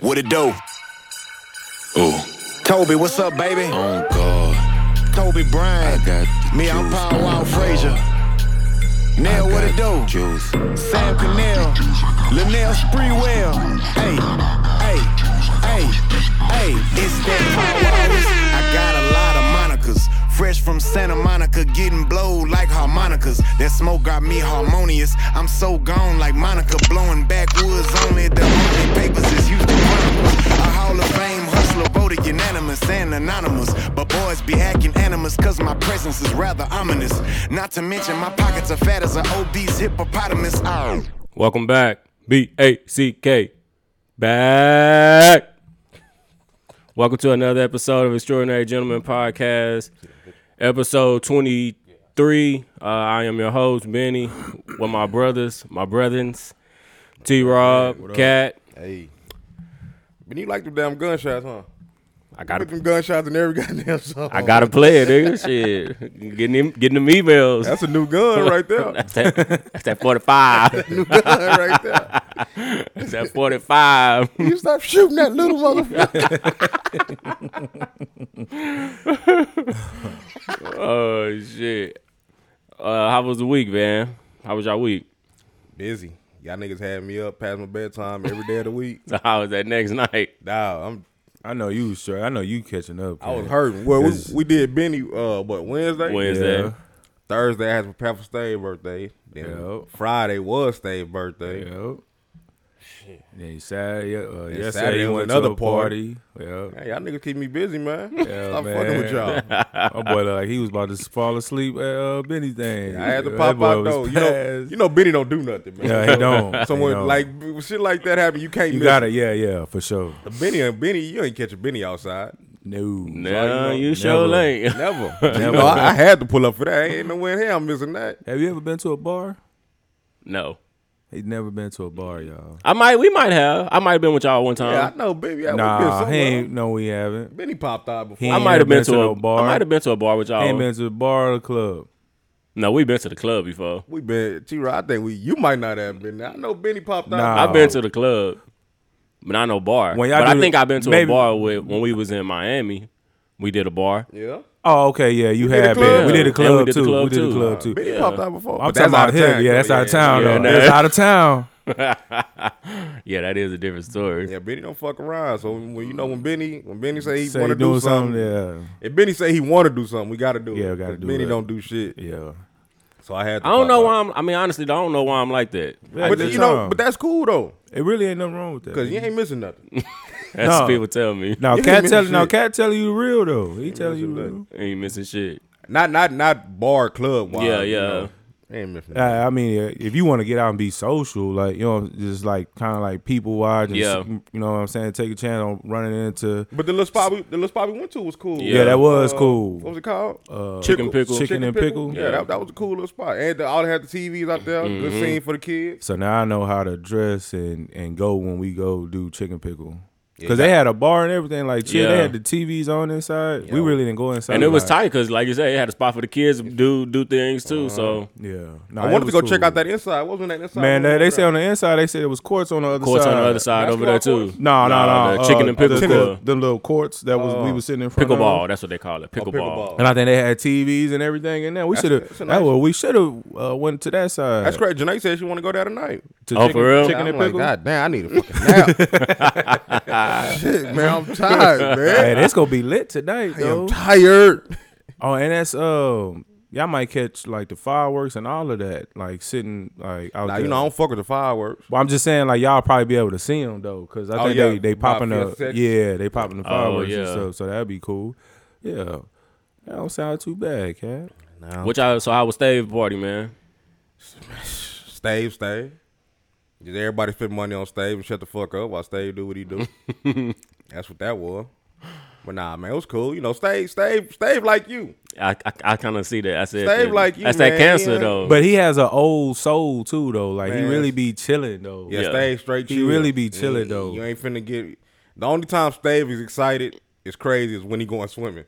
What it do? Ooh, Toby, what's up, baby? Oh. on God. Toby I Bryant. got the Me, I'm juice. Paul Wow on Frazier. God. I Now what it got the do? Juice. Sam Cannell. Linnell Spreewell. Hey, hey, hey, hey. It's that Paul Wow. I got a lot of monikers. Fresh from Santa Monica, getting blowed like harmonicas. That smoke got me harmonious. I'm so gone like Monica, blowing backwoods only. The only papers is Houston Chronicles. A Hall of Fame hustler voted unanimous and anonymous. But boys be acting animus, cause my presence is rather ominous. Not to mention, my pockets are fat as an obese hippopotamus. Oh. Ow. Welcome back. B A C K. Back. Welcome to another episode of Extraordinary Gentlemen Podcast, episode 23. Uh, I am your host, Benny, with my brothers, my brethrens, T Rob, Cat. Hey. But you like them damn gunshots, huh? I Put gotta them gunshots in every goddamn song. I gotta play it, nigga. Shit. Oh. Getting him getting them emails. That's a new gun right there. That's that, that's that 45. new gun right there. That's that 45. You stop shooting that little motherfucker. Oh shit. Uh, how was the week, man? How was y'all week? Busy. Y'all niggas had me up past my bedtime every day of the week. So how was that next night? Nah, I'm I know you was straight. I know you catching up. I was man. hurting. Well, we, It's- we did Benny uh what Wednesday? Wednesday. Yeah. Thursday I had my Papa Stave's birthday. Then Yep. Friday was Stave's birthday. Yep. Then you Saturday, yeah, uh, yesterday Saturday you was went another to a party. Yeah, Hey, y'all niggas keep me busy, man. Yeah, stop man. fucking with y'all. my boy, look like he was about to fall asleep at uh, Benny's thing. I had to That pop boy out was though. You know, passed. you know Benny don't do nothing, man. yeah, he don't. Someone he don't. like b- shit like that happen, you can't you miss got it. Yeah, yeah, for sure. Benny and Benny, you ain't catching Benny outside. No, Nah, you Never. sure ain't. Never. you know, I, I had to pull up for that. Ain't no way in hell I'm missing that. Have you ever been to a bar? No. He's never been to a bar, y'all. I might we might have. I might have been with y'all one yeah, time. I know, baby. I Uh, Nah, nah, he ain't. No, we haven't. Benny popped out before. He I ain't might have been, to a no bar. I might have been to a bar with y'all. Ain't been to a bar or a club. no, we've been to the club before. we been T Rod. I think we you might not have been there. I know Benny popped out. Nah. I've been to the club, but not no bar. Oh. When y'all but I do- think I've been to maybe- a bar with when we was in Miami. We did a bar. Yeah. Oh, okay, yeah, you did a had club. been. We did a Yeah, and we club did the too. club we did too. a club too. Benny popped out before. I'm but that's talking about out of here. town, Yeah, though. that's out of town yeah, though. yeah. That's out of town. Yeah, that is a different story. Yeah. yeah, Benny don't fuck around. So when you know when Benny when Benny say he Say want to doing do something, something, if Benny say he want to do something, we got to do it. Yeah, we gotta 'Cause do Benny it. don't do shit. yeah, yeah. So I had. To I pop don't know out. why I'm I mean honestly, I don't know why I'm like that. Yeah, But good you know, time. but that's cool though, it really ain't nothing wrong with that. cause you ain't missing nothing. That's what No. people tell me. now you ain't cat missing telling now shit. cat telling you the real though. He telling you the missing real. Ain't missing shit. Not not not bar club wise. Yeah, you yeah. know. Ain't missing. nothing. I, I mean, uh, if you want to get out and be social, like you know, just like kind of like people watch. and Yeah. s- you know what I'm saying. Take a chance on running into But the little spot we the little spot we went to was cool. Uh, Yeah, Yeah. that was cool. What was it called? Uh, Chicken Pickle. chicken and pickle. Yeah, That, that was a cool little spot. And they all had the TVs out there. Good Mm-hmm. scene for the kids. So now I know how to dress and and go when we go do chicken pickle. Cause they had a bar and everything, like chill. Yeah. They had the TVs on inside. We really didn't go inside, And it was like- tight because, like you said, it had a spot for the kids to do do things too. So Yeah, Nah, I it wanted to was go cool. check out that inside. What was in that inside? Man, room? they, they say on the inside, they said it was quartz on the other courts side. on the other side over there Basketball too. courts? No, no, Nah, no. the chicken Uh, and pickle uh, the, court. Oh, Them little courts that was we were sitting in front pickleball. of. That's what they call it. Pickleball. Oh, pickleball. And I think they had TVs and everything in there. We should have. that's a That nice well, we should have uh, went to that side. That's crazy. Janae said she want to go there tonight. To Oh, chicken, for real? Chicken I'm and like, pickle. God damn, I need a fucking nap. Shit, man, I'm tired, man. Hey, that's gonna be lit tonight, I'm though. tired. Oh, and that's um, y'all might catch like the fireworks and all of that, like sitting like out Now there. you know I don't fuck with the fireworks. Well, I'm just saying, like y'all probably be able to see them though, because I Oh, think yeah. they they About popping fifth, up. sixth. Yeah, they popping the fireworks and yeah. stuff, so that'd be cool. Yeah, that don't sound too bad, cat. Which I so I was stave party man. Stave, stave. Did everybody spend money on Stave and shut the fuck up while Stave do what he do? That's what that was. But nah, man, it was cool. You know, Stave, Stave, Stave like you. I I, I kind of see that. I said Stave that. like you, That's that man. cancer Yeah. though. But he has an old soul too, though. Like he Man. really be chilling though. Yeah, Yeah. Stave straight He chill. really be chilling, Mm, though. You ain't finna get the only time Stave is excited, is crazy, is when he going swimming.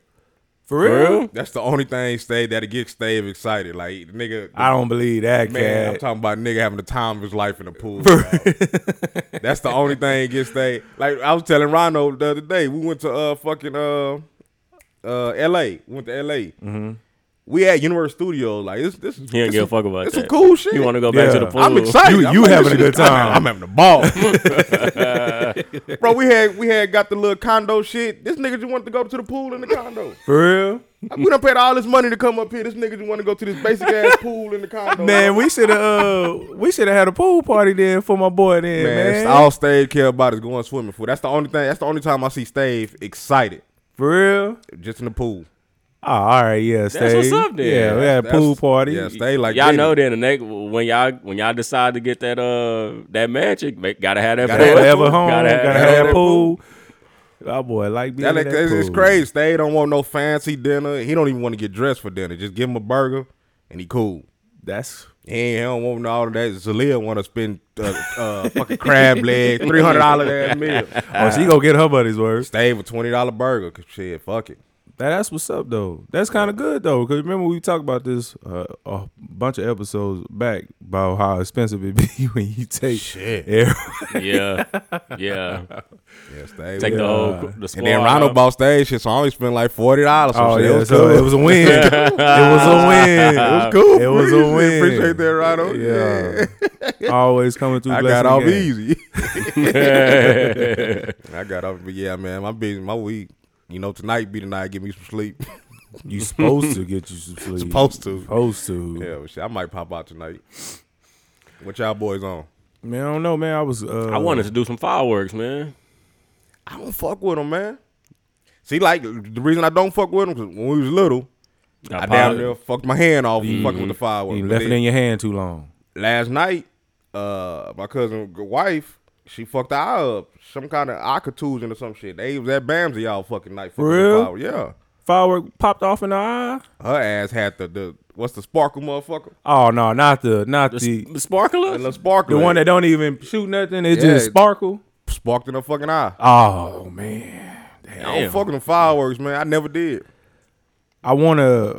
For real? That's the only thing Stave that'll get Stave excited. Like the nigga, I don't believe that, man, I'm cat. talking about nigga having the time of his life in the pool. dog. That's the only thing that gets Stave. Like I was telling Rondo the other day, we went to uh fucking uh uh L.A. Went to L.A. Mm-hmm. We at Universal Studios. Like this, this He ain't this give a some- fuck about It's that. some cool shit. You want to go back to Yeah. the pool? I'm excited. You- I'm you like, having this shit a good is- time. I'm having a ball, Oh. bro. We had we had got the little condo shit. This nigga just wanted to go to the pool in the condo. For real? We done paid all this money to come up here. This nigga just want to go to this basic ass pool in the condo. Man, we should have uh, we should have had a pool party then for my boy then, Man, man. it's all Stave care about is going swimming for. That's the only thing. That's the only time I see Stave excited, For real? just in the pool. Oh, all right, yeah, Steve. what's up then. Yeah, we had a That's- pool party. Yeah, Stave like y'all Diddy. know then the next when y'all when y'all decide to get that uh that magic, make, gotta have that Gotta pool. have that Forever home, gotta, gotta have have a pool. Our boy like being That, in like, that, it's, it's pool. crazy. Stave don't want no fancy dinner. He don't even want to get dressed for dinner. Just give him a burger, and he cool. That's He ain't he don't want all of that. Zalia want to spend uh, uh, fucking crab leg, three hundred dollar meal. oh, she gonna get her buddy's words. Stave a twenty dollar burger. 'cause shit, fuck it. That, that's what's up though. That's kind of good though, because remember we talked about this uh, a bunch of episodes back about how expensive it be when you take Shit. air- Yeah, yeah. Yeah, Stave. Take the yeah. whole cr- the squad. And then Rondo up. bought Stave shit, so I only spent like forty dollars. Oh shit. It yeah, was so cool. it was a win. it was a win. It was cool. It was a Uh, Appreciate- win. appreciate that, Rondo. Yeah, always coming through. I blessing got off game. easy. I got off, but yeah, man, my busy, my week. You know, tonight be the night. Give me some sleep. You supposed to get you some sleep. Supposed to. Supposed to. yeah, well, shit, I might pop out tonight. What y'all boys on? Man, I don't know, man. I was. Uh, I wanted to do some fireworks, man. I don't fuck with them, man. See, like the reason I don't fuck with them, cause when we was little, I, damn near fucked my hand off from fucking with the fireworks. Mm-hmm. You But left it then in your hand too long. Last night, uh, my cousin g- wife, she fucked her eye up. Some kind of eye contusion or some shit. They was at Bamsy all fucking night. fucking with the real? fireworks. Yeah. Firework popped off in the eye. Her ass had the, the what's the sparkle motherfucker? Oh no, not the not the The And the sparklers? sparkle. the one that don't even shoot nothing. It Yeah. just sparkle. sparked in her fucking eye. Oh man, I don't fuck with them fireworks, man. I never did. I wanna.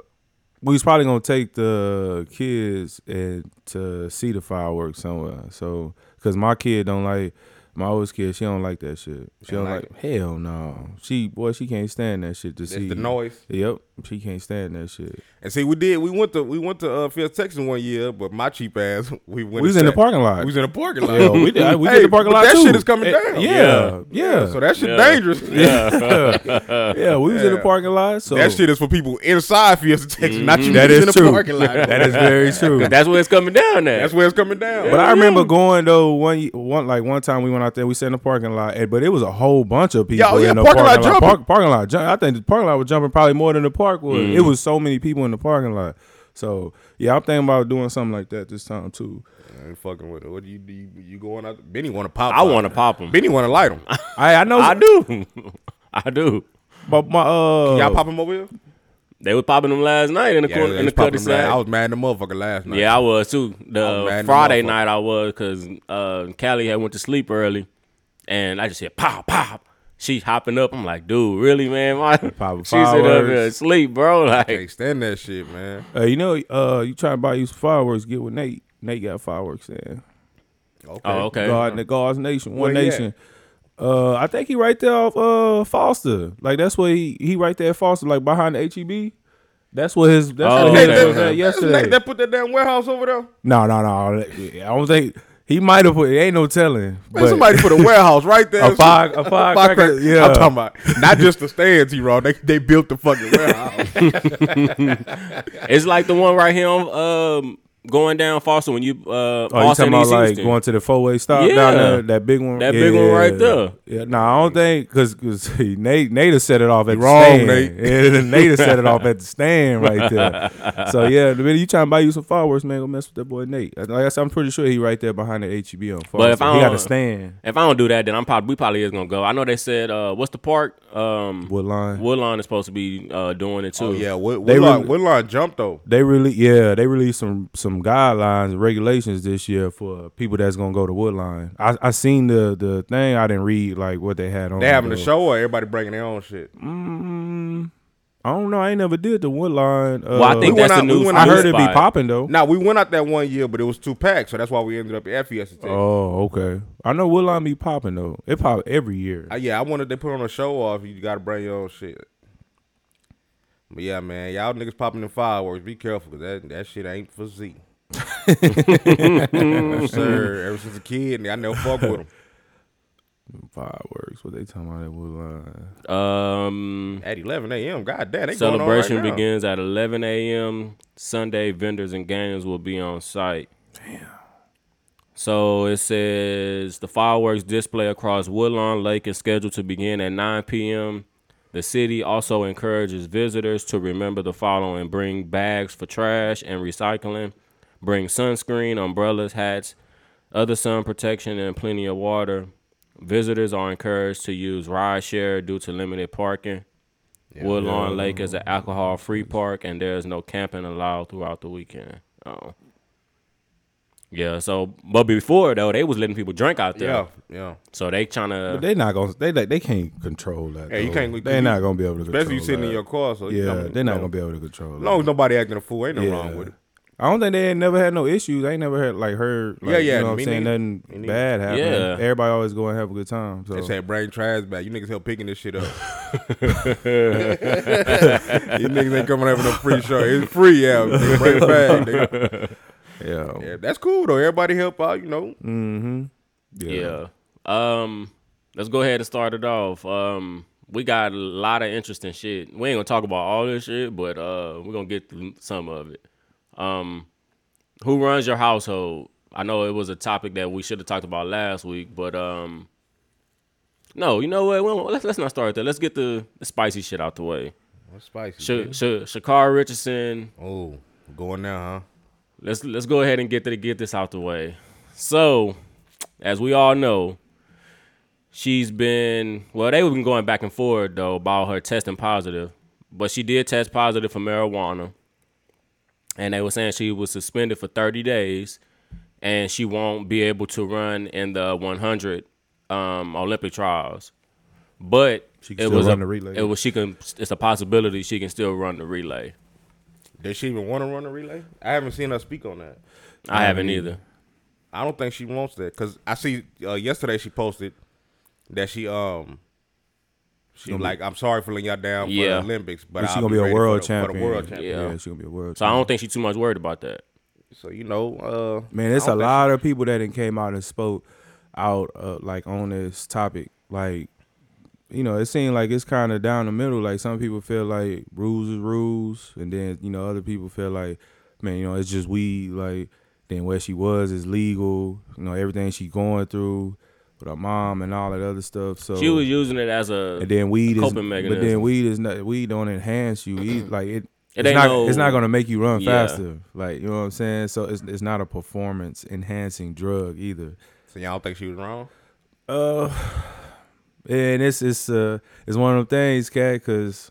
We was probably gonna take the kids and to see the fireworks somewhere. So, cause my kid don't like my oldest kid. She don't like that shit. She don't like like, hell no. She boy, she can't stand that shit to see the noise. Yep, she can't stand that shit. And see, we did. We went to we went to uh, Fifth Texas one year, but my cheap ass, we went. We was and in the sat- parking lot. We was in the parking lot. Yeah, we did. We did the parking but lot That too. shit is coming Eh, down. Yeah, yeah, So that shit Yeah. dangerous. yeah. We was in the parking lot. So That shit is for people inside Fiesta Texas, not you That niggas is in the true. parking lot. that is very true. That's where it's coming down at. That's where it's coming down. But I remember going though one ye- one like one time we went out there we sat in the parking lot and, but it was a whole bunch of people Yeah, oh, yeah, in the parking lot jumping. Park, parking lot jump. I think the parking lot was jumping probably more than the park was. Mm. It was so many people in the parking lot. So yeah, I'm thinking about doing something like that this time too. I ain't fucking with it. What do you do? You, you going out? Benny want to pop. I want to pop them. Benny want to light him. I I know I do. I do. But my uh, Y'all pop him over here? They were popping them last night in the court, they in the was popping cul him last- I de was mad in the motherfucker last night. Yeah, I was too. The uh, was mad as a Friday motherfucker. night I was because uh, Callie had went to sleep early, and I just hear pop pop. She hopping up. I'm like, dude, really, man? My, Popping she's in fireworks. there asleep, bro. Like, can't stand that shit, man. uh, you know uh, you trying to buy you some fireworks? Get with Nate. Nate got fireworks in. Okay. oh okay. God, the God's Nation, One Where he Nation. Uh, I think he right there off uh Foster. Like that's where he he right there at Foster, like behind the HEB. That's what his. That's Oh, what okay. his was Okay. at yesterday. That put that damn warehouse over there. no, no, no. I don't think he might have put. It ain't no telling. Man, But somebody put a warehouse right there. a fog, a fog, Firecracker. Yeah, I'm talking about not just the stands, he wrong. They they built the fucking warehouse. It's like the one right here on um, going down Foster when you uh Oh, you Foster and talking about East like Houston. going to the four way stop Yeah. down there? That big one, That big one right there. Yeah, no, I don't think because because Nate Nate has set it off at the wrong, stand. Nate. Yeah, Nate has set it off at the stand right there. So yeah, the minute you trying to buy you some fireworks, man, go mess with that boy Nate. Like I said, I'm pretty sure he right there behind the HEB on Foster. But if I he got don't- a stand, If I don't do that, then I'm probably we probably is gonna go. I know they said uh, what's the park? Um, Woodline. Woodline is supposed to be uh, doing it too. oh yeah, Wood, They Woodlawn, really- Woodlawn jumped though. They really, yeah, they released some some guidelines and regulations this year for people that's gonna go to Woodline. I, I seen the the thing. I didn't read like what they had on. Oh, They having a though. show or everybody bringing their own shit. I don't know. I ain't never did the Woodline. Uh, Well, I think we that's the went out- we new. went I out- new heard it be spot. popping though. Now we went out that one year, but it was two packs, so that's why we ended up at E FES. in Texas. Oh, okay. I know Woodline be popping though. It pop every year. Uh, yeah, I wanted they put on a show off. You got to bring your own shit. But yeah, man, y'all niggas popping the fireworks. Be careful, 'cause that that shit ain't for Z. No, sir, ever since a kid, I never fuck with them. Fireworks. What they talking about at Woodline? Um, At 11 a.m., god damn, they celebration going on right now. begins at 11 a.m. Sunday. Vendors and games will be on site. So it says the fireworks display across Woodlawn Lake is scheduled to begin at 9 p.m. The city also encourages visitors to remember the following bring bags for trash and recycling, bring sunscreen, umbrellas, hats, other sun protection, and plenty of water. Visitors are encouraged to use rideshare due to limited parking. Woodlawn Lake is an alcohol free park, and there is no camping allowed throughout the weekend. Oh. Yeah, so but before though, they was letting people drink out there. Yeah, yeah. So they trying to But they not gonna. They like they can't control that. Hey, you though. can't- They you- not gonna be able to. Especially control you sitting that. in your car, so you Yeah, know, they're not no- gonna be able to control. As that. long as nobody acting a fool, ain't no Yeah. wrong with it. I don't think they ain't never had no issues. They ain't never had like heard. Like, Yeah, yeah, You know what I'm me saying? neither. Me Nothing neither. bad happening. Yeah. Everybody always go and have a good time. So They said bring trash back. You niggas help picking this shit up. you niggas ain't coming over no free show. It's free out. Nigga, bring it back. nigga. yeah, Yeah, that's cool though. Everybody help out. You know, Mm. Yeah. Um, let's go ahead and start it off. Um, we got a lot of interesting shit. We ain't gonna talk about all this shit, but uh, we're gonna get through some of it. Um, who runs your household? I know it was a topic that we should have talked about last week, but um, no, you know what? Well, let's let's not start there. Let's get the, the spicy shit out the way. What's spicy? Sha Sha Shakar Richardson. Oh, going now, Let's let's go ahead and get to get this out the way. So, as we all know, she's been well. They've been going back and forth though about her testing positive, but she did test positive for marijuana, and they were saying she was suspended for thirty days, and she won't be able to run in the one hundred um, Olympic trials. But She can it still was a, run the relay. It was she can. It's a possibility she can still run the relay. huh? Does she even want to run a relay? I haven't seen her speak on that. I haven't either. I don't think she wants that because I see uh, yesterday she posted that she um she like I'm sorry for letting y'all down for Yeah. the Olympics, but, But she I'll gonna be, be a ready world for the, champion. For the world champion. Yeah. she gonna be a world. So I don't think she's too much worried about that. So you know, uh, Man, I it's a don't think lot of people that done came out and spoke out uh, like on this topic. Like, you know, it seemed like it's kind of down the middle. Like some people feel like rules is rules, and then you know other people feel like, man, you know, it's just weed. Like, then where she was is legal. You know, everything she going through with her mom and all that other stuff. So She was using it as a and then weed is, coping but mechanism. then weed is not weed don't enhance you. either. like it, It it's ain't not no- it's not gonna make you run Yeah. faster. Like you know what I'm saying. So it's it's not a performance enhancing drug either. So y'all don't think she was wrong? Uh, and it's it's uh it's one of them things, cat. Because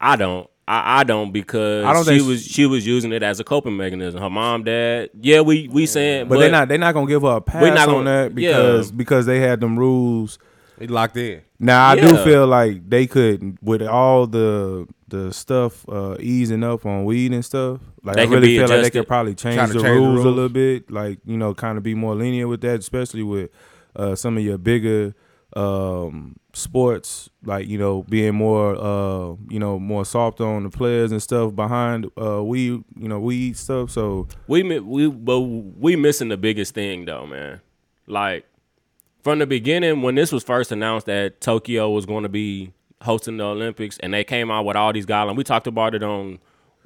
I don't. I, I don't because I don't she think was she- she was using it as a coping mechanism. Her mom, dad. Yeah, we we saying, but, they're not they're not gonna give her a pass not on gonna- that yeah. because because they had them rules. He locked in. Now I Yeah. do feel like they could with all the the stuff uh, easing up on weed and stuff. Like They I can really be feel like adjusted. they could probably Trying change, to the, change the rules a rules. little bit. Like you know, kind of be more lenient with that, especially with uh, some of your bigger um, sports. Like you know, being more uh, you know more soft on the players and stuff behind uh, weed. You know, weed stuff. So We mi- we but we missing the biggest thing though, man. Like from the beginning when this was first announced that Tokyo was going to be hosting the Olympics, and they came out with all these guidelines. We talked about it on.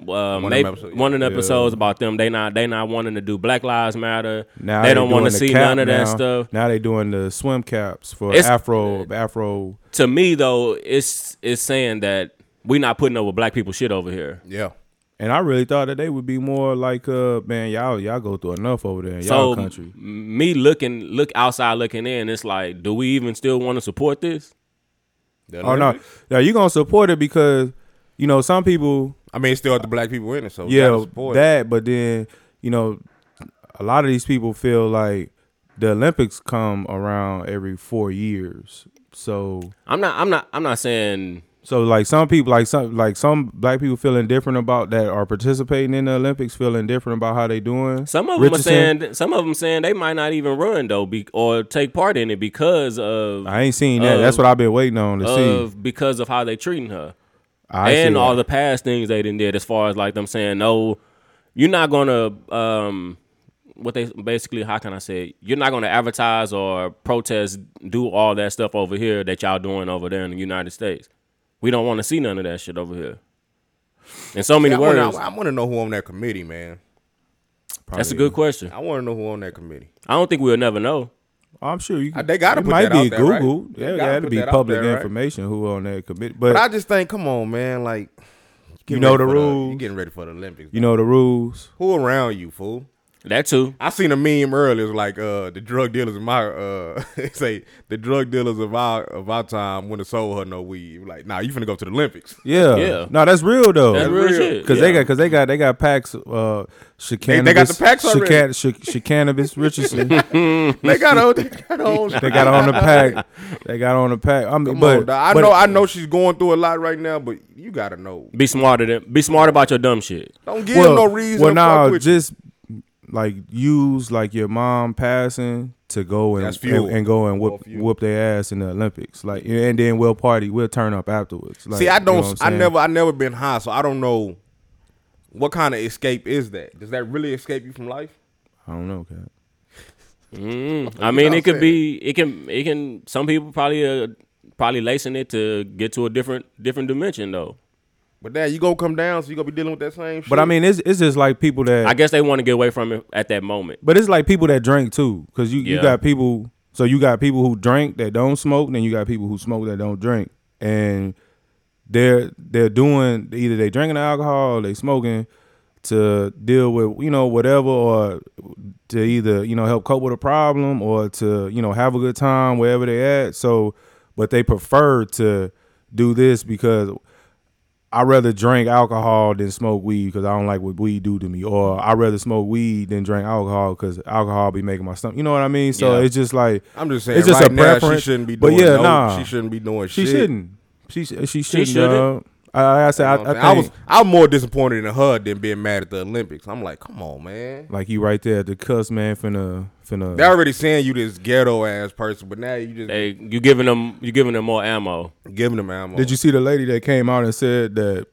Uh, of may- them episodes, one of the episodes about them, they not they not wanting to do Black Lives Matter. now they, don't doing want to the see cap none of that now. stuff. Now they doing the swim caps for It's- Afro Afro. to me though, it's it's saying that we not putting over black people shit over here. Yeah. And I really thought that they would be more like, uh, man, y'all y'all go through enough over there in So y'all country. m- me looking look outside looking in, it's like, do we even still want to support this? The Oh no, Olympics. now you gonna support it because you know some people, I mean, it's still the black people in it, so we gotta yeah, support it. that. But then you know, a lot of these people feel like the Olympics come around every four years, so I'm not I'm not I'm not saying So like some people, like some like some black people feel indifferent about that are participating in the Olympics, feel indifferent about how they doing. Some of them Richardson, are saying some of them saying they might not even run though, be, or take part in it because of I ain't seen that. That's of- what I've been waiting on to see. of because of how they treating her I and see all that. the past things they didn't did as far as like them saying no, you're not gonna um what they basically how can I say it? you're not gonna advertise or protest do all that stuff over here that y'all doing over there in the United States. We don't want to see none of that shit over here. In so many I words, wanna, I wanna know who on that committee, man. that's a good question. I wanna know who on that committee. I don't think we'll never know. Oh, I'm sure you. Uh, they gotta it put might that be out there, right? Google. They Yeah, gotta that'd put be that out public there, right? information who on that committee. But, But I just think, come on, man, like You know the rule. rules. You getting Uh, ready for the Olympics. you know the rules. Who around you, fool? That too. I seen a meme earlier. It's like uh, the drug dealers of my uh, it say the drug dealers of our of our time wouldn't have sold her no weed. Like, nah, you finna go to the Olympics. Yeah, Yeah. No, that's real though. That's real shit. Cause they Yeah. got, cause they got, they got packs. Uh, Shacannabis, They- they got the packs already. Shacan- Sha- Shacannabis Richardson. they got on. They got on. they got on the pack. They got on the pack. I mean, Come but on, dawg. I but- know. I know she's going through a lot right now, but you gotta know. Be smarter than be smart about your dumb shit. Don't give no reason. Well, to now fuck with you. just like use like your mom passing to go and That's fuel. and, and go and More whoop fuel. whoop their ass in the Olympics. Like and then we'll party. We'll turn up afterwards. Like, See, I you know don't. what I'm I saying? never. I never been high, so I don't know what kind of escape is that. Does that really escape you from life? I don't know. Cat. I mean, Mm, what it I'm could saying. be. It can. It can. Some people probably uh, probably lacing it to get to a different different dimension though. But now you gonna come down, so you gonna be dealing with that same. shit. But I mean, it's it's just like people that. I guess they want to get away from it at that moment. but it's like people that drink too, because you Yeah. you got people. So you got people who drink that don't smoke, then you got people who smoke that don't drink, and they're they're doing either they drinking alcohol or they smoking to deal with you know whatever or to either you know help cope with a problem or to you know have a good time wherever they at so but they prefer to do this because i rather drink alcohol than smoke weed because i don't like what weed do to me or i rather smoke weed than drink alcohol because alcohol be making my stomach you know what i mean so Yeah. it's just like I'm just saying. it's just right a now, preference She shouldn't be but doing. yeah no, nah She shouldn't be doing. she shit. shouldn't she sh- she shouldn't, shouldn't. uh, I, I said I, I, You know what I'm think, saying? I was I'm more disappointed in her than being mad at the Olympics. I'm like, come on, man. like you right there at the cuss man finna finna They already saying you this ghetto ass person, but now you just They you giving them you giving them more ammo. giving them ammo. Did you see the lady that came out and said that?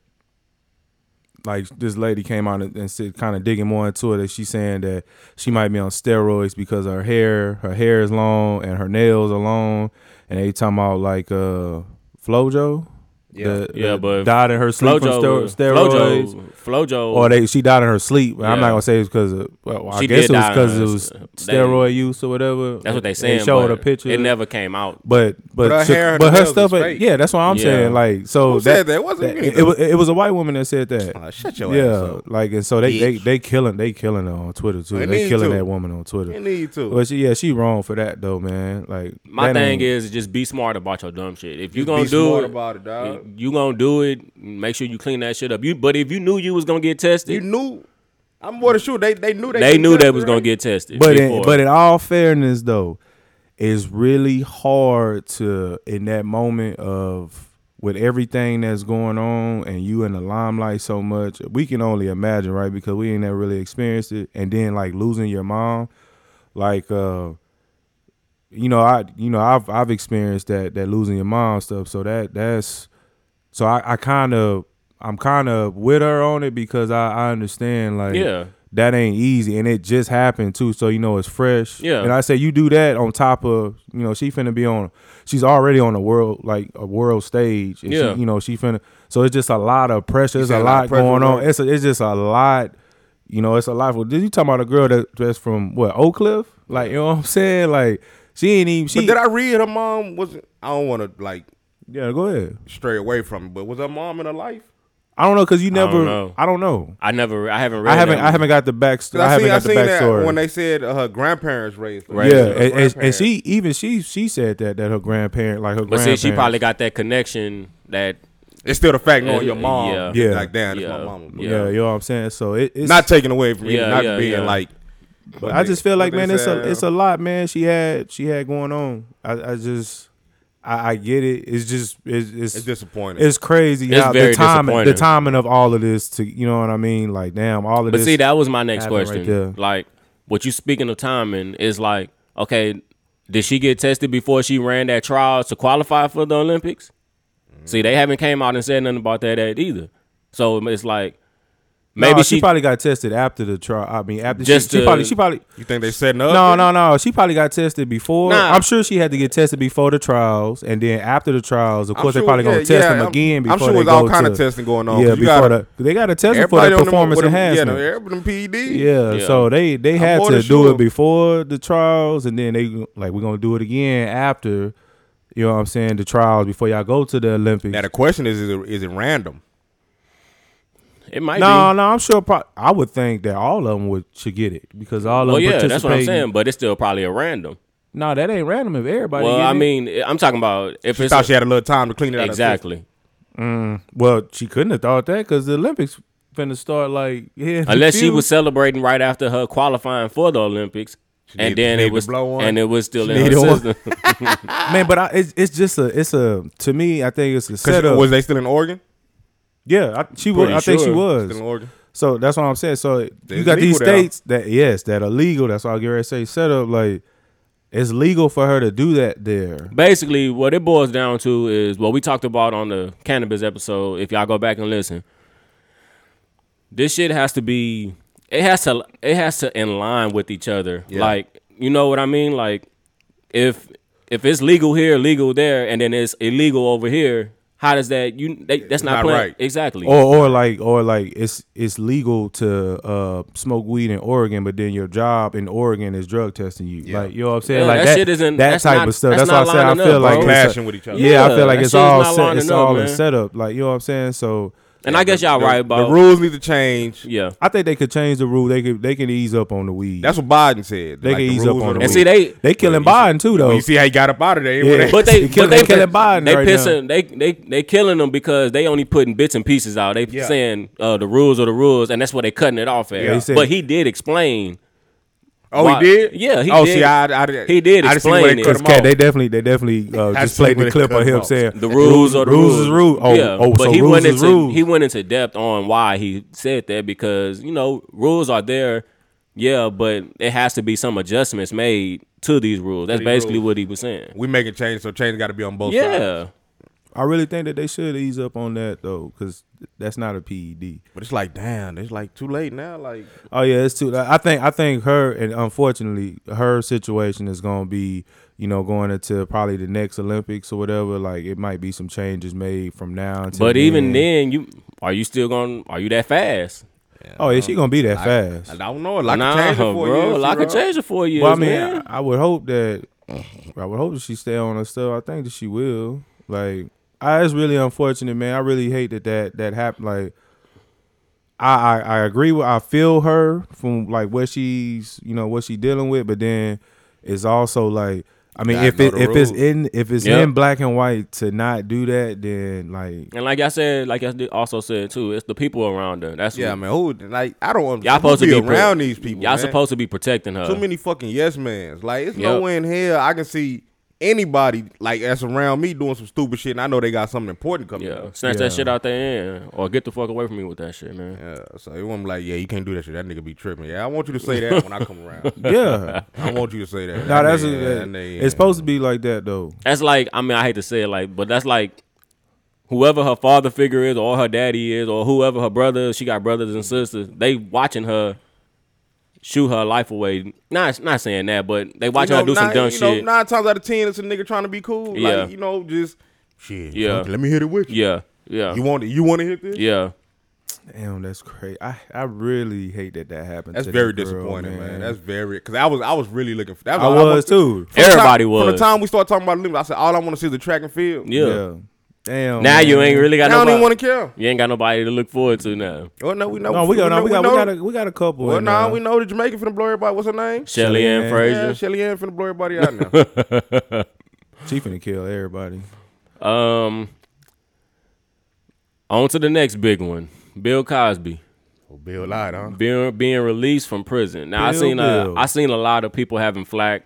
Like this lady came out and, and said, kind of digging more into it. That she's saying that she might be on steroids because her hair, her hair is long and her nails are long, and they talking about like uh Flojo. Yeah. Yeah, but died in her sleep from Flojo, stero- steroids, Flojo, Flojo. or they she died in her sleep. I'm Yeah. not gonna say it's because well, I She guess did it was die in because her it was st- they- steroid use or whatever. that's what they saying. They showed but a picture. It never came out. But but her she- hair and her but her nails stuff, is uh, fake. yeah, that's what I'm Yeah. saying. Like so Who that, said that? It wasn't me, it, though. was it was a white woman that said that. Ah, shut your ass yeah, up. like and so they, they Bitch. they killing they killing her on Twitter too. They They, need killing to. that woman on Twitter. You need to. But she yeah she wrong for that though, man. Like My that thing ain't- is just be smart about your dumb shit. If you Be gonna do smart it, about it, dog. you gonna do it. Make sure you clean that shit up. You but if you knew you was gonna get tested, You knew. I'm more than sure they they knew they. they couldn't knew test they it, was gonna right? get tested. But in, before. but in all fairness though, it's really hard to in that moment of with everything that's going on and you in the limelight so much, we can only imagine, right? Because we ain't never really experienced it. And then like losing your mom, like uh you know, I you know, I've I've experienced that that losing your mom stuff. So that that's so I, I kind of I'm kind of with her on it because I, I understand like Yeah. that ain't easy and it just happened too so you know it's fresh Yeah. and I say you do that on top of you know she finna be on she's already on a world like a world stage and Yeah. she, you know she finna so it's just a lot of pressure it's said a a lot lot of pressure going on going- it's a, it's just a lot you know it's a lot for did you talk about a girl that that's from what Oak Cliff like you know what I'm saying like she ain't even she But did I read her mom wasn't? I don't want to like yeah go ahead stray away from it, but was her mom in her life? I don't know because you never I don't know. know. I never, I haven't read. I haven't. that I haven't got the backstory. 'Cause I, haven't seen, got the seen backstory. that when they said uh, her grandparents raised her. yeah, Her and, and, and grandparents. she even she she said that that her grandparent like But her see, grandparents. she probably got that connection that It's still the fact knowing Yeah, your mom. yeah. Yeah. Like damn, that's Yeah. my mama. bro. yeah. Yeah. you know what I'm saying. So it, it's Not taken away from you, Yeah, not yeah, being yeah. like. But I just feel like what uh, man, they it's a said. it's a lot, man. She had she had going on. I, I just I, I get it. It's just it's it's, It's disappointing. It's crazy It's how very the timing the disappointing. timing of all of this to you know what I mean. Like damn, all of But this. see, that was my next happened right question. there. like, what you speaking of timing is like, okay, did she get tested before she ran that trial to qualify for the Olympics? Mm-hmm. See, they haven't came out and said nothing about that at either. So it's like, No, maybe she, she, probably got tested after the trial. I mean, after Just she, she to- probably she probably you think they setting up? no no no. She probably got tested before. Nah. I'm sure she had to get tested before the trials, and then after the trials, of I'm course sure- they probably gonna yeah, test yeah, them I'm- again. I'm Before sure they it's all go kinda to- testing going on. Yeah, You before gotta- the, they got a test for on the them- performance with them, enhancement. Yeah, no, everybody them E PED. Yeah, Yeah. so they they had more to than do sure. it before the trials, and then they like we're gonna do it again after. You know what I'm saying? The trials before y'all go to the Olympics. Now the question is, is it, is it random? it might no, be. no, I'm sure. Pro- I would think that all of them would should get it because all of Well, them. yeah, that's what I'm participating- saying, but it's still probably a random. No, that ain't random. If everybody, Well, get I it. mean, I'm talking about if She it's thought she had a little time to clean it out. of her system. exactly. well, she couldn't have thought that because the Olympics finna start like yeah. unless she was celebrating right after her qualifying for the Olympics, and need- then she need it to was blow one. and it was still in need her one. system. man, but I, it's it's just a it's a to me I think it's a 'Cause setup. Was they still in Oregon? yeah, I, she was. Pretty I think she sure. was. Still in Oregon. So that's what I'm saying. So you It's got these legal there. states that yes, that are legal. That's all Gary say set up like it's legal for her to do that there. Basically, what it boils down to is what we talked about on the cannabis episode. If y'all go back and listen, this shit has to be it has to it has to in line with each other. Like you know what I mean? Like if if it's legal here, legal there, and then it's illegal over here, how does that you? They, that's not, not playing- right. Exactly. Or or like or like it's it's legal to uh smoke weed in Oregon, but then your job in Oregon is drug testing you. Like you know what I'm saying? Yeah, like that shit isn't- that that's type not- of stuff. that's That's, why I not said I lining feel up, like bro. it's a- Clashing with each other. Yeah, I Yeah, feel like that it's shit is all not set, lining it's up, all man. in setup. Like you know what I'm saying? So and I guess y'all The- right about the rules need to change. Yeah. I think they could change the rule. They could they can ease up on the weed. That's what Biden said. they Like, can the ease up rules on are the the weed. And see, they- they killing Biden too Well, though. you see how he got up out of there. Yeah. Yeah. But they, He killing- but they he killing Biden They right now. pissing. They they they killing them because they only putting bits and pieces out. They Yeah. saying uh, the rules are the rules, and that's what they cutting it off at. Yeah. He said- but he did explain. oh, why- he did. Yeah, he oh, did. see, I, I, did- He did I just seen where explain they it. cut Cause him Cat, off. they definitely, they definitely uh, just see played where the they clip cut of him him off. saying The rules are the rules. is rules. Oh, yeah. oh, but so he rules went is into rules. he went into depth on why he said that because you know rules are there, yeah, but it has to be some adjustments made to these rules. That's basically rules. what he was saying. We making change, so change got to be on both sides. Yeah, I really think that they should ease up on that though, because that's not a PED. But it's like, damn, it's like too late now. Like, Oh yeah, it's too. I think I think her and unfortunately her situation is gonna be you know going into probably the next Olympics or whatever. Like it might be some changes made from now. Until but even then, then, you are you still going? to Are you that fast? oh yeah, she gonna be that I fast. don't know. Like, nah, change it for bro. you. I can change it for you. Well, I mean, man. I, I would hope that I would hope that she stay on her stuff. I think that she will. Like, I it's really unfortunate, man. I really hate that that that happened. Like, I, I I agree with. I feel her from like what she's you know what she dealing with, but then it's also like. I mean, Gotta if know it the if it's rules. in if it's Yep. in black and white to not do that, then like And like I said, like I did- also said too, it's the people around her. That's Yeah, who- man. Who like? I don't. Y'all who supposed to be pro- around these people. Y'all man? supposed to be protecting her. Too many fucking yes mans. Like, it's Yep. nowhere in hell I can see anybody like that's around me doing some stupid shit, and I know they got something important coming. yeah, up. snatch Yeah. that shit out their hand, or get the fuck away from me with that shit, man. Yeah, so it wasn't like, yeah, you can't do that shit. That nigga be tripping. Yeah, I want you to say that when I come around. yeah, I want you to say that. no, That that's nigga, that that- nigga, it's supposed to be like that though. That's like, I mean, I hate to say it, like, but that's like, whoever her father figure is, or her daddy is, or whoever her brother, is, she got brothers and sisters. They watching her shoot her life away. Not, not saying that, but they watching her do some nine- dumb you know, shit. nine times out of ten, it's a nigga trying to be cool. Yeah. Like, you know, just shit. Yeah. Yeah. let me hit it with you. yeah, yeah, You want it? You want to hit this? yeah. Damn, that's crazy. I, I really hate that that happened. That's to very that girl, disappointing, man. That's very because I was I was really looking for that. I all was wanted- from too. the time- Everybody From was. the time we started talking about limits, I said all I want to see is the track and field. Yeah. Damn. Now you man. ain't really got I don't nobody. even want to care. you ain't got nobody to look forward to now. Oh no, we know. No, we got no, we got we got a, we got a couple. Well, in uh, nah, there. we know the Jamaican finna blow everybody. What's her name? Shelly Ann Ann. Fraser. Yeah, Shelly Ann finna blow everybody out now. She finna kill everybody. Um, on to the next big one. Bill Cosby Oh, Bill lied, huh? being being released from prison. Now I Bill, seen a, Bill. I seen a lot of people having flack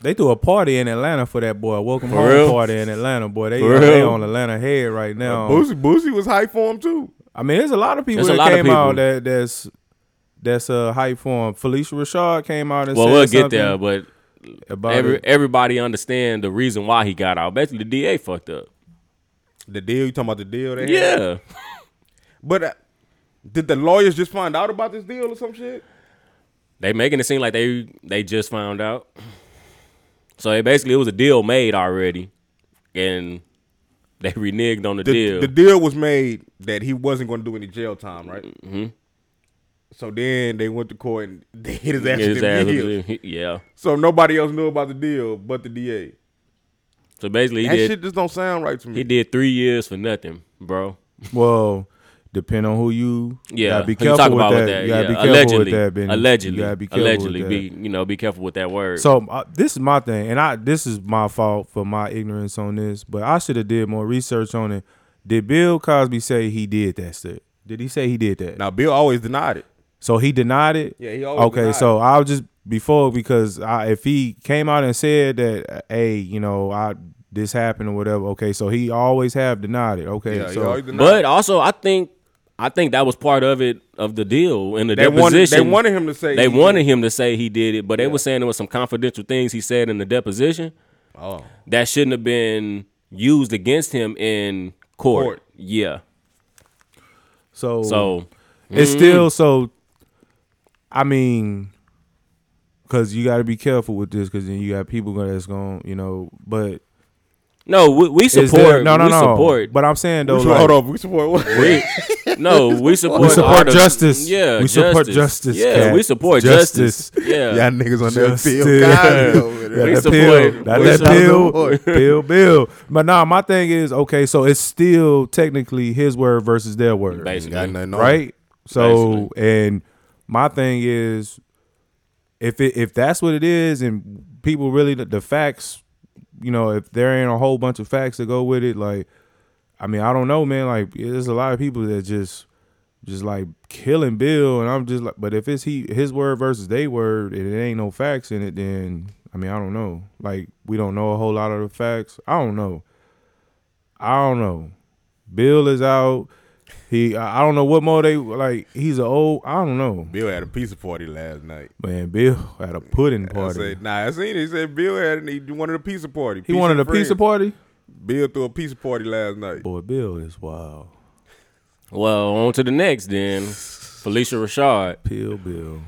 They threw a party in Atlanta for that boy. Welcome For home real? party in Atlanta, boy. They, For they real? on Atlanta head right now. Boosie, Boosie was hype for him too. I mean, there's a lot of people There's a that lot of came out people. that that's that's uh, hype for him. Felicia Rashad came out and Well, said we'll get something there, but about every, it. everybody understand the reason why he got out. Basically, the DA fucked up. The deal, you talking about the deal? They had? Yeah, But uh, did the lawyers just find out about this deal or some shit? they making it seem like they they just found out. So it basically, it was a deal made already, and they reneged on the, The deal. the deal was made that he wasn't going to do any jail time, right? Mm-hmm. So then they went to court and they hit his ass. Yeah, his with the ass was- deal. yeah. So nobody else knew about the deal but the DA. So basically, he that did shit just don't sound right to me. he did three years for nothing, bro. Well, depend on who you. Yeah, gotta be who you careful talk with about that. with that. You gotta yeah. be careful allegedly, with that, Benny. allegedly, You gotta be careful allegedly, with that. be you know, be careful with that word. So uh, this is my thing, and I this is my fault for my ignorance on this, but I should have did more research on it. Did Bill Cosby say he did that stuff? Did he say he did that? now Bill always denied it. So he denied it. Yeah, he always Okay, denied so I'll just before because I, if he came out and said that, uh, hey, you know, I this happened or whatever. Okay, so he always have denied it. Okay, Yeah, he so always denied it. But also, I think I think that was part of it of the deal in the They wanted- they deposition. wanted him to say he they wanted him to say he did it, but they were saying there was some confidential things he said in the deposition Oh, that shouldn't have been used against him in court. Court. Yeah, so so it's still so. I mean, because you got to be careful with this, because then you got people gonna- that's going, to you know, but. no, we, we Is support. there- no, no, we no. Support. But I'm saying though, So like, hold on, we support what? We, no, we support. We support all the- justice. Yeah, We support justice, Yeah, Cat. we support Justice. justice. Yeah, Y'all niggas on that Just field. to- Cosby over there. We that support- pill, that, we that support. pill, pill, bill. But nah, my thing is okay. So it's still technically his word versus their word, basically. Got nothing on it. right? So and my thing is, if it if that's what it is, and people really the, the facts, you know, if there ain't a whole bunch of facts to go with it, like, I mean, I don't know, man. Like, there's a lot of people that just just like killing Bill, and I'm just like, but if it's he his word versus they word, and it ain't no facts in it, then I mean, I don't know. Like, we don't know a whole lot of the facts. I don't know. I don't know. Bill is out. He, I I don't know what more they like. He's an old. I don't know, Bill had a pizza party last night. man. Bill had a pudding I party. said, nah, I seen it. He said Bill had he wanted a pizza party. he wanted a pizza party. Bill threw a pizza party last night. Boy, Bill is wild. Well, on to the next then. Felicia Rashad. Pill Bill,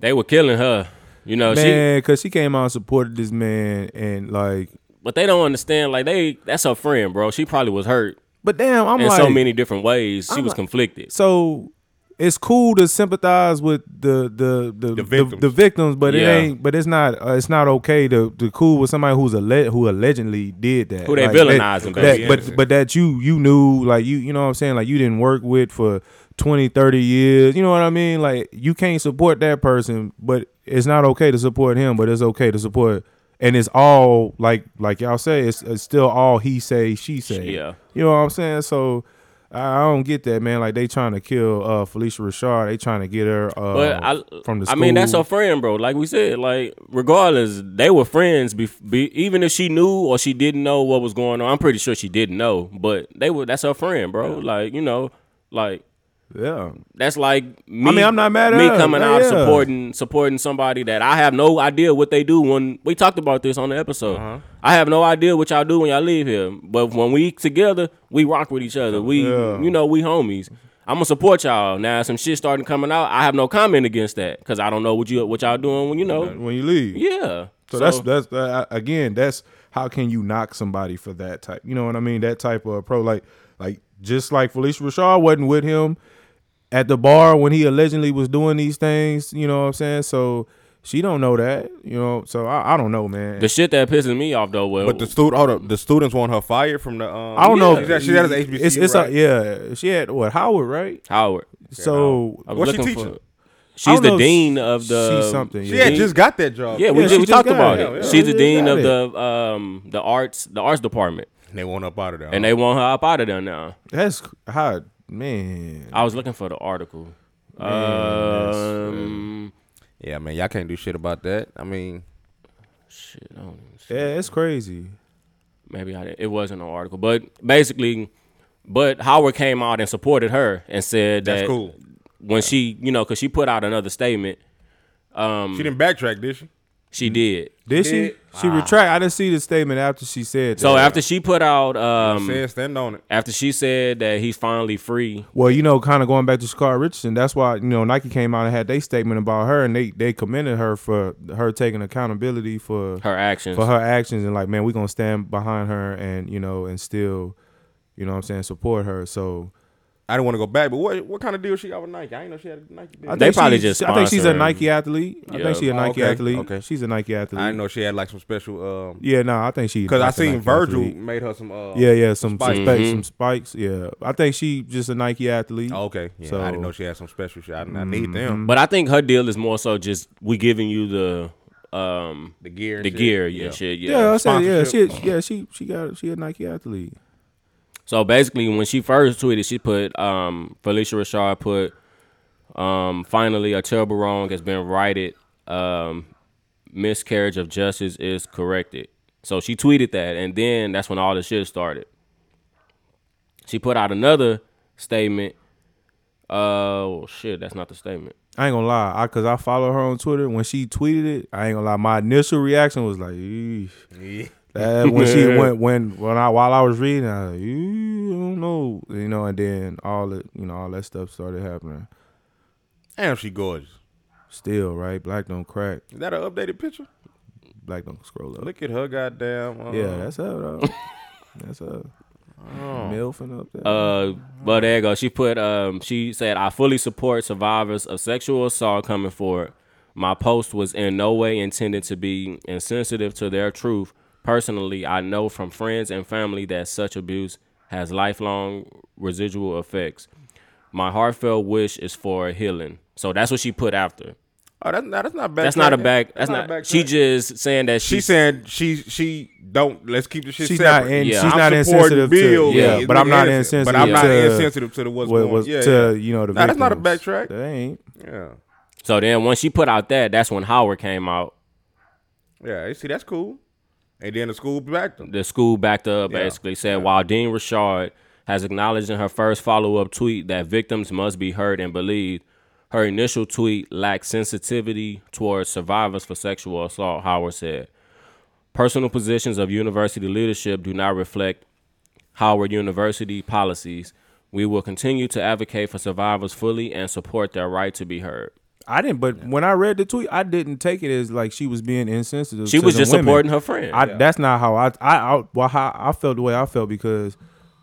They were killing her. You know, she man, because she came out and supported this man, and like, but they don't understand, like they that's her friend, bro. She probably was hurt but damn, I'm in like, so many different ways. She I'm was like- conflicted. so it's cool to sympathize with the the the, the victims. the victims, but Yeah. it ain't. But it's not. Uh, it's not okay to to cool with somebody who's a who allegedly did that. Who they villainizing, villainizing, that, basically. but but that you you knew like you you know what I'm saying like you didn't work with for 20, 30 years. You know what I mean? Like you can't support that person, but it's not okay to support him. But it's okay to support. And it's all like like y'all say. It's, it's still all he say, she say. Yeah. You know what I'm saying? So I I don't get that, man. Like they trying to kill uh, Felicia Rashard. They trying to get her uh, But I from the I school. mean, that's her friend, bro. Like we said, like regardless, they were friends be, be, even if she knew or she didn't know what was going on. I'm pretty sure she didn't know, but they were that's her friend, bro. Like, you know, like yeah. that's like me. mean, I'm not mad at me her. coming Yeah, out yeah. supporting supporting somebody that I have no idea what they do when we talked about this on the episode. Uh-huh. I have no idea what y'all do when y'all leave here, but when we together, we rock with each other. We Yeah. you know we homies. I'm gonna support y'all. Now some shit starting coming out. I have no comment against that because I don't know what you what y'all doing when you know. When you leave, Yeah. So, that's that's that, again. That's how can you knock somebody for that type? You know what I mean? That type of pro, like like just like Felicia Rashad wasn't with him at the bar when he allegedly was doing these things. You know what I'm saying? So she don't know that. You know, so I, I don't know, man. the shit that pisses me off though. Well, But the student, hold up, the students want her fired from the. Um, I don't know. She's at- She's at HBCU. It's, it's right? a, yeah. She had what Howard, right? Howard. So I was What's she looking teaching? for. She's don't the know, dean of the she's something, She had dean- just got that job. Yeah, we, Yeah, just, she we just talked got about it. it. Yeah, She's the she dean of got it. the um the arts the arts department, And they want up out of there. and they want her up out of there now. that's how man. I was looking for the article. um, yeah, man, y'all can't do shit about that. I mean, Shit, I don't even see. Yeah, it's crazy. Maybe I didn't. It wasn't an article, but basically, but Howard came out and supported her and said That's that cool. when she, you know, because she put out another statement. Um, mm. She didn't backtrack, did she? she did. Mm-hmm. Did she? She retract. I didn't see the statement after she said. So that. after she put out, um, Said stand on it. after she said that he's finally free, Well, you know, kind of going back to Scar Richardson, that's why you know Nike came out and had their statement about her, and they they commended her for her taking accountability for her actions. for her actions, and like, man, we gonna stand behind her, and you know, and still, you know, what I'm saying, support her. So I didn't want to go back, but what what kind of deal she got with Nike? I didn't know she had a Nike deal. I I, They think probably she's- just I think she's a sponsoring. Nike athlete. I Yeah. think she's a Oh, Nike okay, athlete. okay. She's a Nike athlete. didn't know she had like some special. um Yeah, no, I think she. Because I like a seen Nike Virgil athlete. made her some. Uh, Yeah, yeah, some Spikes. spikes. Some, spa- some spikes. Yeah, I think she just a Nike athlete. Oh, okay. Yeah, So- Mm-hmm. I didn't know she had some special shit. I, didn't- I need them. But I think her deal is more so just we giving you the um The gear. and the shit. gear, yeah, shit, yeah. Yeah, I said, yeah, she, Sponsorship. yeah, she, she got, she a Nike athlete. So basically, when she first tweeted, she put um Felicia Rashad put um finally a terrible wrong has been righted. Um, miscarriage of justice is corrected. So she tweeted that, and then that's when all the shit started. She put out another statement. Uh, well, shit, that's not the statement. I ain't gonna lie, I cause I follow her on Twitter. When she tweeted it, I ain't gonna lie. My initial reaction was like, "Eesh." That- when she went when when I while I was reading, I was like, "Eesh, I don't know, you know. And then all the you know all that stuff started happening. Damn, she gorgeous. Still, right? Black don't crack. Is that an updated picture? Black don't scroll up. Look at her, goddamn. Uh, Yeah, that's her though. that's her. Milfing up there. Uh, but there you go. She put, um, she said, I fully support survivors of sexual assault coming forward. My post was in no way intended to be insensitive to their truth. Personally, I know from friends and family that such abuse has lifelong residual effects. My heartfelt wish is for healing. So that's what she put after. Oh, that's not. That's not back. That's not a back. That's not. she just. just saying that She she's saying she she don't. Let's keep the shit she's separate. not in, Yeah. she's I'm not supporting insensitive Bill, to yeah, yeah, but I'm not nigga, insensitive. but I'm not to- insensitive to the what's going- was- yeah, to yeah. you know the Nah, that's not a victims. backtrack. That ain't. yeah, so. Then once she put out that, that's when Howard came out. yeah. You see, that's cool. And then the school backed them. the school backed up Yeah. basically said while Dean Richard has acknowledged in her first follow-up tweet that victims must be heard and believed, her initial tweet lacked sensitivity towards survivors for sexual assault, Howard said. Personal positions of university leadership do not reflect Howard University policies. We will continue to advocate for survivors fully and support their right to be heard. I didn't, but when I read the tweet, I didn't take it as like she was being insensitive. She to was them just women. supporting her friend. I, That's not how I, I, I, well, how I felt the way I felt because,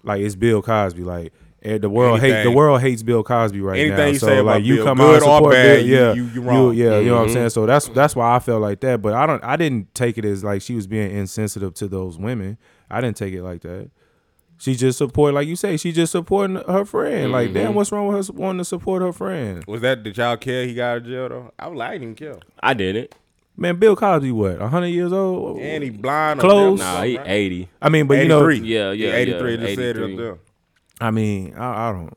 like, it's Bill Cosby. Like, eh, the world hates the Anything- world hates Bill Cosby right now. anything you so say like, about you Bill, come good out and or support bad, Bill, you- yeah, you- you wrong. Mm-hmm. yeah, you know what I'm saying. So that's that's why I felt like that. But I don't, I didn't take it as like she was being insensitive to those women. I didn't take it like that. She just support, like you say, she just supporting her friend. Like, Mm-hmm. damn, what's wrong with her wanting to support her friend? Was that did y'all care he got out of jail though? I was like, I didn't even care. I didn't. Man, Bill Cosby, what, hundred years old? And he blind. Close. Nah, he 80. I mean, but you know, 83. Yeah, yeah, yeah, Eighty three. Just said it 83. up there. I mean, I, I don't.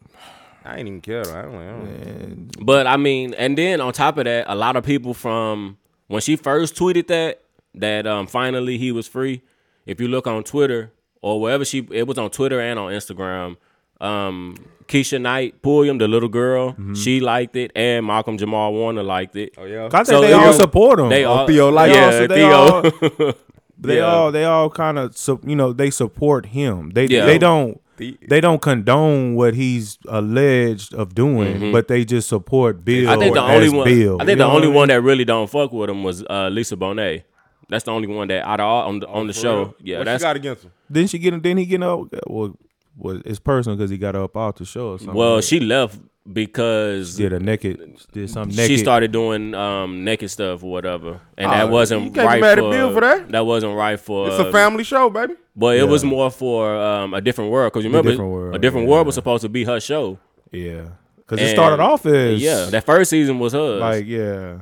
I ain't even care. though. I don't. I don't. But I mean, and then on top of that, a lot of people from when she first tweeted that that um finally he was free. If you look on Twitter or wherever she, it was on Twitter and on Instagram. Um, Keisha Knight Pulliam, the little girl, she liked it, and Malcolm Jamal Warner liked it. Oh yeah. Mm-hmm. I think So they they all all- support him. Oh, They all Oh, Theo liked it. yeah, Also, they Theo. they yeah. all they all kind of su- you know they support him. They Yeah. they don't The- they don't condone what he's alleged of doing, but they just support Bill. Mm-hmm. I think the only as one, Bill. I think You the know what only mean? one that really don't fuck with him was uh, Lisa Bonet. That's the only one that out of all on the, Oh, on the show. Yeah, What that's she got against him. Didn't she get? Then he get up. Well, well it's personal because he got up off the show or something. well, she left because did a naked did some naked. she started doing um, naked stuff or whatever, and that Oh, wasn't you can't be right mad at for, Bill for that. wasn't right for. It's a family show, baby. But it was more for um, a different world because remember, Different World, a different yeah. world was supposed to be her show. yeah because it And- started off as Yeah, that first season was hers, like yeah.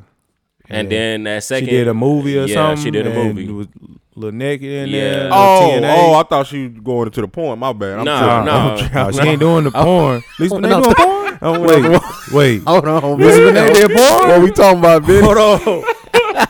and yeah. then that She second did a movie or yeah, something. She did a and movie. Was little naked in Yeah. there. little Oh, TNA. oh! I thought she was going to the point. My bad. I'm Nah, tripping. nah. Oh, oh, she ain't doing the porn. Lisa Bonet doing porn? Oh, wait, wait. Hold on, Lisa Bonet man. did porn? What we talking about, bitch? Hold on. Hold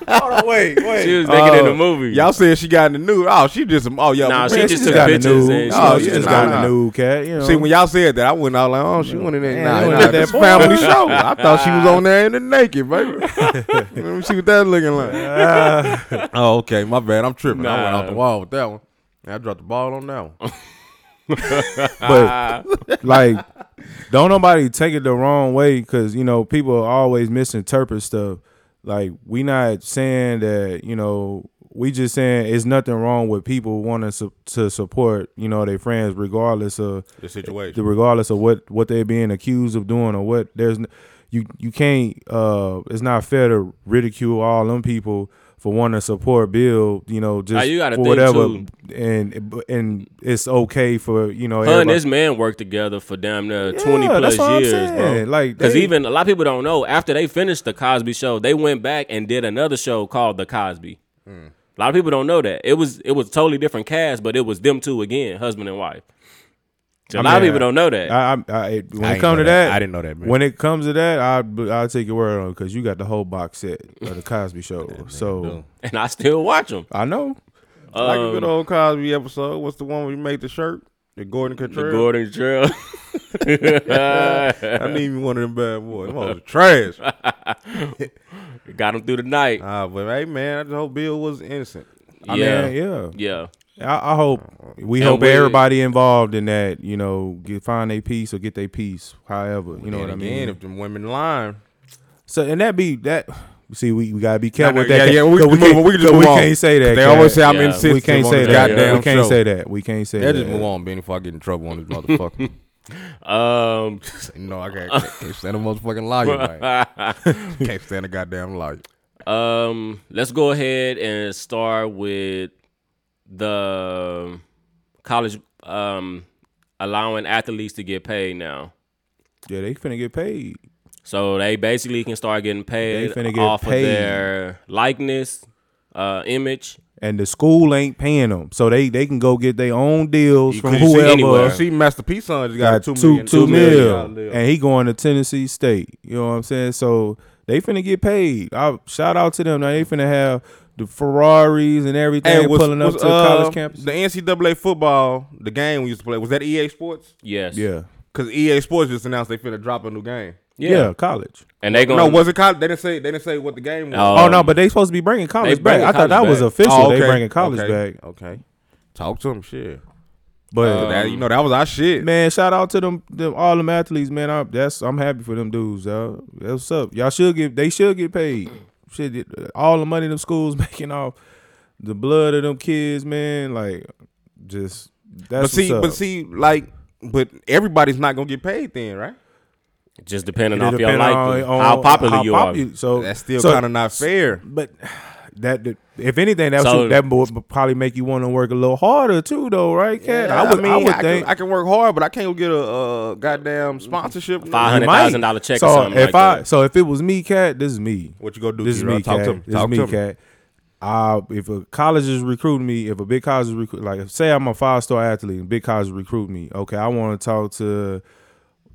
Oh, wait, wait. She was naked in Oh, the movie. Y'all said she got in the nude. Oh, she just some. Oh, y'all. Nah, she man, just she took got pictures a nude. and she oh, was she just just got like- a nude cat. You know. See, when y'all said that, I went out like, oh, she went in there. Man, nah, you nah, went at that that's bar. family show. I thought she was on there in the naked, baby. Let me see what that looking like. Ah, Oh, okay, my bad. I'm tripping. I went Nah. off the wall with that one. I dropped the ball on that one. but like, don't nobody take it the wrong way because you know people always misinterpret stuff. Like we not saying that you know we just saying it's nothing wrong with people wanting su- to support you know their friends regardless of The situation. the- regardless of what what they're being accused of doing or what there's n- you you can't uh it's not fair to ridicule all them people for wanting to support Bill you know just you gotta for think, whatever too. and and it's okay for you know Her and everybody- this man worked together for damn near twenty Yeah, plus that's what I'm years, bro. saying. Like, because they- even a lot of people don't know. After they finished the Cosby Show, they went back and did another show called The Cosby. Hmm. A lot of people don't know that it was it was totally different cast, but it was them two again, husband and wife. So a I lot mean, of people don't know that. I, I, I it- when I it didn't comes know to that. that, I didn't know that, man. When it comes to that, I I take your word on because you got the whole box set of the Cosby Show. so and I still watch Um, them. I know like a good old Cosby episode. What's the one where you made the shirt? The Gordon Contreras. Gordon Trail. I need me one of them bad boys. Them hoes trash. Got him through the night. Ah, but hey, man, I just hope Bill was innocent. I yeah. mean, yeah. yeah. I, I hope we And hope we- everybody involved in that, you know, get find their peace or get their peace, however, you know and what I again, mean. if them women lying, so and that be that. See, we, we gotta be careful Nah, with nah, that. yeah, yeah, we 'cause can move can't- on, we can just 'cause move on. can't say that. they Kat. always say I'm Yeah. We insensitive. we can't on say this that. Goddamn we can't show. say that. We can't say Yeah, that. just move on, Benny, before I get in trouble on this motherfucker. Um, no, I can't, can't stand a motherfucking liar. Man. can't stand a goddamn liar. um, let's go ahead and start with the college um, allowing athletes to get paid now. Yeah, they finna get paid. So they basically can start getting paid finna get off paid. of their likeness, uh, image. And the school ain't paying them, so they they can go get their own deals from could you see whoever anywhere. You see, Master P son just got, got a two two million- two million mil, and he going to Tennessee State. You know what I'm saying? So they finna get paid. I shout out to them. Now they finna have the Ferraris and everything Hey, was, pulling up was, to the uh, college campus. The NCAA football, the game we used to play, was that EA Sports? Yes. yeah. Because EA Sports just announced they finna drop a new game. yeah, college. And they gonna No, was it college? They didn't say. They didn't say what the game was. oh no, but they supposed to be bringing college back. bringing I thought that college was back. official. Oh, They bringing college okay, back, Okay, talk to him. Shit, but that, you know that was our shit. Um, man, shout out to them, them all them athletes, man. I, that's I'm happy for them dudes. Uh, that's what's up. Y'all should get they should get paid. Shit, it- all the money them schools making off the blood of them kids, man. Like, just that's but see, what's up. but see, like, but everybody's not gonna get paid then, right? just depending It off your depend likeness, on- on how popular how you popu- are. So That's still so- kind of not fair. But that, that- if anything, that So- would, that would probably make you want to work a little harder too, though, right, Cat? I would, I mean, would I think. can, I can work hard, but I can't go get a uh, goddamn sponsorship. Five hundred might. thousand dollar check so or something if like I, that. So if it was me, Cat, this is me. What you gonna do, This is T-Rock? me, Talk Cat. to me. This Talk is to me, me. Cat. I, if a college is recruiting me, if a big college is recruiting, like say I'm a five star athlete, and big college recruit me, okay, I want to talk to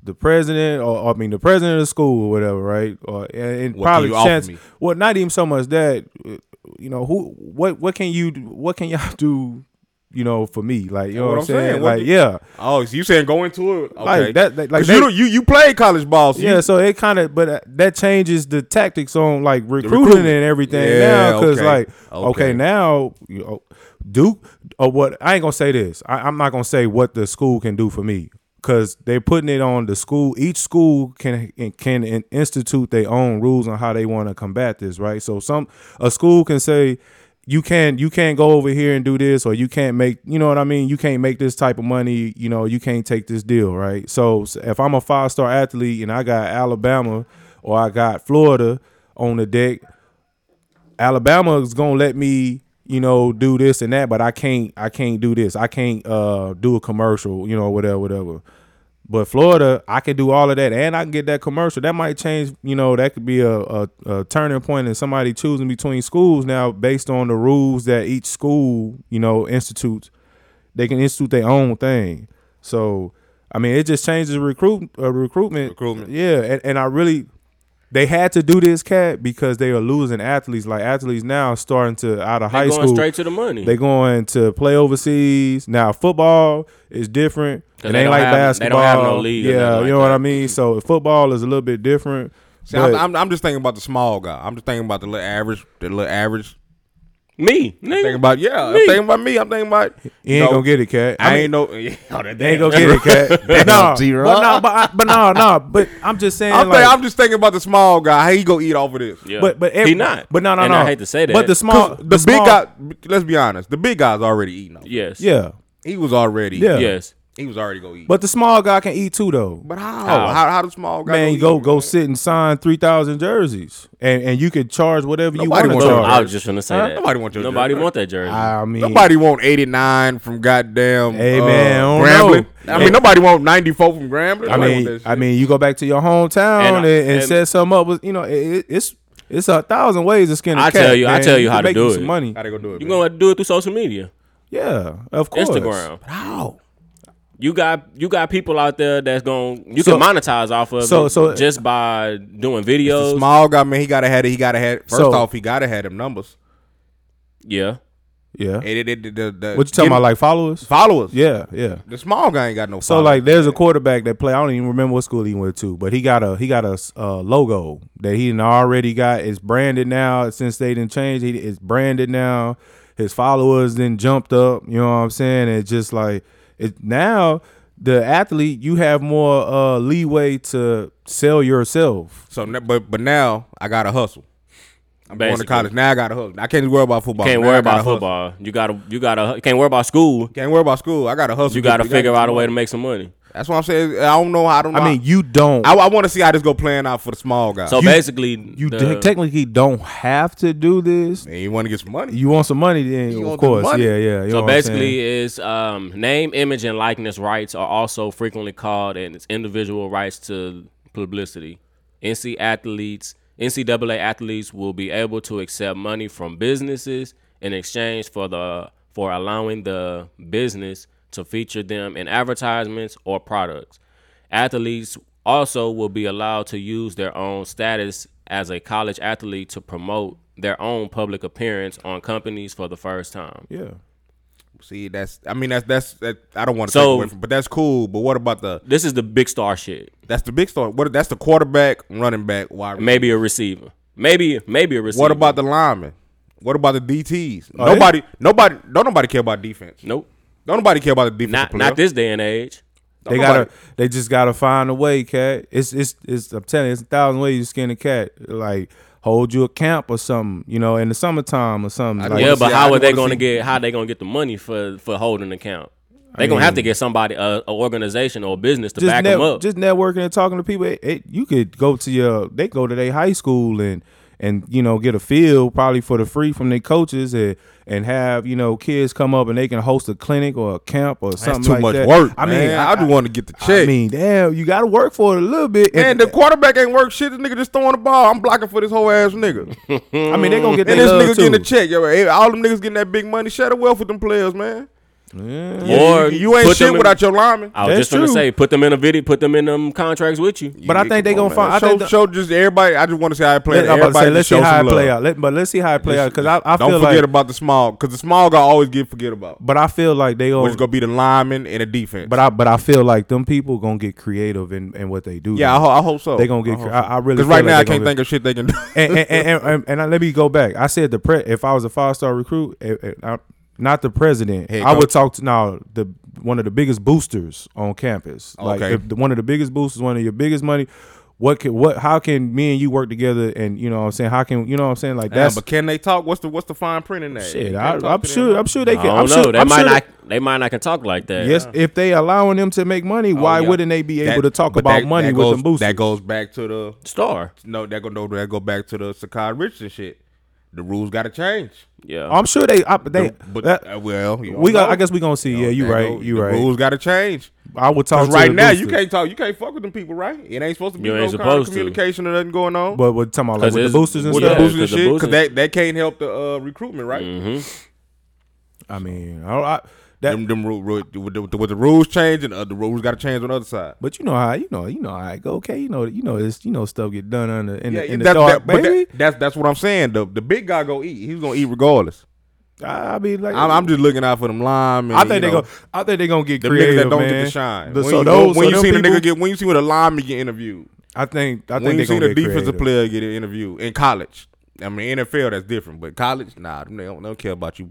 the president, or, or, I mean the president of the school, or whatever, right? Or and, What and can probably you offer chance. me? Well, not even so much that, uh, you know, who, what, what can you, do, what can y'all do, you know, for me? Like, you know what, I'm saying? What Like, do- yeah, Oh, so you saying go into it? Okay. Like, that- that- like 'Cause they- you, don't- you you played college ball, so you- yeah. So it kind of, but uh, that changes the tactics on like recruiting, recruiting. and everything Yeah, now. Because okay. like, Okay. okay, now you know, Duke or what? I ain't gonna say this. I, I'm not gonna say what the school can do for me because they're putting it on the school. Each school can can in- institute their own rules on how they want to combat this, right? So some a school can say. You can't you can't go over here and do this, or you can't make you know what I mean. You can't make this type of money. You know you can't take this deal, right? So s- if I'm a five star athlete and I got Alabama or I got Florida on the deck, Alabama is gonna let me, you know, do this and that, but I can't, I can't do this. I can't uh, do a commercial, you know, whatever, whatever. But Florida, I can do all of that, and I can get that commercial. That might change, you know. That could be a, a, a turning point in somebody choosing between schools now, based on the rules that each school, you know, institutes. They can institute their own thing. So, I mean, it just changes recruit uh, recruitment. Recruitment. yeah. And, and I really, They had to do this cat because they are losing athletes. Like athletes now starting to out of They high going school, straight to the money. they going to play overseas. Now football is different. they It ain't don't like have- they basketball. don't have no league or yeah, nothing you know like what I that. mean. So football is a little bit different. See, I'm, but- I'm, I'm just thinking about the small guy. I'm just thinking about the little average, the little average. me, nigga. Thinking about yeah, I'm Me. thinking about me. I'm thinking about you You ain't know, gonna get it, cat. I, mean, Oh, ain't no. Yeah, that They ain't damn- gonna get it, cat. but no, Zero. but no, but, I- but no, no. But I'm just saying, I'm, like, think, I'm just thinking about the small guy. How he gonna eat off of this? Yeah. but but he every- not. But no, no, and no. I hate to say that. But the 'Cause small, the big small- guy. Let's be honest. The big guy's already eating. Off. yes, yeah, He was already. Yeah. yes. He was already gonna eat. but the small guy can eat too, though. But how? How, how, the small guy? Man, gonna go eat? go sit and sign three thousand jerseys, and and you can charge whatever Nobody you want wants to your charge. I was just gonna say Huh? that. Nobody want your Nobody jersey. want that jersey. I mean, Nobody want 89 from goddamn Hey, uh, man, I don't Grambling. know. I mean, nobody want 94 from Grambling. I Nobody want mean, that I shit. mean, you go back to your hometown and, And- and, and- set something up with you know it, it, it's it's a thousand ways to skin a I cat. tell you- I man. tell you how can to make do you it. Some money, how they gonna do it? you man? gonna do it through social media, yeah, of course. Instagram. how? You got you got people out there that's going. You So- can monetize off of so- it so- just by doing The videos. small guy, man, he gotta had it. He gotta had. First So- off, he gotta had them numbers. yeah, Yeah, And it- it- the- the- the- what you talking getting about? Like followers? Followers. Yeah, yeah. The small guy ain't got no. So followers. like, there's a quarterback that play. I don't even remember what school he went to, but he got a he got a uh, logo that he done already got. It's branded now since they didn't change. He it's branded now. His followers then jumped up. You know what I'm saying? It's just like it now. The athlete, you have more uh, leeway to sell yourself. So, n- but but now I gotta hustle. I'm going Basically. to college now. I gotta hustle. I can't worry about football. can't Now worry Oh, I gotta about hustle. football. You gotta you gotta you can't worry about school. Can't worry about school. I gotta hustle. You gotta Just- figure out a way to make some money. That's what I'm saying. I don't know. I don't. Know. I mean, you don't. I, I want to see how this go playing out for the small guy. So So basically, you the- de- technically don't have to do this. and you want to get some money. You want some money, then You of want the course, money. yeah, yeah. You know So what I'm basically, saying? is um, name, image, and likeness rights are also frequently called, and it's individual rights to publicity. NC athletes, NCAA athletes will be able to accept money from businesses in exchange for the for allowing the business to feature them in advertisements or products. Athletes also will be allowed to use their own status as a college athlete to promote their own public appearance on companies for the first time. yeah. See, that's. I mean, that's that's. That, I don't want to So- take away from, but that's cool. But what about the? This is the big star shit. That's the big story. What? That's the quarterback, running back, wide. receiver. Maybe a receiver. Maybe maybe a receiver. What about the lineman? What about the DTs? Oh, they- nobody, nobody, don't nobody care about defense. Nope. Don't nobody care about the defense. Not not this day and age. They gotta. They just gotta find a way, cat. It's it's it's. I'm telling you, it's a thousand ways you skin a cat. Like hold you a camp or something, you know, in the summertime or something. Like, yeah, wanna but see- I how do are they wanna going to see- get how they going to get the money for for holding the account? They gonna have to get somebody, a, a organization or a business to just back net- them up. just networking and talking to people. It, it- you could go to your. They go to their high school and and you know get a feel probably for the free from their coaches and and have you know kids come up and they can host a clinic or a camp or something. That's too like much that. work. I mean, I, just want to get the I check. mean, damn, you got to work for it a little bit. man, the quarterback ain't work shit. This nigga just throwing the ball. I'm blocking for this whole ass nigga. and I mean, they gonna get their this love nigga too. getting a check. Yo, hey, all them niggas getting that big money. Share the wealth with them players, man. or you, you ain't put them shit in- without your lineman. I was That's just gonna true. say, put them in a video, put them in them contracts with you. But I think they gonna find. I show, think the- show just everybody. I just want to see how it plays. Let- I'm about to Everybody say, let's just see show how some it play love. out. Let, but let's see how it play out because I, I Don't feel forget like, about the small, because the small guy always get forget about. but I feel like they Which is going gonna be the lineman and the defense. but I but I feel like them people gonna get creative in, in what they do. yeah, I, ho- I hope so. they gonna get. cre- I, I really Because feel right like now they I can't gonna think of shit they can do. get- And and, and, and, and I, let me go back. I said the pre. If I was a five star recruit, eh, eh, I- not the president, Head I would coach. talk to now the one of the biggest boosters on campus. Like Okay. if the, one of the biggest boosters, one of your biggest money. What can what? How can me and you work together? And you know what I'm saying? How can you know what I'm saying? Like Damn, that's but can they talk? What's the what's the fine print in that? Shit, You I, can't talk I'm to them. sure. I'm sure they I can. I'm don't know. sure. they I'm might sure not. They might not can talk like that. Yes, if they allowing them to make money, why yeah. wouldn't they be That- able to talk but about that- money that with goes, them boosters? That goes back to the Star. no. That go no. That go back to the Sakai Richardson shit. The rules got to change. Yeah. I'm sure they. I, they The- but that- uh, well, you we don't got. know. I guess we gonna see. yeah, you That right. go- you the right. Rules got to change. I would talk 'Cause to right the now you boosters. can't talk. You can't fuck with them people, right? It ain't supposed to be You no ain't kind supposed of to. communication or nothing going on. But we're talking about like 'Cause with the it's- boosters and with with yeah, the stuff. boosters and 'cause the Mm-hmm. shit, because boosters- that, that can't help the uh, recruitment, right? I mean, I, I, That- them, them rule, rule, with, the, with the rules changing, uh, the rules got to change on the other side. But you know how you know you know how it go. Okay, you know you know it's you know stuff get done under in Yeah, the, in the that- dark, that- but baby. that- that's that's what I'm saying. The the big guy go eat. He's gonna eat regardless. I, I be like, I'm, I'm just looking out for them linemen. I think you they know, go. I think they gonna get Them creative, niggas that don't man. get to shine. The- when so you, those, when so you them seen people, a nigga get, when you seen a lineman get interviewed, I think I think when they you seen gonna a get defensive creative. player get an interview in college. I mean NFL that's different, but college, nah, them they don't, they don't care about you.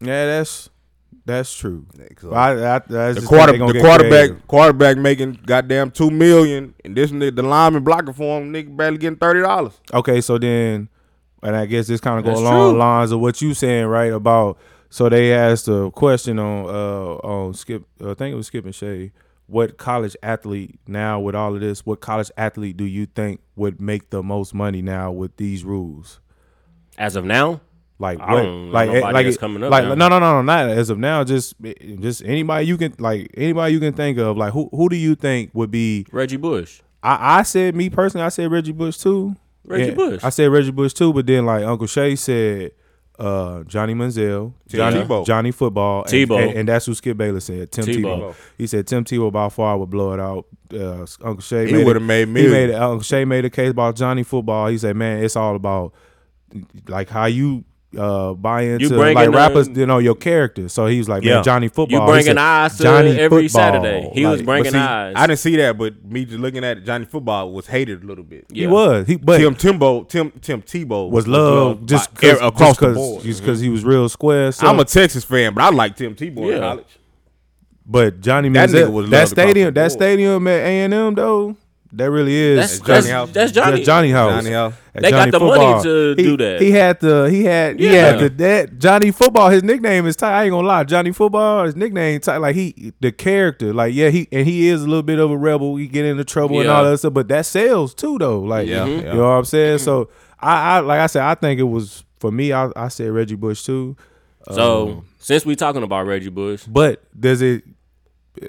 Yeah, that's that's true. Yeah, 'cause But I, I, that's The, just quarter, think they gonna the get quarterback, creative. quarterback making goddamn two million, and this nigga, the lineman blocking for him, nigga barely getting thirty dollars. Okay, so then, and I guess this kind of go That's along the true. lines of what you saying, right? About so they asked a question on uh on Skip, I think it was Skip and Shay. What college athlete now with all of this? What college athlete do you think would make the most money now with these rules? As of now, Like I what? don't know like nobody like that's coming up like now. no no no no not as of now. Just just anybody you can like anybody you can think of. Like who who do you think would be Reggie Bush. I, I said me personally, I said Reggie Bush too. Reggie Yeah, Bush. I said Reggie Bush too, but then like Uncle Shay said uh, Johnny Manziel, Johnny Tebow. Johnny Football, and- Tebow. and, and that's who Skip Baylor said. Tim Tebow. Tebow. He said Tim Tebow by far would blow it out. Uh, Uncle Shay He made it- would've made He millions. made it, Uncle Shay made a case about Johnny Football. He said, man, it's all about like how you. Uh, buy into bringing, like rappers, uh, you know your character. So he was like, Yeah. man, Johnny Football. He bringing said, eyes to Johnny every Football." Saturday. He was Like, But bringing see, eyes. I didn't see that, but me just looking at it, Johnny Football was hated a little bit. He Yeah. was. He but Tim Timbo, Tim Tim Tebow was love loved just by- cause, across just the 'cause- board. just 'cause he was real square. So, I'm a Texas fan, but I like Tim Tebow Yeah. in college. but Johnny that Manziel, nigga was that loved stadium, across the that board. stadium at A and M though, that really is That's Johnny that's, House. that's Johnny. That's Johnny House. Johnny House. At They got the money to He- do that. He had the he had yeah. he Yeah. had the that Johnny Football. His nickname is tight. I ain't gonna lie, Johnny Football. His nickname tight. Like he the character. Like yeah, he and he is a little bit of a rebel. He get into trouble and Yeah. all that stuff. But that sells too though. Like Yeah, you yeah. know what I'm saying. So I, I like I said, I think it was for me. I, I said Reggie Bush too. So since we talking about Reggie Bush, But does it?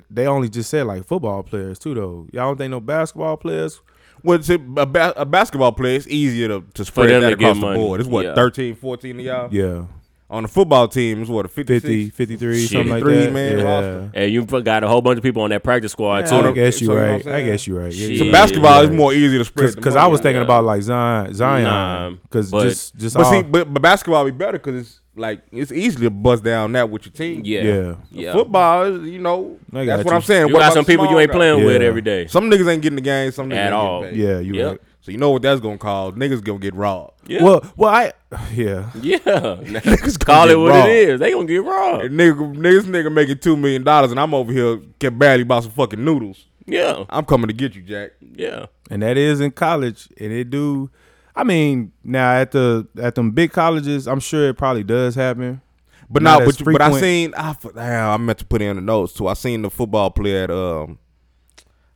They only just said like football players too, though. Y'all don't think no basketball players? Well, it's a, a, ba- a basketball player, it's easier to, to spread them that to get across the money. board. It's what, Yeah. thirteen, fourteen 13, 14 of y'all? Yeah, On the football team, it's what, a 56? 50, 53, something like 53 that. man yeah. roster. and you got a whole bunch of people on that practice squad I too. don't- guess you So, you know right. what I'm I saying? guess you right. So Yeah, basketball is right. more easy to spread. the because money I was out. thinking yeah. about like Zion, Zion, Nah, because but- just just But see, all- but, but basketball be better because it's like, it's easy to bust down that with your team. Yeah, Yeah. yeah. Football is, you know, that's I got what you. I'm saying. You What got about some the people you small ain't playing guys? with Yeah. every day. Some niggas ain't getting the game. Some niggas At ain't all. Getting paid. yeah, you Yep. right. So you know what that's gonna cause? Niggas gonna get robbed. Yeah. Well, well, I yeah. Yeah, call get it what robbed. it is. They gonna get robbed. And nigga, niggas nigga making two million dollars, and I'm over here can barely buy some fucking noodles. Yeah, I'm coming to get you, Jack. yeah. and that is in college, and it do. I mean, now at the at them big colleges, I'm sure it probably does happen. But Not now, as but, you- but I frequent. seen I f- damn, I meant to put in the notes too. I seen the football player at um,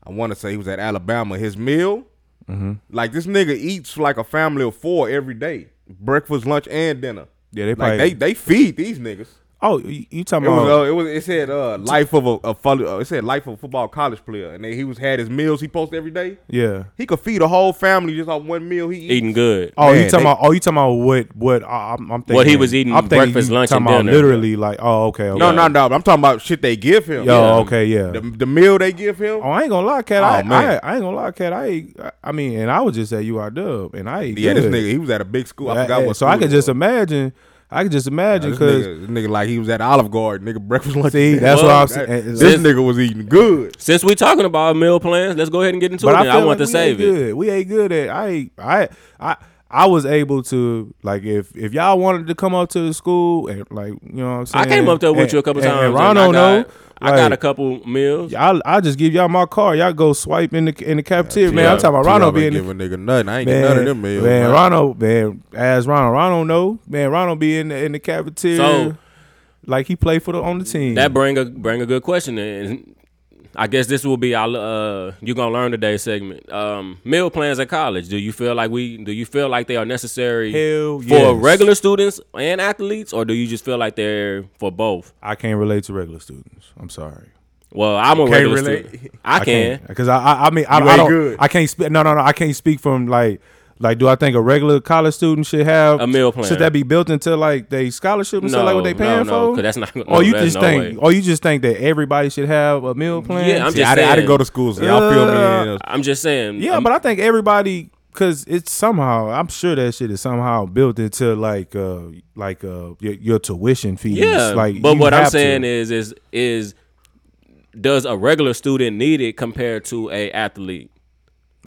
I want to say he was at Alabama. His meal, Mm-hmm. like this nigga eats like a family of four every day, breakfast, lunch, and dinner. Yeah, they Like probably. they they feed these niggas. oh, you, you talking It was, about? uh, it was. It said uh, life of a, a follow, uh, It said life of a football college player, and then he was had his meals he posted every day. yeah. He could feed a whole family just on one meal he eat. Eating good. Oh, you Man, talking they- about? Oh, you talking about what? What? I I'm, I'm thinking. What he was eating, I'm thinking breakfast, you lunch, talking and about dinner. Literally, like, oh, okay, okay. No, no, no. I'm talking about shit they give him. Yo, okay, yeah. The, the meal they give him. Oh, I ain't gonna lie, cat. Oh, I, man. I, I ain't gonna lie, cat. I, eat- I- I mean, and I was just at UR Dub, and I eat yeah, good. this nigga, he was at a big school. I Yeah, forgot yeah, what. So I school could it just was. imagine. I could just imagine This because nigga, this nigga, like he was at Olive Garden. Nigga, breakfast, lunch. see, and that's dinner. what Well, I'm saying. That- And it's This like- nigga was eating good. Since we talking about meal plans, let's go ahead and get into it. then. I, feel want like to we save ain't it. Good. We ain't good at. I ain't- I I I was able to like if if y'all wanted to come up to the school and like you know what I'm I saying. came up there with and- you a couple and- times. And and Ron I don't know. got- I got like, a couple meals. I'll, I'll just give y'all my car. Y'all go swipe in the in the cafeteria, man. yeah. I'm talking about Ron T.O. don't be ain't in the giving nigga nothing. I ain't Man, get none of them meals. man, man. Ronald, man, as Ronald, Ronald know, man, Ronald be in the, in the cafeteria, So- like he played for the on the team. That bring a bring a good question, and I guess this will be our uh, you gonna learn today segment. Um, meal plans at college. Do you feel like we? Do you feel like they are necessary Hell for yes. regular students and athletes, or do you just feel like they're for both? I can't relate to regular students. I'm sorry, Well, I'm a can't regular relate? student. I, can. because I, I I mean I, You I ain't don't good. I can't speak no no no I can't speak from like Like, do I think a regular college student should have A meal plan. Should that be built into like they scholarship and stuff like what they No, paying no, no, for? 'cause that's not- no, or you that's just no think, way. or you just think that everybody should have a meal plan? Yeah, I'm See, just I, didn't- I saying. didn't go to school, so y'all feel me. Uh, and- I'm just saying. Yeah, I'm- but I think everybody because it's somehow I'm sure that shit is somehow built into like uh like uh your, your tuition fees. yeah. like but you what I'm have to. saying is, is, is, does a regular student need it compared to a athlete?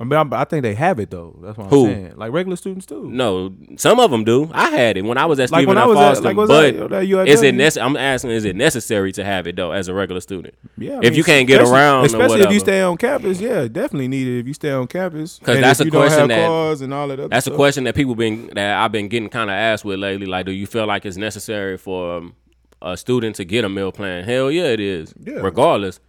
I mean, I'm, I think they have it though. That's what Who? I'm saying. Like regular students too. No, some of them do. I had it when I was at Like Stephen when I F. was at- Austin, like was I- but at UIW? is it nece- I'm asking, is it necessary to have it though as a regular student? Yeah, I if mean, you can't get especially- around, especially or whatever. if you stay on campus, yeah, definitely needed if you stay on campus. 'Cause And that's if a you don't have question that- cars and all that other That's a stuff. question that people been that I've been getting kind of asked with lately. Like, do you feel like it's necessary for um, a student to get a meal plan? Hell yeah, it is. Yeah. Regardless,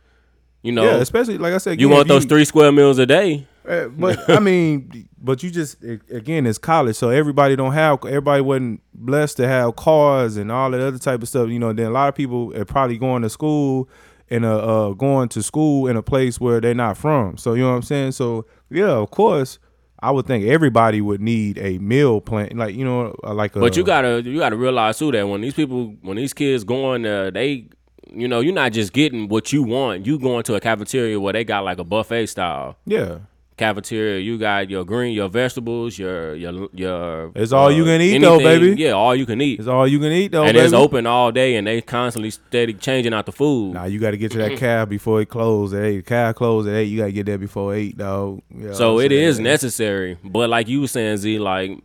you know, Yeah, especially like I said, you again, want if those three square meals a day. Uh, but I mean, but you just a- again, it's college, so everybody don't have everybody wasn't blessed to have cars and all that other type of stuff. You know, then a lot of people are probably going to school and uh, uh going to school in a place where they're not from. So you know what I'm saying. So yeah, of course, I would think everybody would need a meal plan, like you know, uh, like a But you gotta you gotta realize too that when these people when these kids going there, they you know you're not just getting what you want. You going to a cafeteria where they got like a buffet style yeah. cafeteria. You got your green, your vegetables, your your your. It's all you can eat, though, baby. Uh, Yeah, all you can eat. It's all you can eat though. and it's baby. open all day, and they constantly steady changing out the food. Nah, you got to get to that cab before it closed at eight. Cab closed at eight. You got to get there before eight, dog. You know so what I'm it is saying? necessary, but like you was saying, Z, like you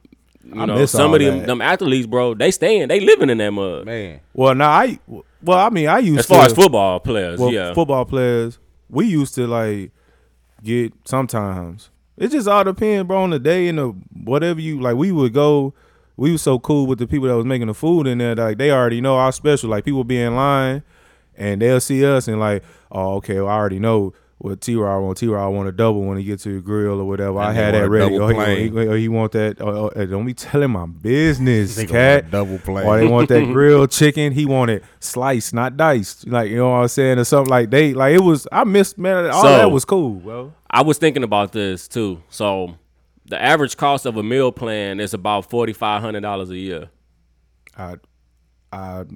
know, miss some all of them, that. them athletes, bro, they staying, they living in that mud. Man, Well, now I. Well, I mean, I used As far to, as football players, well, yeah, football players, we used to like get sometimes. It just all depends, bro, on the day and the whatever you like. We would go. We was so cool with the people that was making the food in there. Like they already know our special. Like people be in line, and they'll see us and like, oh, okay, well, I already know. What T Rod want? T Rod want a double when he get to the grill or whatever. I And they had want that a ready. double Or he, want- plain. he- or he want that. Or, or, don't be telling my business, gonna want a cat. double plain. Or they want that grilled chicken. He wanted sliced, not diced. Like you know what I'm saying, or something like they like it was. I missed man. All So- that was cool, bro. I was thinking about this too. So the average cost of a meal plan is about forty five hundred dollars a year. I, I,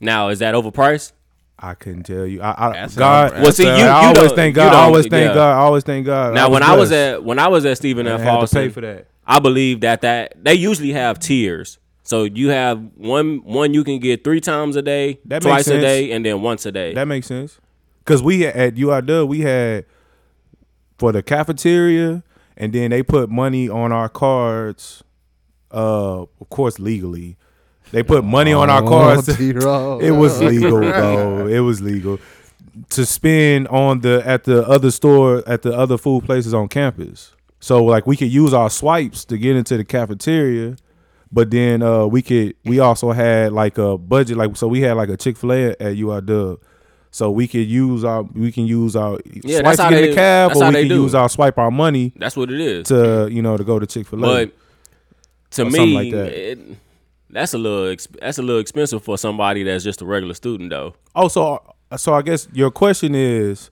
Now, is that overpriced? I couldn't tell you. I, I That's God. how- Well, see, you, I you always don't- thank you God. I don't- always thank yeah. God. I always thank God. Now, when I was blessed. at when I was at Stephen F. I had to Austin, pay for that. I believe that that they usually have tiers. So you have one one you can get three times a day, That makes twice a sense. day, and then once a day. That makes sense. Cause we at UIW we had for the cafeteria, and then they put money on our cards. Uh, of course, legally, they put money on our cards. it was legal, bro. It was legal to spend on the at the other store at the other food places on campus. So like we could use our swipes to get into the cafeteria, but then uh we could we also had like a budget like so we had like a Chick Fil A at UIW. So we could use our we can use our Yeah, that's swipes to how get in they- the cab, that's or how we they can do. use our swipe our money That's what it is. to you know to go to Chick Fil A. but to or me, something like that. it, that's a little exp- that's a little expensive for somebody that's just a regular student, though. Oh, so so I guess your question is,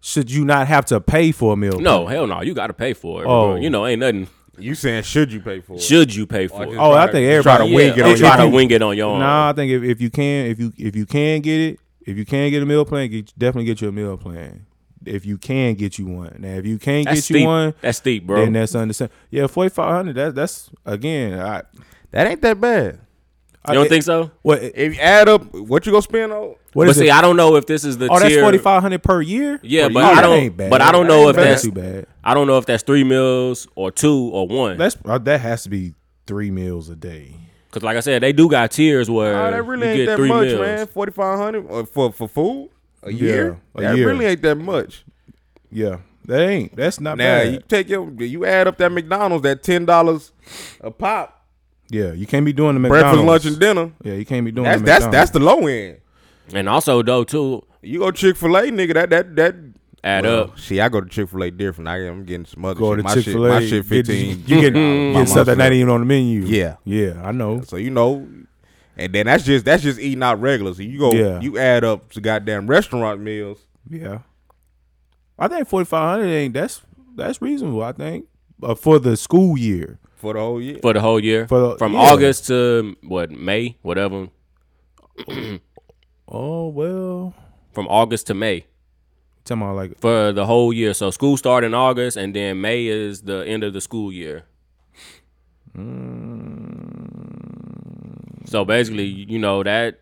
should you not have to pay for a meal? No, hell no, you got to pay for it. Oh. bro. You know, ain't nothing. you saying should you pay for it? Should you pay for it? Oh, I think Try to everybody wing it yeah, on you try your to own. wing it on your own. Nah, I think if, if you can, if you if you can get it, if you can get a meal plan, get, definitely get you a meal plan. If you can get you one, now if you can't that's get steep. you one, that's steep, bro. then uh, that's understand. Yeah, forty five hundred. That's that's again. I, that ain't that bad. I you don't it- think so? What If you add up what you gonna spend on, what but is see, it? I don't know if this is the Oh, that's tier. forty five hundred per year. Yeah, Per but year? I That don't- ain't bad. but I don't know if That ain't that's- too bad. I don't know if that's three meals or two or one. That's uh, that has to be three meals a day. Because, like I said, they do got tiers where oh, that really you ain't get that three much, meals. man. Forty five hundred uh, for for food a Yeah, year. a that year. really ain't that much. Yeah, that ain't. That's not Now bad. you take your you add up that McDonald's that ten dollars a pop, yeah, you can't be doing the breakfast, McDonald's. lunch, and dinner. Yeah, you can't be doing That's the that's that's the McDonald's. low end. And also, though, too, You go Chick Fil A, nigga. That that that. add up. See, I go to Chick Fil A different. I, am getting some other go shit. to my Chick Fil A. shit, my shit, fifteen. You get, you My get stuff that mouth not even on the menu. Yeah. Mm-hmm. yeah, I know. So you know, and then that's just that's just eating out regular. So you go, Yeah. you add up to goddamn restaurant meals. Yeah, I think forty five hundred ain't that's that's reasonable. I think uh, for the school year. for the whole year. for the whole year, For the- from yeah. August to what May, whatever, Oh well, from August to May tell me like for the whole year. So school start in August, and then May is the end of the school year. Mm. So basically, you know that.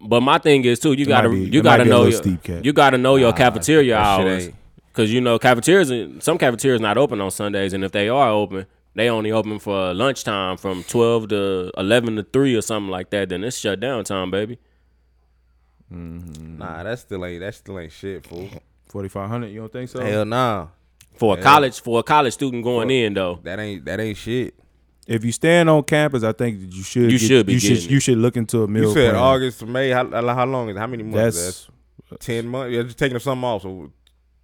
But my thing is too, you gotta be- you it might gotta be a know little your, steep, Cat. you gotta know your cafeteria that shit hours ain't- because you know cafeterias some cafeterias not open on Sundays, and if they are open. They only open for lunchtime from twelve to eleven to three or something like that. Then it's shut down time, baby. Nah, that still ain't that still ain't shit, fool. forty five hundred. You don't think so? Hell nah, For a college, for a college student going in though, that ain't that ain't shit. If you stand on campus, I think that you should. You should be You getting should. it. You should look into a meal. You said plan. August to May. How, how long is how many months? is That's that? ten months. Yeah, just taking something off. So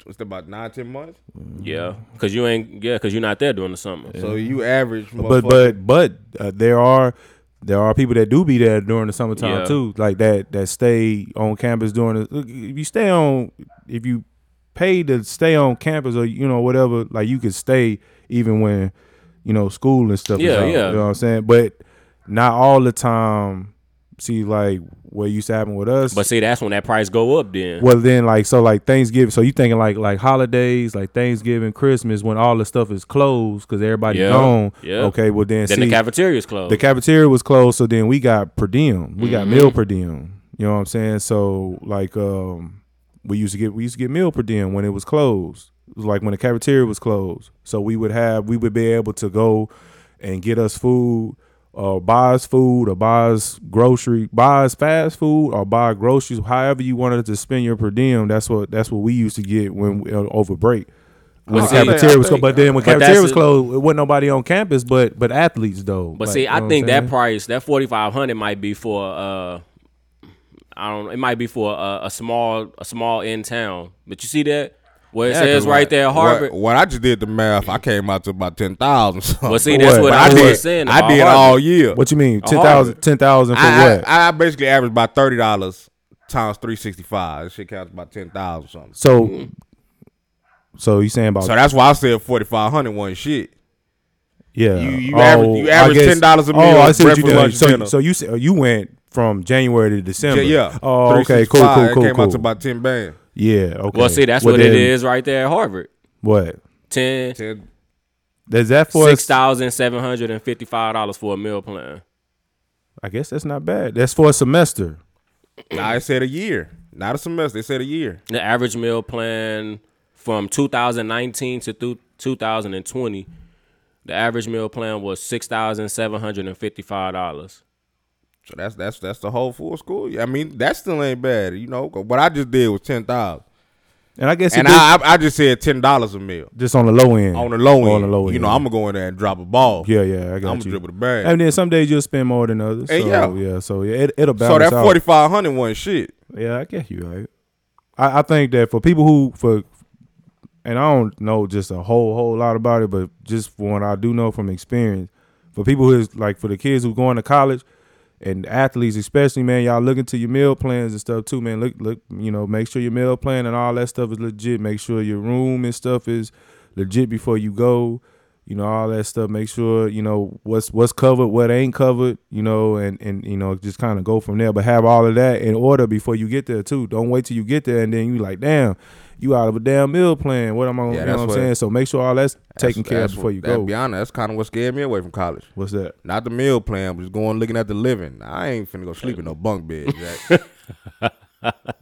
it's about nine, ten months. yeah, because you ain't, yeah, because you're not there during the summer. So you average, but but but uh, there are there are people that do be there during the summertime Yeah. too, like that that stay on campus during the. Look, if you stay on, if you pay to stay on campus or you know whatever, like you could stay even when you know school and stuff. is Yeah, out, yeah. You know what I'm saying, but not all the time. See, like what used to happen with us. But see, that's when that price go up. Then well, then like so like Thanksgiving. So you thinking like like holidays, like Thanksgiving, Christmas, when all the stuff is closed because everybody Yeah, gone. yeah. Okay, well then then, see, the cafeteria's closed. the cafeteria was closed, so then we got per diem. We got meal per diem. You know what I'm saying? So like um we used to get we used to get meal per diem when it was closed. It was like when the cafeteria was closed. So we would have we would be able to go and get us food or buy us food or buy us grocery buy us fast food or buy groceries however you wanted to spend your per diem that's what that's what we used to get when we, uh, over break when But the see- cafeteria was closed Oh, but then when But that's cafeteria was a- closed it wasn't nobody on campus but but athletes though but Like, see, you know I what think I'm that saying? price, that forty five hundred, might be for uh, I don't, it might be for a, a small, a small in town. But you see that where it says right there, Harvard. What, what I just did the math. I came out to about ten thousand. But see, that's What? what But I, I was did- saying. I about did Harvard. all year. What you mean? A Ten thousand? Harvard. Ten thousand for Oh, I, what? I, I basically averaged about thirty dollars times three sixty five. That shit counts about ten thousand something. so, so you saying about mm-hmm. So that's why I said forty five hundred one shit. yeah? Oh, you- you average- you I average guess- $10 a meal, Oh, I see what you breakfast, did. lunch, So, dinner. so you said- you went from January to December. Yeah, yeah. Oh, okay. Cool. 365, Cool. it Cool. Came cool. out to about ten band. yeah. Okay. Well, see, that's Well, what it then- is right there at Harvard. What Ten. Ten. is that for? Six us- thousand seven hundred and fifty-five dollars for a meal plan. I guess that's not bad. That's for a semester. Nah, it said a year, not a semester. It said a year. The average meal plan from 2019 to through 2020, the average meal plan was six thousand seven hundred and fifty-five dollars. So that's that's that's the whole full school. year. I mean, that still ain't bad, you know. 'cause What I just did was ten thousand, And I guess it and did- I, I I just said ten dollars a meal just on the low end. on the low end. On the low end. you know, I'm gonna go in there and drop a ball. Yeah, yeah. I got I'm gonna you. dribble the bag. And then some days you'll spend more than others. And so, yeah. yeah. So yeah, it, it'll so balance that out. forty five hundred one shit. Yeah, I guess you right. I, I think that for people who for and I don't know just a whole whole lot about it, but just from what I do know from experience, for people who is like for the kids who going to college and athletes especially, man, y'all look into your meal plans and stuff too, man. Look look, you know, make sure your meal plan and all that stuff is legit. Make sure your room and stuff is legit before you go. You know, all that stuff. Make sure, you know, what's what's covered, what ain't covered, you know, and and you know, just kind of go from there. But have all of that in order before you get there too. Don't wait till you get there and then you like, damn, you out of a damn meal plan. What am I gonna Yeah, you know that's what I'm what- saying? So make sure all that's, taken That's- care that's of what- before you that- go. Be honest, that's kind of what scared me away from college. What's that? Not the meal plan, but just going looking at the living. I ain't finna go sleep in no bunk bed, Jack.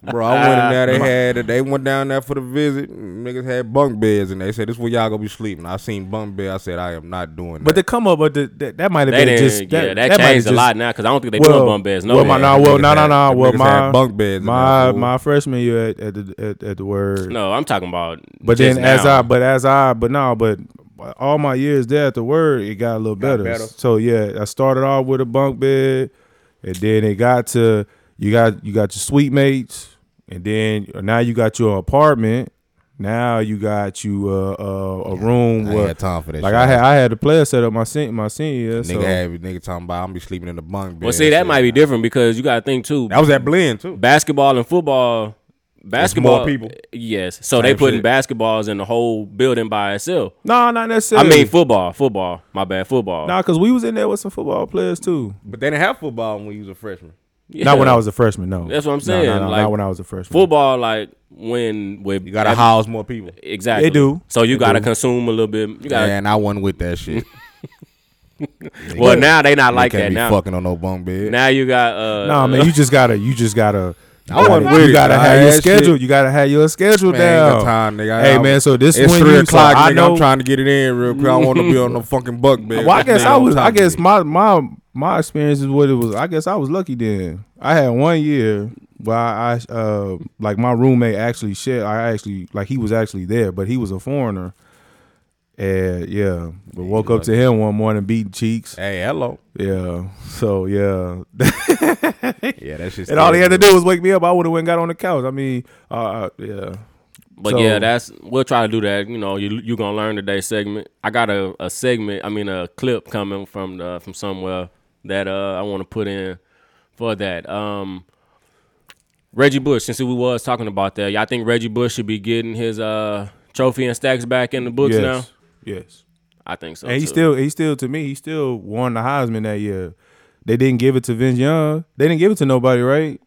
Bro, I went in there. They had they went down there for the visit. Niggas had bunk beds, and they said this where y'all gonna be sleeping. I seen bunk bed. I said I am not doing that. But the come up, but the, that, that might have They been didn't, just that, yeah, that, that might have changed a just- lot now because I don't think they doing bum beds. No, well, more. my, nah, well, no, no, no. Them Well, niggas my had bunk beds in my that fool. my freshman year at, at the at, at the word. no, I'm talking about. But just then as now. I but as I but no but all my years there at the word it got a little better. better. So yeah, I started off with a bunk bed and then it got to you got you got your suite mates and then now you got your apartment. Now you got you uh, uh, a room I ain't where had time for that. like shit. I had I had the player set up my sen- my senior year, nigga so had nigga talking about I'm gonna be sleeping in the bunk bed. well, see, that Shit. might be different because you got to think too. that was that blend too. basketball and football basketball people. Yes, so Same they putting shit. basketballs in the whole building by itself. No, not I necessarily. mean football, football. My bad, football. nah, because we was in there with some football players too. But they didn't have football when you was a freshman. Yeah. Not when I was a freshman. No, That's what I'm No, saying, No, no, like, not when I was a freshman. football. Like when with You gotta house more people. exactly. They do. So you They gotta do. consume a little bit. You gotta. And I wasn't with that shit. Well, now they not like can't that be now. fucking on no bunk bed. Now you got uh. No, man, you just gotta, you just gotta. I wasn't you with it. gotta I have your had schedule. shit. You gotta have your schedule Man, I ain't down. got time, nigga. I- Hey, I- man, so this it's when three you- so o'clock. I nigga. know- I'm trying to get it in real quick. I don't want to be on no fucking bunk bed. Well, I guess Man, I on was. top I of guess it. my my my experience is what it was. I guess I was lucky then. I had one year where I I, uh like my roommate actually shared. I actually like he was actually there, but he was a foreigner. And yeah, but woke up to him one morning beating cheeks. Hey, hello. Yeah, so yeah, Yeah, that shit. and all he had to do was wake me up. I would have went and got on the couch. I mean, uh, uh, yeah. But So- yeah, that's we'll try to do that. You know, you you gonna learn today's segment. I got a, a segment. I mean, a clip coming from the, from somewhere that uh I want to put in for that. Um, Reggie Bush. Since we was talking about that, y'all think Reggie Bush should be getting his uh trophy and stacks back in the books yes. now? Yes. I think so. And he too. still he still to me, he still won the Heisman that year. They didn't give it to Vince Young. They didn't give it to nobody, right?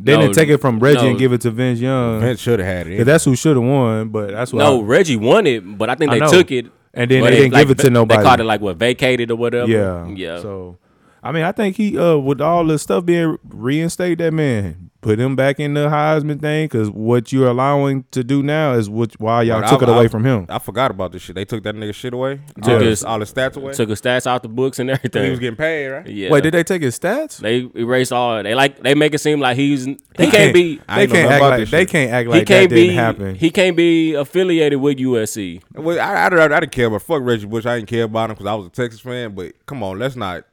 They No, didn't take it from Reggie no. and give it to Vince Young. Vince should have had it. 'Cause that's who should have won, but that's what no I- Reggie won it, but I think I they know. took it and then but they didn't like, give it to nobody. They called it like what vacated or whatever. yeah. yeah. So I mean, I think he uh with all the stuff being reinstated that man, put him back in the Heisman thing cuz what you're allowing to do now is what why y'all But I- took it away I- from him. I forgot about this shit. They took that nigga shit away. Took all, his- his, all his stats away. took his stats out the books and everything. he was getting paid, right? yeah. Wait, did they take his stats? They erase all. They like they make it seem like he's he can't, be I They ain't know can't nothing act about like this they shit. can't act he like that can't be didn't happen. he can't be affiliated with USC. Well, I, I, I, didn't care about fuck Reggie Bush. I didn't care about him because I was a Texas fan. But come on, let's not.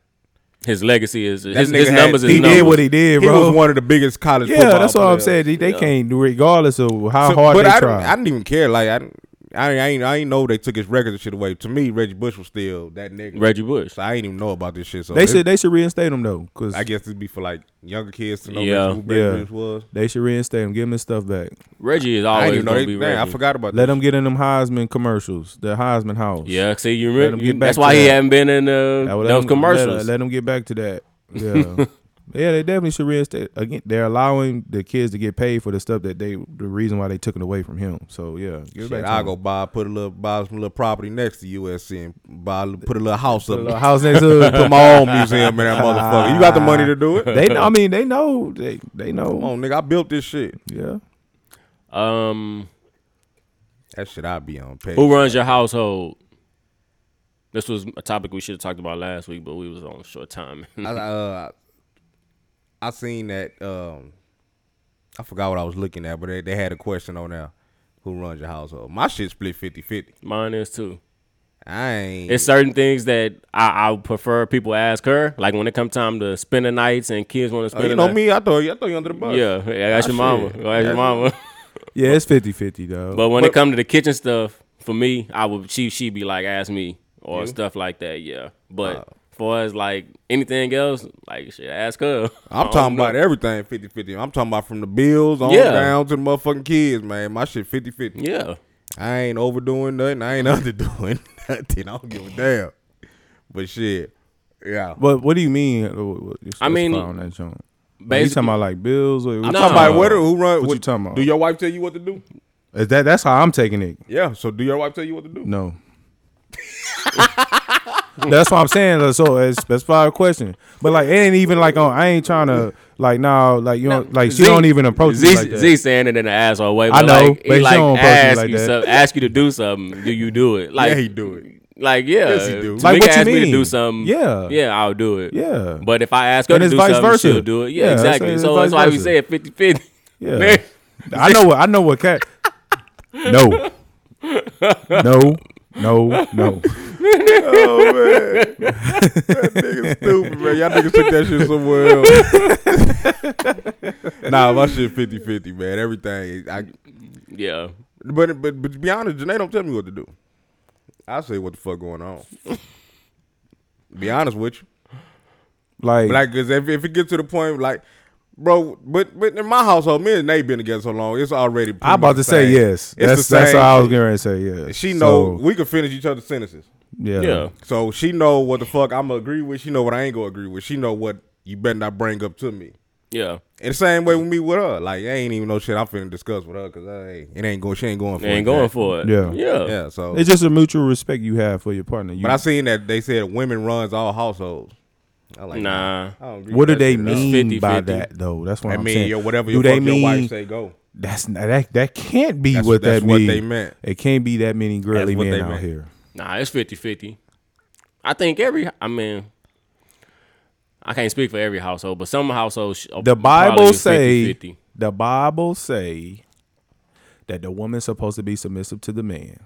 His legacy is his, nigga his had- numbers is he numbers. did what he did, He bro. was one of the biggest college. yeah, football that's what I'm players. saying. They, they Yeah. can't do regardless of how So- hard but they I, try. Didn't, I didn't even care. Like I, didn't- I, ain't- I ain't, I ain't know they took his records and shit away. To me, Reggie Bush was still that nigga. Reggie Bush. So I ain't even know about this shit. So they it- should they should reinstate him though, because I guess it'd be for like younger kids to know Yeah. who Reggie Yeah. Bush was. they should reinstate him, give him his stuff back, Reggie is I always didn't even know. gonna They, be man, Reggie. I forgot about let that. him get in them Heisman commercials, the Heisman house. Yeah, see you Let him remember get you, back that's to why he that. hadn't been in That uh, those would- let 'em- commercials. Let, let him get back to that. Yeah, yeah, they definitely should reinstate. Again, they're allowing the kids to get paid for the stuff that they the reason why they took it away from him. So yeah, give it Shit, back. to I'll him. go buy, put a little, buy some little property next to USC and buy, a little- put a little house up, The little house next to put my own museum in that motherfucker. You got the money to do it? they. know- I mean, they know. They they Come know. on, nigga, I built this shit. Yeah. um, That shit I be on. Pay. who runs your household? This was a topic we should have talked about last week, but we was on short time. I, uh, I seen that. Um, I forgot what I was looking at, but they, they had a question on there. Who runs your household? My shit split 50-50. Mine is too. I ain't. It's certain things that I, I would prefer people ask her, like when it comes time to spending nights and kids want to Oh, spend. you a know night. me. I throw you. I throw you under the bus. Yeah, yeah, that's your mama. shit. Go ask your mama. Yeah, it's 50-50 though. But when it come to the kitchen stuff, for me, I would she she be like ask me or stuff like that. Yeah, but Oh. for as like anything else, like shit, ask her. Um, I I'm don't talking about know. everything 50-50. I'm talking about from the bills on Yeah. down to the motherfucking kids, man. My shit 50-50. Yeah, I ain't overdoing nothing. I ain't underdoing nothing. I don't give a damn. But shit, yeah. But what do you mean? uh, what- what- what's I mean, fire on that joint. Are you basically- talking about like bills? Or, I'm talking uh, about what, who run. What you talking about? Do your wife tell you what to do? Is that that's how I'm taking it. Yeah. So do your wife tell you what to do? No. that's what I'm saying. uh, So it's specify a question, but like it ain't even like on. I ain't trying to like now like you don't like she Z- don't even approach Z, me like that. Z saying it in an asshole way. I but, know, like, but he she like don't approach me ask like you that. some- ask you to do something. Do you do it? Like yeah, he do it. Like yeah, Yes, he do. If Like, Tamika what you asked me to mean? do something. Yeah. yeah, I'll do it. Yeah. but if I ask her And to it's do vice something, versa. she'll do it. Yeah, Yeah, it's- exactly. it's so vice that's why we versa. said 50-50. Yeah. Man, I know what I know what cat. No. No. No. No. Stupid, man. Y'all niggas took that shit somewhere else. nah, my shit 50 50, man. Everything. I, yeah. but, but, but to be honest, Janae don't tell me what to do. I say what the fuck going on. be honest with you. Like, Like, cause if, if it gets to the point, like, Bro, but but in my household, me and Nate been together so long, it's already. pretty I'm much about the to say same. It's yes. that's the that's same what I was shit. getting ready to say yes. She know So, we can finish each other's sentences, yeah. Yeah. so she know what the fuck I'm gonna agree with. She know what I ain't gonna agree with. She know what you better not bring up to me. Yeah. And the same way with me with her, like I ain't even no shit I'm finna discuss with her because I ain't, it ain't going. She ain't going for They ain't it. going for it. Yeah. Yeah. Yeah, so It's just a mutual respect you have for your partner. You, But I seen that they said women runs all households. I like Nah. I don't agree what do with that they shit at all. mean 50-50. by that though? That's what That I'm mean saying. yo, whatever do your, they fuck mean your wife say go. that's not, that that can't be That's- what that's that what mean. they meant. It can't be that many girly what men they out meant. here. Nah, it's 50 50. I think every, I mean, I can't speak for every household, but some households. sh- The probably Bible is say 50-50. the Bible say that the woman's supposed to be submissive to the man.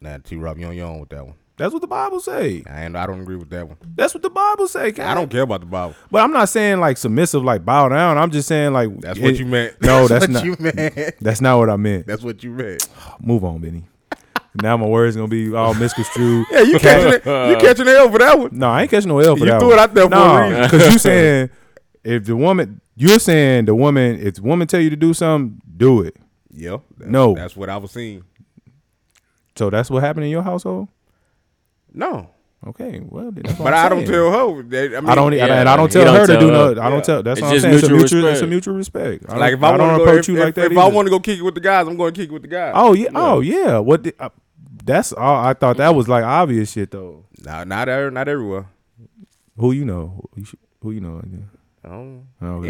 Nah, T Rob, you on your own with that one. That's what the Bible say. I ain't, I don't agree with that one. That's what the Bible say. Cat. I don't care about the Bible. But I'm not saying like submissive, like bow down. I'm just saying like That's it- what you meant. No, that's, what not. you meant. That's not what I meant. That's what you meant. Move on, Benny. now my words gonna be all misconstrued. Yeah, you catching it. You catching hell for that one. No, I ain't catching no L for You that. threw one. it out there for a reason. because you saying if the woman, you're saying the woman, if the woman tell you to do something, do it. Yeah. that's- No. That's what I was seeing. So that's what happened in your household. No. Okay, well, then that's what But I'm I don't saying. tell her. That, I, mean, I don't, I, Yeah, and I don't he tell don't her to tell do her. no. I don't tell. That's It's what I'm just saying. It's a mutual mutual. It's a respect. mutual respect. I don't- Like if I, I, don't want to go, approach if, you if- like if that. I either. want to go kick it with the guys, I'm going to kick it with the guys. Oh yeah. Oh yeah. What? The, uh, that's all. I thought that was like obvious shit though. Nah, not every- not everywhere. Who you know? Who you, sh- who you know? Yeah. Oh,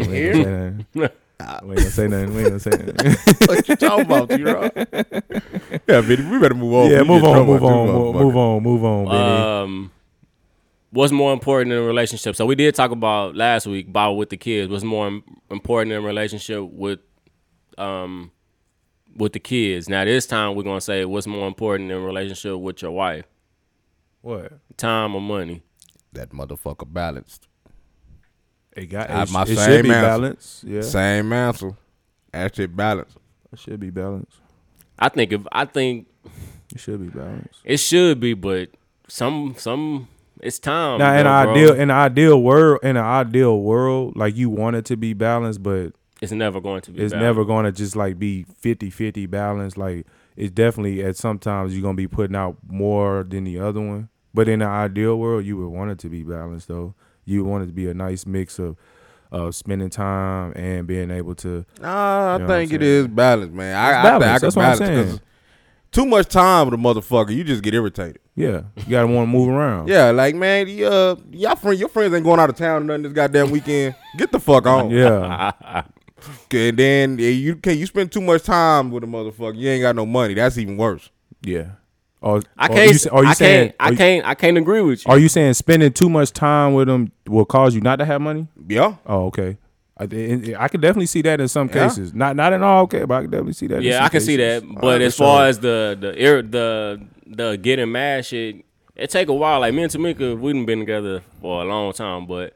Oh, we ain't gonna say nothing. We ain't gonna say nothing. We ain't gonna say nothing. what you talking about, T Rob? yeah, Vinny, we better move on. yeah, Oh, We move just on, talking move about on, this move, motherfucker. Uh, move on, move on, Benny. Um, what's more important in a relationship? So we did talk about last week about with the kids. What's more im- important in a relationship with, um, with the kids? Now this time we're gonna say what's more important in a relationship with your wife: what? time or money. That motherfucker balanced. It got I- it, sh- my it same should be answer. balanced. Yeah, Same answer. That shit balanced. it should be balanced. I think if I think It should be balanced. it should be, but some some it's time. now, in though, an bro. ideal, in an ideal world, in an ideal world, like you want it to be balanced, but it's never going to be. it's balanced. never going to just like be 50-50 balanced. Like it's definitely at sometimes you're gonna be putting out more than the other one. But in the ideal world, you would want it to be balanced though. You would want it to be a nice mix of of spending time and being able to Nah, I You know what I'm think it saying? is balanced, man. I, It's I think I balanced. can That's what I'm balance saying. 'cause too much time with a motherfucker, you just get irritated. Yeah, you gotta want to move around. Yeah, like man, you, uh, y'all friend, your friends ain't going out of town or nothing this goddamn weekend. Get the fuck on. yeah. And then eh, you can you spend too much time with a motherfucker. You ain't got no money. That's even worse. yeah. Or, I or can't. You, sa- are you I saying? can't. I are you- can't. I can't agree with you. Are you saying spending too much time with them will cause you not to have money? Yeah. Oh, okay. I, I, I can definitely see that in some Yeah. cases. Not not in all, okay, but I can definitely see that. in Yeah, some I can see cases. that. Oh, But as far as the the ir- the the getting mad shit, it take a while. Like me and Tamika, we done been together for a long time, but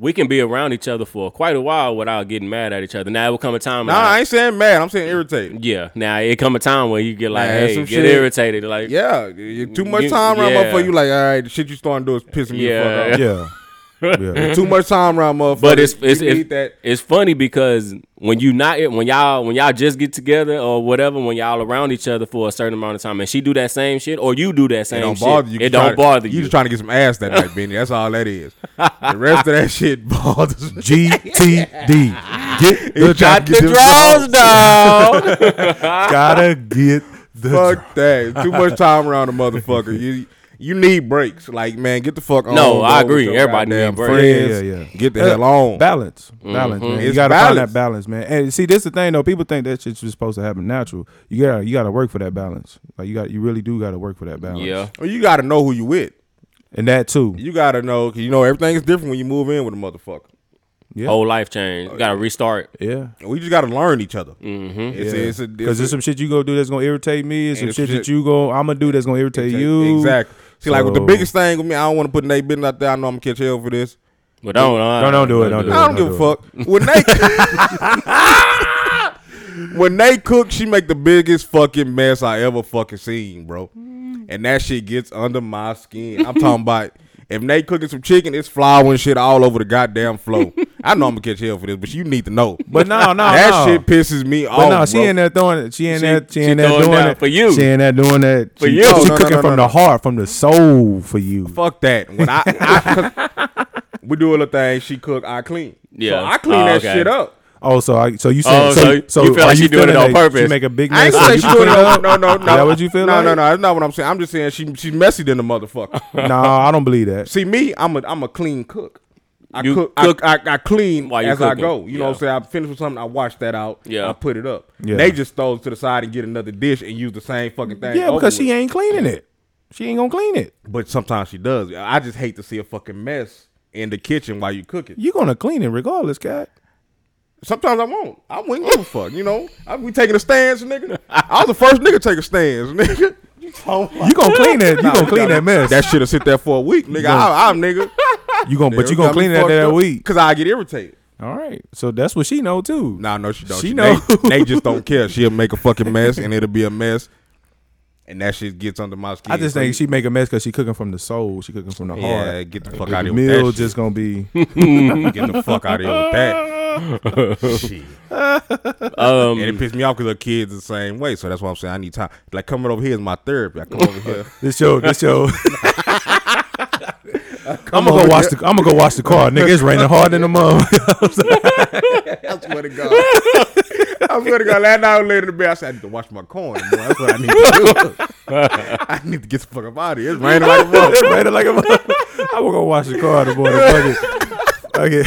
we can be around each other for quite a while without getting mad at each other. Now it will come a time. Nah, like- I ain't saying mad. I'm saying irritated. yeah. Now it come a time where you get like, Man, hey, some get shit- irritated. Like, Yeah, you too much You- time around yeah. motherfucker. You like, all right, the shit you starting to do is pissing me the Yeah. fuck off. yeah, yeah, Too much time around motherfucker. But it's it's you it's, need that. it's funny because when you not when y'all when y'all just get together or whatever when y'all around each other for a certain amount of time and she do that same shit or you do that It same don't shit bother you. it You don't try to- bother you, You just trying to get some ass that night, Benny. That's all that is. The rest of that shit bothers me. GTD. E Get the It's got got the the draws draws down. Gotta get the draws. Fuck that. Too much time around a motherfucker. You you need breaks. Like man, get the fuck on. No, I bro, with agree. your Everybody goddamn need breaks. friends. Yeah, yeah, yeah. Get the Uh, hell on. Mm-hmm. Balance, balance, man. You It's gotta find balance. that balance, man. And see, this the thing though. People think that shit's just supposed to happen natural. You gotta, you gotta work for that balance. Like you got, you really do gotta work for that balance. yeah Well, you gotta know who you with. and that too. You gotta know. 'cause you know everything is different when you move in with a motherfucker. Yeah. whole life change you gotta restart Yeah, And We just gotta learn each other. Mm-hmm. It's, a, it's, a, because there's some shit you gonna do that's gonna irritate me, and some it's shit that shit- you go, I'm gonna do that's gonna irritate you. Exactly. See, like with the So- biggest thing with me, I don't want to put Nate business out there. I know I'm gonna catch hell for this. but don't No, don't do it, don't do it. I don't give a fuck. When they when they cook, she make the biggest fucking mess I ever fucking seen, bro. And that shit gets under my skin. I'm talking about If Nate cooking some chicken, it's flour and shit all over the goddamn floor. I know I'm gonna catch hell for this, but you need to know. But no, no, that no. shit pisses me But off. no, she bro. ain't that throwing it. She ain't She- that. She she ain't that throwing doing down that for you. She ain't that doing that For she, you. She No, no, cooking no, no, from the no. heart, from the soul for you. Fuck that. When I, I- 'cause we do a little thing, she cook, I clean. Yeah. so I clean Oh, that okay. shit up. Oh, so I, so you saying Oh, so, so so, you feel are like she doing it feeling on that purpose. She make a big I mess. ain't so gonna say you she doing clean no, up? no, no, no. Is that what you feel No, like? no, no. That's not what I'm saying. I'm just saying she she's messy than the motherfucker. no. Nah, I don't believe that. See me, I'm a I'm a clean cook. I You cook, cook I, I, I clean while you as I cooking. go. You know what I'm Yeah. saying? I finish with something, I wash that out, Yeah. I put it up. Yeah. They just throw it to the side and get another dish and use the same fucking thing. Yeah, over because she with. ain't cleaning it. She ain't gonna clean it. But sometimes she does. I just hate to see a fucking mess in the kitchen while you cook it. You gonna clean it regardless, cat. Sometimes I won't. I wouldn't give a fuck. You know, I, we taking a stance, nigga. I was the first nigga to take a stance, nigga. You You gonna clean it. You Nah, gonna clean gotta- that mess. That shit'll sit there for a week, nigga. gonna- I, I'm nigga. You gonna, but you gonna clean that that week. Cause I get irritated. All right. So that's what she know too. Nah, no, she don't. She She, know. know. They, just don't care. She'll make a fucking mess, and it'll be a mess, and that shit gets under my skin. I just So you- think she make a mess because she cooking from the soul. She cooking from the Yeah, heart. get the fuck out The of here. meal With that just gonna be. shit. get the fuck out of here with that. shit. Um, And it pissed me off because her kids the same way. So that's why I'm saying I need time. Like coming over here is my therapy. I come over here. This show. This show. I'm gonna go watch the. I'm gonna go watch the car, nigga. It's raining hard in the mud. I swear to God. I swear to God. Last night I was laying in the bed. I said, I need to wash my corn. Boy. That's what I need to do. I need to get the fuck up out of here. It's raining like a mother. it's raining like a. mud. I'm gonna go watch the car, the boy. Okay.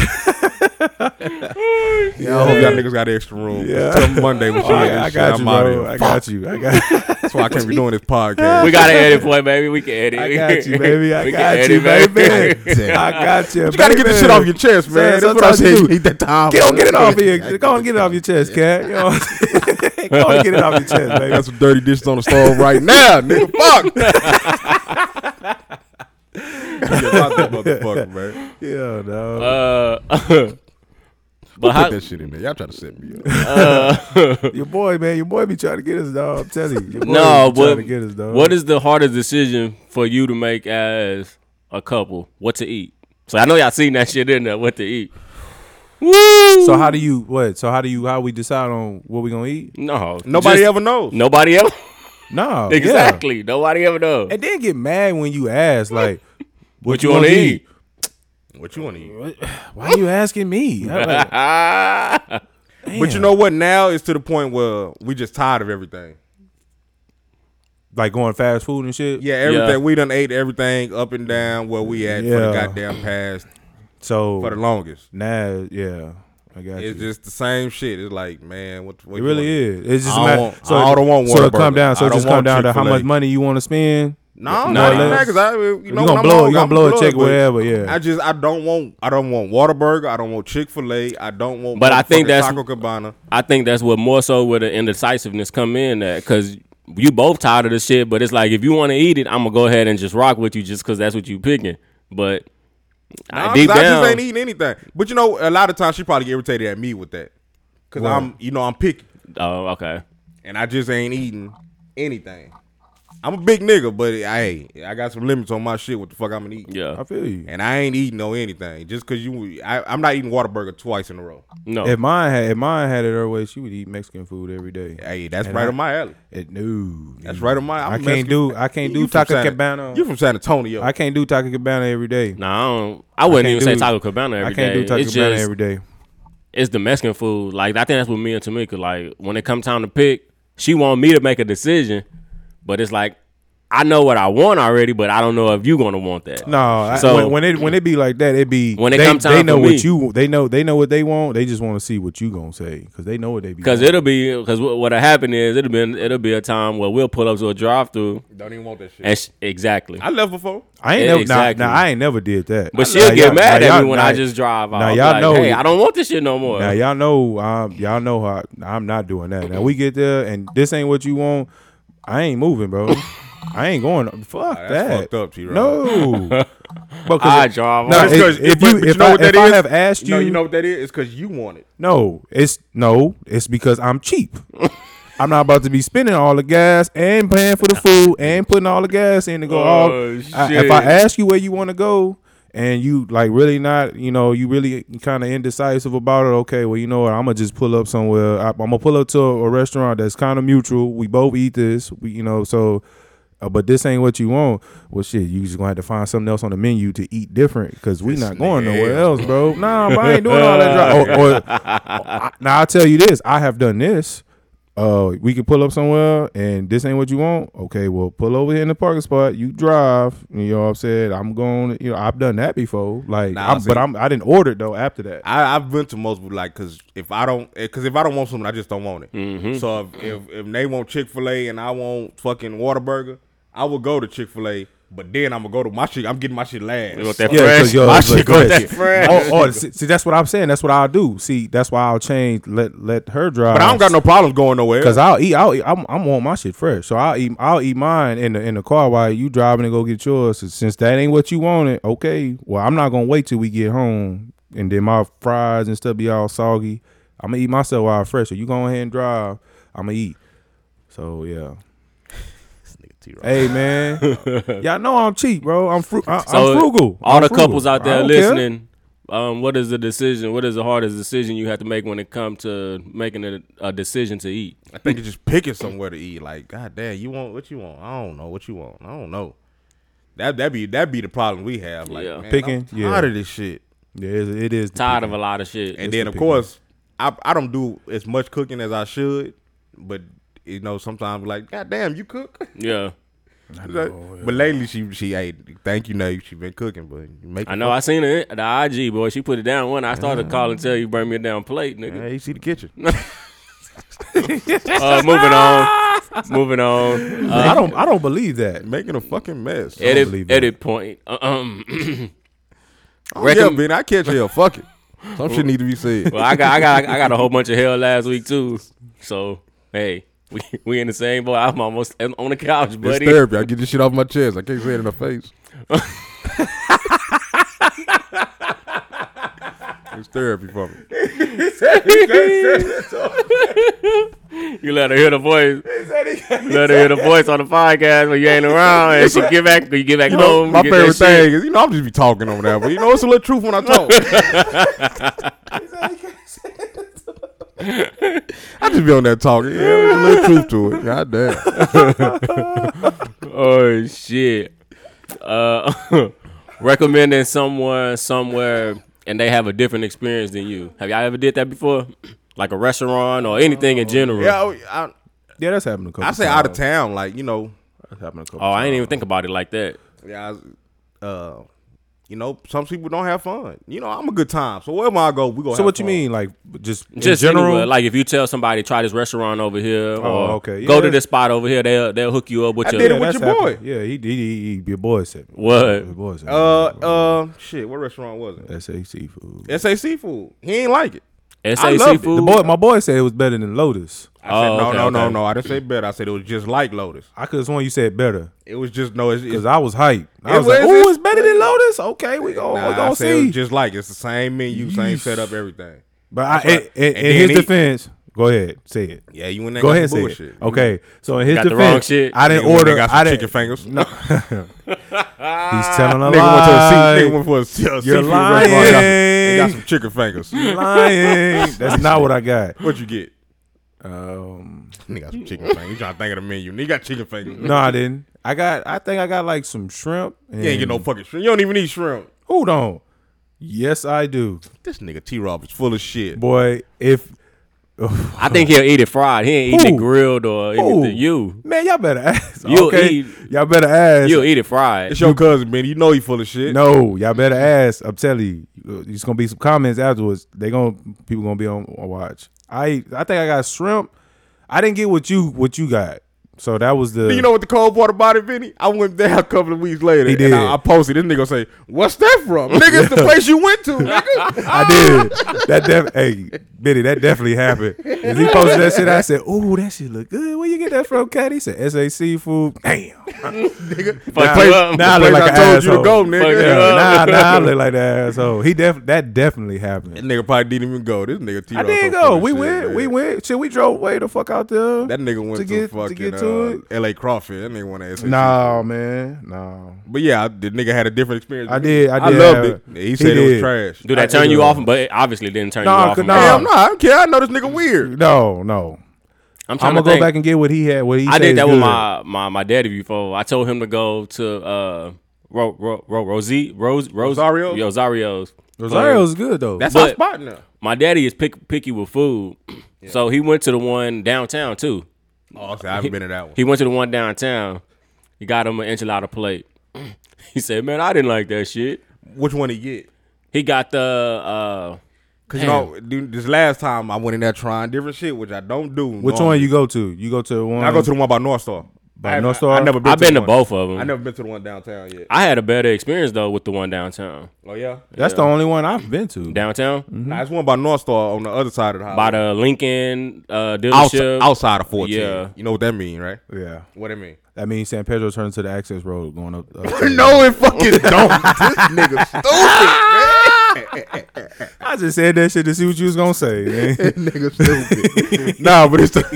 Yeah, I hope y'all niggas got extra room. Yeah. Till Monday when she hear I, this I shit, got you, I'm out of bro. here. I got you. I got. That's why I can't be doing this podcast. we got to edit for it, baby. We can edit. I got you, We baby. I can got edit, you, baby. baby. I got you. You gotta get this shit off your chest, man. Man, That's what I sometimes you said. You do. need that time. Get on, man. get it off here. Go on, get it off your chest, cat. You know what I'm saying? Go on, get it off your chest, I got baby. some dirty dishes on the stove right now, nigga. Fuck. Yeah, about that motherfucker, man. Yeah, no. Uh, but Put how, that shit in there. Y'all trying to set me up. your boy, man. Your boy be trying to get us, dog. I'm telling you. Your boy no, be but trying to get us, dog. what is the hardest decision for you to make as a couple? What to eat? So I know y'all seen that shit in there. What to eat? Woo! So how do you what? So how do you how we decide on what we gonna eat? no, Nobody just- ever knows. Nobody ever. No, yeah. Exactly. Nobody ever knows. And then get mad when you ask like, "What, you wanna eat? What you want to eat? Why you asking me? I'm like, Ah. But you damn. know what? Now it's to the point where we just tired of everything. like going fast food and shit. Yeah, everything. Yeah. We done ate everything up and down where we at for the Yeah. goddamn past So for the longest. nah, yeah, I got you. It's just the same shit. It's like, man, what? what It you really wanna- is. It's just I a don't matter. want- I don't want so it Whataburger. come down. So I it just don't come want down to how much Chick-fil-A. money you want to spend. No, More not or even less. that. Cause I, you know, You when gonna I'm blow it. hungry, You gonna I'm blow a check but wherever. Yeah. I just, I don't want, I don't want Whataburger. I don't want Chick Fil A. I don't want. But I think motherfucking that's- Taco Cabana. I think that's what more so where the indecisiveness come in at because you both tired of this shit. But it's like if you want to eat it, I'm gonna go ahead and just rock with you just because that's what you picking. But Nah, I, deep 'cause I down, just ain't eating anything. But you know, a lot of times she probably get irritated at me with that, cause I'm, you know, I'm picky, oh okay. and I just ain't eating anything. I'm a big nigga, but hey, I got some limits on my shit. What the fuck I'm gonna eat? I Yeah. feel you. And I ain't eating no anything just cause you. I, I'm not eating Whataburger twice in a row. No. If mine had if mine had it her way, she would eat Mexican food every day. Hey, that's And right I- on my alley. It, no, That's right on my. I'm I can't Mexican. do- I can't do You from Taco San- Cabana. You from San Antonio? I can't do Taco Cabana every day. no, I, don't, I wouldn't can't even say do- Taco Cabana every I can't day. do Taco it's Cabana just, every day. it's the Mexican food. Like I think that's what me and Tamika like. When it comes time to pick, she want me to make a decision, but it's like I know what I want already, but I don't know if you gonna want that. No, So- I, when, when it when it be like that, it be When it they, come time they know for what me. you they know they know what they want. They just want to see what you gonna say because they know what they be. Cause wanting. it'll be because what'll happen is it'll be it'll be a time where we'll pull up to a drive through Don't even want that shit. and sh- exactly. I left before. I ain't Yeah, never exactly. nah, nah, I ain't never did that. But Nah, she'll get y'all- mad nah, at y'all- me when nah, I just drive off. Now now y'all y'all like, know- Hey, I don't want this shit no more. Now y'all know um, y'all know how I'm not doing that. Now we get there and this ain't what you want. I ain't moving, bro. I ain't going. Fuck Nah, that's that. fucked up, T-Rock. No. But 'cause I it- drive nah, off. it- Because if, but- you, but if, I, if that I is? have asked you, No, you know what that is? It's because you want it. no, it's no, it's because I'm cheap. I'm not about to be spending all the gas and paying for the food and putting all the gas in to go. all, Oh, I- if I shit. ask you where you want to go and you like really not, you know, you really kind of indecisive about it. Okay, well, you know what? I'm gonna just pull up somewhere. I, I'm gonna pull up to a, a restaurant that's kind of mutual. We both eat this. We, you know, so. Uh, but this ain't what you want. Well, shit, you just gonna have to find something else on the menu to eat different because we not going nowhere else, bro. Nah, but I ain't doing all that. Dry. Or, or, I- now I'll tell you this: I have done this. Uh, we could pull up somewhere, and this ain't what you want. Okay, well, pull over here in the parking spot. You drive. You know what I'm saying? I'm going. You know, I've done that before. Like, Nah, I'm, see- but I'm I didn't order it, though after that. I, I've been to multiple like because if I don't because if I don't want something, I just don't want it. Mm-hmm. So if, if if they want Chick Fil A and I want fucking Whataburger, I will go to Chick Fil A, but then I'm gonna go to my shit. I'm getting my shit last. You want that Yeah, fresh? because yo, My it's shit like, got fresh. that fresh. Oh, oh, see, see, that's what I'm saying. That's what I'll do. See, that's why I'll change. Let let her drive. But I don't got no problems going nowhere. Cause I'll eat, I'll eat, I'm, I'm on my shit fresh, so I'll eat, I'll eat mine in the in the car while you driving and go get yours. And since that ain't what you wanted, okay. Well, I'm not gonna wait till we get home, and then my fries and stuff be all soggy. I'm gonna eat myself while I'm fresh. So you go ahead and drive. I'm gonna eat. So yeah. Hey man, y'all know I'm cheap, bro. I'm, fru- I, So, I'm frugal. All I'm the frugal. couples out I there don't care. listening, um, what is the decision? What is the hardest decision you have to make when it comes to making a, a decision to eat? I think it's just picking somewhere to eat. Like, God damn, you want what you want? I don't know what you want. I don't know. That that be that be the problem we have. Like, Yeah. man, Picking, I'm yeah. tired of this shit. Yeah, it is. It is Tired of a lot of shit. And It's then the of picking. course, I I don't do as much cooking as I should, but you know sometimes like, God damn, you cook. yeah, But lately she she ate. Thank you, Nate. She been cooking, but you make. I know. I seen it. The IG boy, she put it down one. I started Ah. calling, tell you bring me a damn plate, nigga. Hey, you see the kitchen. Uh, moving on, moving on. Uh, I don't. I don't believe that. Making a fucking mess. believe edit, that. edit point. Uh, um, Oh, yeah, Recomm- man. I catch you. Fuck it. Some shit need to be said. well, I got, I got, I got a whole bunch of hell last week too. So hey, we we in the same boat. I'm almost on the couch, It's buddy. therapy. I get this shit off my chest. I can't say it in her face. it's therapy for me. You let her hear the voice. Let her hear the voice on the podcast when you ain't around, and she get back. You get back You know, home. my you get that favorite shit. thing is, you know, I'm just be talking over there, but you know, it's a little truth when I talk. I just be on there talking. Yeah, there's a little truth to it. God damn. Oh shit. Uh, recommending someone somewhere, and they have a different experience than you. Have y'all ever did that before? Like a restaurant or anything in general. Oh, Yeah, I, I, Yeah, that's happened a couple. I say times. out of town, like you know, That's happened a couple. Oh, I times. ain't even think about it like that. yeah, I- uh, you know, some people don't have fun. You know, I'm a good time, so wherever I go, we go. So what you mean, like just in Just general? general, like if you tell somebody try this restaurant over here, Oh, or okay. Yeah, go to that's- this spot over here, they'll they'll hook you up with I your did it with that's your boy. happened. Yeah, he did. He, he, he, your boy said. What? Your boy said. Uh, uh, shit. What restaurant was it? that's a seafood. S.A. Seafood. He ain't like it. I SA love it. The seafood. The boy, my boy said it was better than Lotus. I said Oh, no, okay, no, no, okay. no. I didn't say better. I said it was just like Lotus. I could have sworn you said better It was just no. It's, it's because I was hyped. I It was like, was- "Ooh, it's better than Lotus." Okay, we go. nah, we I gonna said it Oh, see. was just like it's the same menu, same Yeesh. setup, everything. but I, That's right. in, in- And in his then he- defense, go ahead, say it. Yeah, you in there? Go got ahead, and some say bullshit. it. Okay, so in his Got the defense, wrong shit. I didn't Nigga went there, order. Got some I didn't. chicken fingers. No, he's telling a Nigga went to a sea, nigga lie. went for a, sea- a You're seafood restaurant. Got some, and got lying. some chicken fingers. Lying. That's not what I got. What you get? Um. Nigga got some chicken fingers. You trying to think of the menu? Nigga got chicken fingers. No, I didn't. I got. I think I got like some shrimp. And, you ain't get no fucking shrimp. You don't even eat shrimp. Hold on. Yes, I do, This nigga T. Rob is full of shit. boy. If I think he'll eat it fried. He ain't eating it Who? grilled or Ooh. anything. You, man, y'all better ask. You'll okay, eat- y'all better ask. you'll eat it fried. It's your cousin, man. You know he full of shit. no, y'all better ask. I'm telling you, it's gonna be some comments afterwards. They gonna people gonna be on, on watch. I I think I got shrimp. I didn't get what you what you got. So that was the. Then you know what the cold water body, Vinny? I went there a couple of weeks later. He did. And I, I posted. This nigga say, "What's that from, nigga? It's the place you went to, nigga." I did. That def- hey, Biddy, that definitely happened. As he posted that shit, I said, "Ooh, that shit look good. Where you get that from, Cat?" He said, "SAC food." Damn. Fuck Nah, you nah, up. I Place look I like an told asshole. you to go, Fuck nigga. yeah. nah, nah, I look like that asshole. He def that definitely That happened. nigga probably didn't even go. This nigga T. I did go. We went. We went. Shit, we drove way the fuck out there. That nigga went to, To get- to fucking get to uh, L.A. Crawford. That nigga went to SAC. nah, man. Nah. but yeah, I, the nigga had a different experience. I did- I I did loved have- it. He said he it was trash. Do that I turn did. you off? But it obviously didn't turn Nah, you off. cause man. nah. Hell no, I don't care. I know this nigga weird. No. No. I'm trying I'm to gonna go think. back and get what he had. What he. I say did is that with good. my, my my daddy before. I told him to go to uh Ro, Ro, Ro, Rosie Rose Rose Rosario? Yo, Rosario's. Rosario's good though. That's But- our spot now. My daddy is pick, picky with food, so he went to the one downtown too. Oh, I haven't been to that one. He went to the one downtown. He got him an enchilada plate. He said, "Man, I didn't like that shit." Which one he get? He got the uh Cause you Damn. know, dude, this last time I went in there trying different shit, which I don't do. Which one you go to? You go to the one. I go to the one by North Star. By I haven't- North Star? I, never been. I've been the to one. both of them. I I, never been to the one downtown yet. had a better experience though with the one downtown. oh yeah, That's the only one I've been to. Downtown nah, it's one by North Star on the other side of the house. by the Lincoln uh, outside, dealership. outside of fourteen. Yeah. you know what that mean, right? Yeah. What it mean? That means San Pedro turns to the access road going up. up no, it fucking don't. this nigga stupid, man. I just said that shit to see what you was gonna say. Man. nigga stupid. nah, but it's the,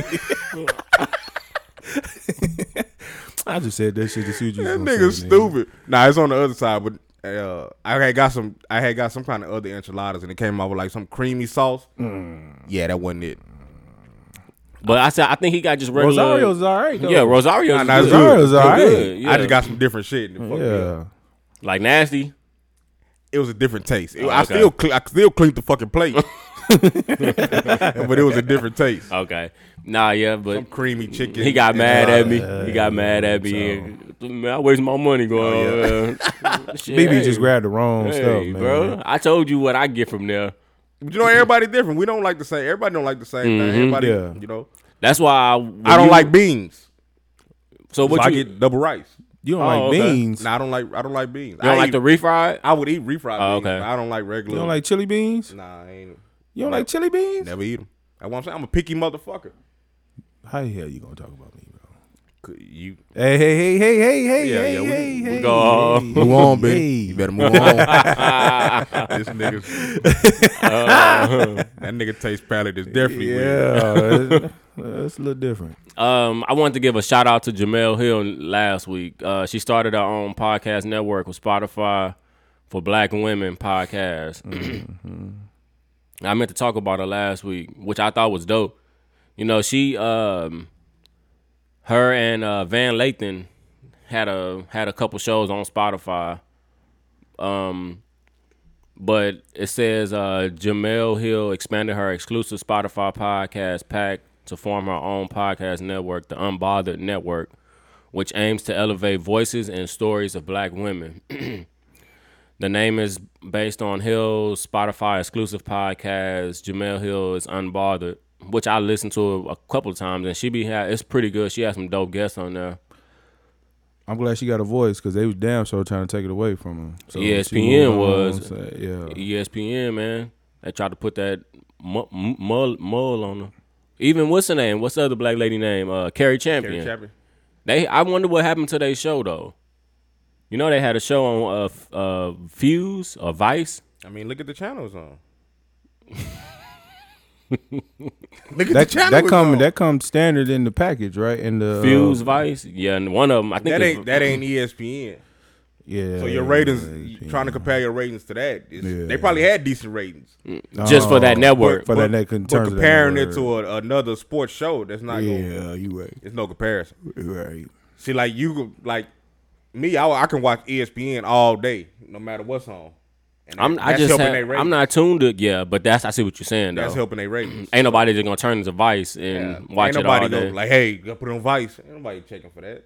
I just said that shit to see what you was that gonna nigga say. stupid. Nah, it's on the other side, but. Uh, I had got some. I had got some kind of other enchiladas, and it came out with like some creamy sauce. Mm. Yeah, that wasn't it. But I said I think he got just Nigga. regular. Rosario's all right though. yeah, Rosario's Nah, nah, is it's good. Rosario's It's all right. good, yeah. I just got some different shit. And it fucked me up. Yeah. like nasty. it was a different taste. It- Oh, I okay. still cle- I still cleaned the fucking plate, but it was a different taste. Okay, nah, yeah, but Some creamy chicken. he got and mad a- at me. he got mad at me. Man, I waste my money Oh, going. on, man. Shit, BB hey, just grabbed the wrong hey, stuff, man. bro. I told you what I get from there. You know, everybody different. We don't like the same. Everybody don't like the same Mm-hmm. thing. Everybody, Yeah. you know. That's why I, I don't you- like beans, So so what I you? get double rice. You don't Oh, like okay. beans. Nah, I don't like I don't like beans. you don't I like eat- the refried? I would eat refried Oh, beans. okay. but I don't like regular. You don't like chili beans. Nah, I ain't. You don't like chili beans. Never eat them. That's what I'm saying. I'm a picky motherfucker. How the hell you gonna talk about me, bro? Could You Hey, hey, hey, hey, hey, hey, Yeah, hey, yeah, we- hey, we hey. go. hey. move on, Hey. baby. You better move on. this nigga. that nigga taste palate is definitely weird. Yeah, that's a little different. Um, I wanted to give a shout out to Jamel Hill last week. Uh, she started her own podcast network with Spotify for Black Women podcast. I meant to talk about her last week, which I thought was dope. You know, she, um, her and uh, Van Lathan had a had a couple shows on Spotify. Um, but it says uh, Jamel Hill expanded her exclusive Spotify podcast pack to form her own podcast network, the Unbothered Network, which aims to elevate voices and stories of black women. the name is based on Hill's Spotify exclusive podcast, Jamel Hill is Unbothered, which I listened to a couple of times and she be ha- it's pretty good. She has some dope guests on there. I'm glad she got a voice because they was damn sure trying to take it away from her. So E she ESPN moved on, was. so, yeah. E ESPN, man. They tried to put that mu- mu- mull, mull on her. Even what's her name? What's the other black lady name? Uh, Carrie Champion. Gary Chapman. They. I wonder what happened to their show though. You know they had a show on uh, F- uh Fuse or Vice. I mean, look at the channels on. look at That the channel. that come on. that come standard in the package, right? In the Fuse uh, Vice. Yeah, and one of them. I think that it's- ain't that ain't E ESPN. yeah. So your ratings, yeah. trying to compare your ratings to that, is, Yeah. they probably had decent ratings. just for that Oh, network. for But- that neck in But terms comparing it of that to a, another sports show, that's not. Gonna, yeah, you right, it's no comparison. you right. See, like you, could- like me, I, I can watch E ESPN all day, no matter what's on. And I'm. that- I that's just. helping had- their ratings. I'm not tuned to. Yeah, but that's. I see what you're saying though. That's helping their ratings. Ain't nobody just gonna turn to Vice and Yeah. watch Ain't it nobody all day. go like, hey, go put it on Vice. Ain't nobody checking for that.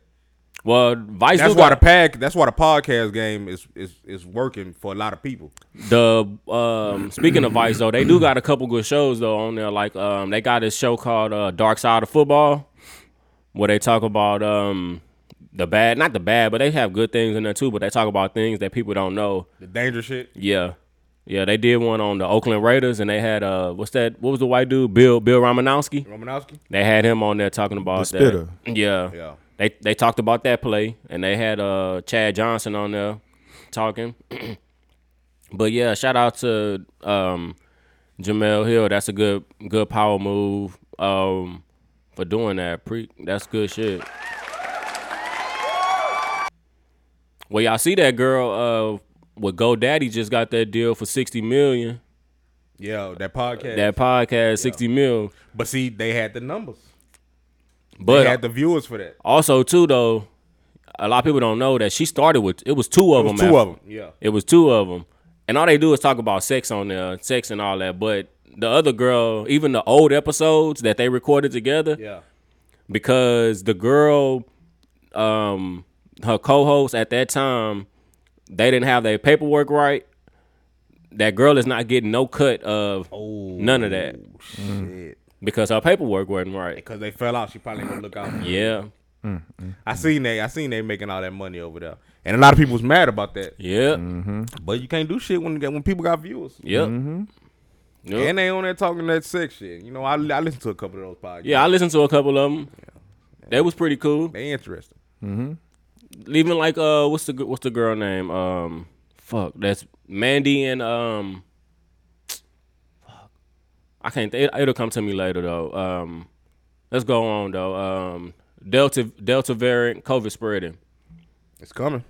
well, Vice. That's do why got- the pack. That's why the podcast game is is is working for a lot of people. The um, speaking of Vice though, they do got a couple good shows though on there. Like um, they got this show called uh, Dark Side of Football, where they talk about um the bad, not the bad, but they have good things in there too. But they talk about things that people don't know. The dangerous shit. Yeah, yeah, they did one on the Oakland Raiders, and they had uh, what's that? What was the white dude? Bill Bill Romanowski. Romanowski. They had him on there talking about The that. spitter. Yeah. Yeah. They they talked about that play and they had uh Chad Johnson on there talking. but yeah, shout out to um Jamel Hill. That's a good good power move um for doing that. Pre that's good shit. Well, y'all see that girl uh with GoDaddy just got that deal for 60 million. Yeah, that podcast. That podcast 60 mil. but see, they had the numbers. They But uh, had the viewers for that. Also, too though, a lot of people don't know that she started with it was two of It was them. two at- of them. Yeah. It was two of them, and all they do is talk about sex on there, sex and all that. But the other girl, even the old episodes that they recorded together, Yeah. because the girl, um, her co-host at that time, they didn't have their paperwork right. That girl is not getting no cut of none of that Shit. because her paperwork wasn't right. Because they fell out, she probably ain't gonna look out. for it. Yeah, I seen they, I seen they making all that money over there, and a lot of people was mad about that. yeah, But you can't do shit when when people got viewers, yep. Mm-hmm. Yep. and they on there talking that sex shit. You know, I, I listened to a couple of those podcasts. Yeah, I listened to a couple of them. That was pretty cool. they interesting. Even like uh, what's the g- what's the girl name? Um, fuck, that's Mandy and um, fuck, I can't. It, it'll come to me later though. Um, let's go on though. Um, Delta Delta variant COVID spreading. It's coming.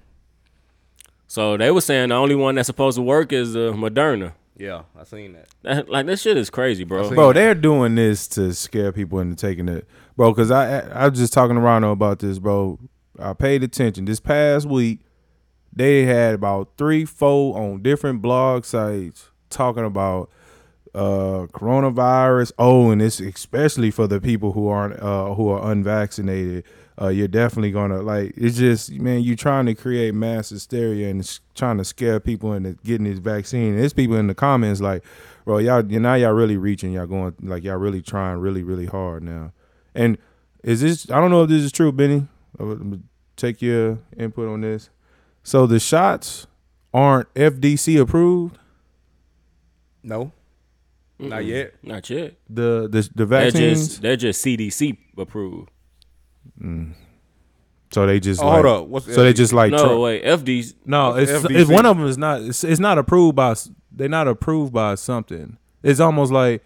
So they were saying the only one that's supposed to work is uh, Moderna. Yeah, I seen that. That, like this shit is crazy, bro. Bro, they're doing this to scare people into taking it, bro. Because I I I was just talking to Rondo about this, bro. I paid attention this past week. They had about three, four on different blog sites talking about uh coronavirus. Oh, and it's especially for the people who aren't uh who are unvaccinated. Uh, you're definitely gonna like. It's just man, you trying to create mass hysteria and s- trying to scare people into getting this vaccine. And there's people in the comments like, bro, y'all now y'all really reaching. Y'all going like y'all really trying really really hard now. And is this? I don't know if this is true, Benny. I would Take your input on this. So the shots aren't FDC approved. No, not yet. Not yet. The the the They're vaccines. just they're just CDC approved. So they just Oh, hold like, up. What's so they FD? just like No tro- wait, FD. no What's it's, FDC? it's one of them is not it's, it's not approved by s- they're not approved by something. It's almost like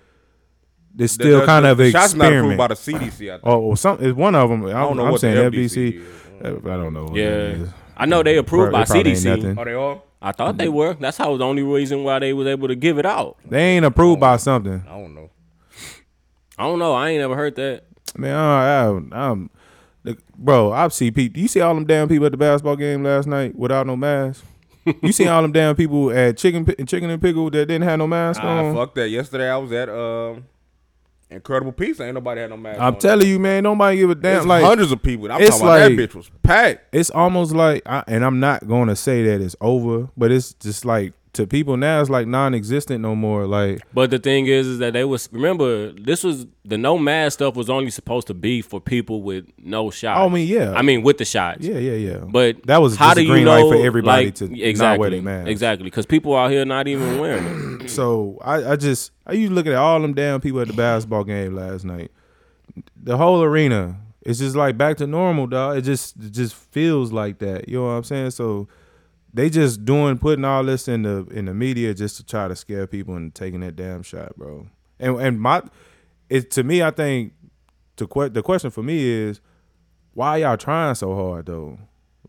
it's The- still the- kind the of an shots not approved experiment. by the CDC. I think. oh, or some it's one of them. I don't, know know. I'm what the saying FDC FDC. uh, I don't know. What that Yeah, is. I know they approved Probably- by probably ain't CDC. nothing. Are Oh, they all? I thought they were. That's how the only reason why they was able to give it out. They ain't approved by something. I don't know. I don't know. I ain't never heard that. Man, I, uh, I, I'm, look, bro, I see people. You see all them damn people at the basketball game last night without no mask. you see all them damn people at chicken Pi- chicken and pickle that didn't have no mask Ah, on. fuck that. Yesterday I was at um, Incredible Pizza. Ain't nobody had no mask. I'm on. telling you, man, nobody give a damn. It's like hundreds of people. I'm it's talking about like- that bitch was packed. it's almost like I, and i'm not going to say that it's over but it's just like to people now it's like non-existent no more like But the thing is, is that they was remember this was the no mask stuff was only supposed to be for people with no shot. Oh, I mean, yeah. I mean with the shots. yeah yeah yeah But that was how just do a green you light know, for everybody like, to exactly not wear their mask exactly because people out here not even wearing it. so I, I just i used to look at all them damn people at the basketball game last night the whole arena it's just like back to normal dog it just it just feels like that you know what i'm saying so they just doing putting all this in the in the media just to try to scare people and taking that damn shot bro and and my it to me i think the, que- the question for me is why y'all trying so hard though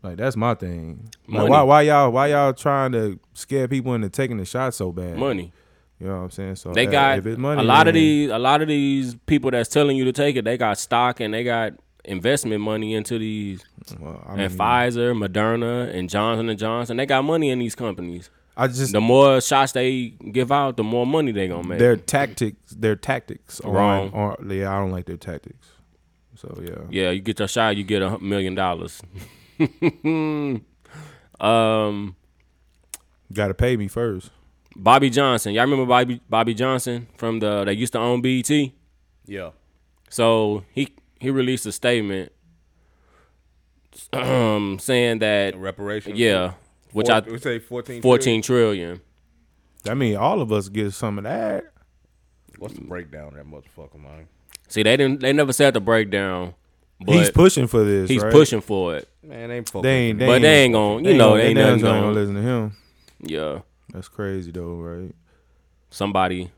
like that's my thing like, Money. why why y'all why y'all trying to scare people into taking the shot so bad Money. you know what I'm saying? So They if- got Uh, if it's money, a lot of then- these a lot of these people that's telling you to take it. They got stock and they got investment money into these Well, I, and mean, Pfizer, Moderna, and Johnson and Johnson. They got money in these companies. I just The more shots they give out, the more money they gonna make. their tactics, their tactics are Wrong. Are, yeah, I don't like their tactics. So yeah, yeah, you get your shot, you get a hun- million dollars. um, got to pay me first. Bobby Johnson, y'all remember Bobby Bobby Johnson from E the they used to own BET. Yeah. So he he released a statement um, saying that Reparations. yeah, which I we say 14. fourteen trillion. I mean, all of us get some of that. What's the breakdown of that motherfucker, man? See, they didn't. They never said the breakdown, but he's he's, pushing for this. right? pushing for it. Man, they ain't fucking. They ain't. They But ain't, they ain't gonna, you they know, ain't they ain't gonna- nothing they ain't gonna gonna. listen to him. Yeah, That's crazy though, right? somebody.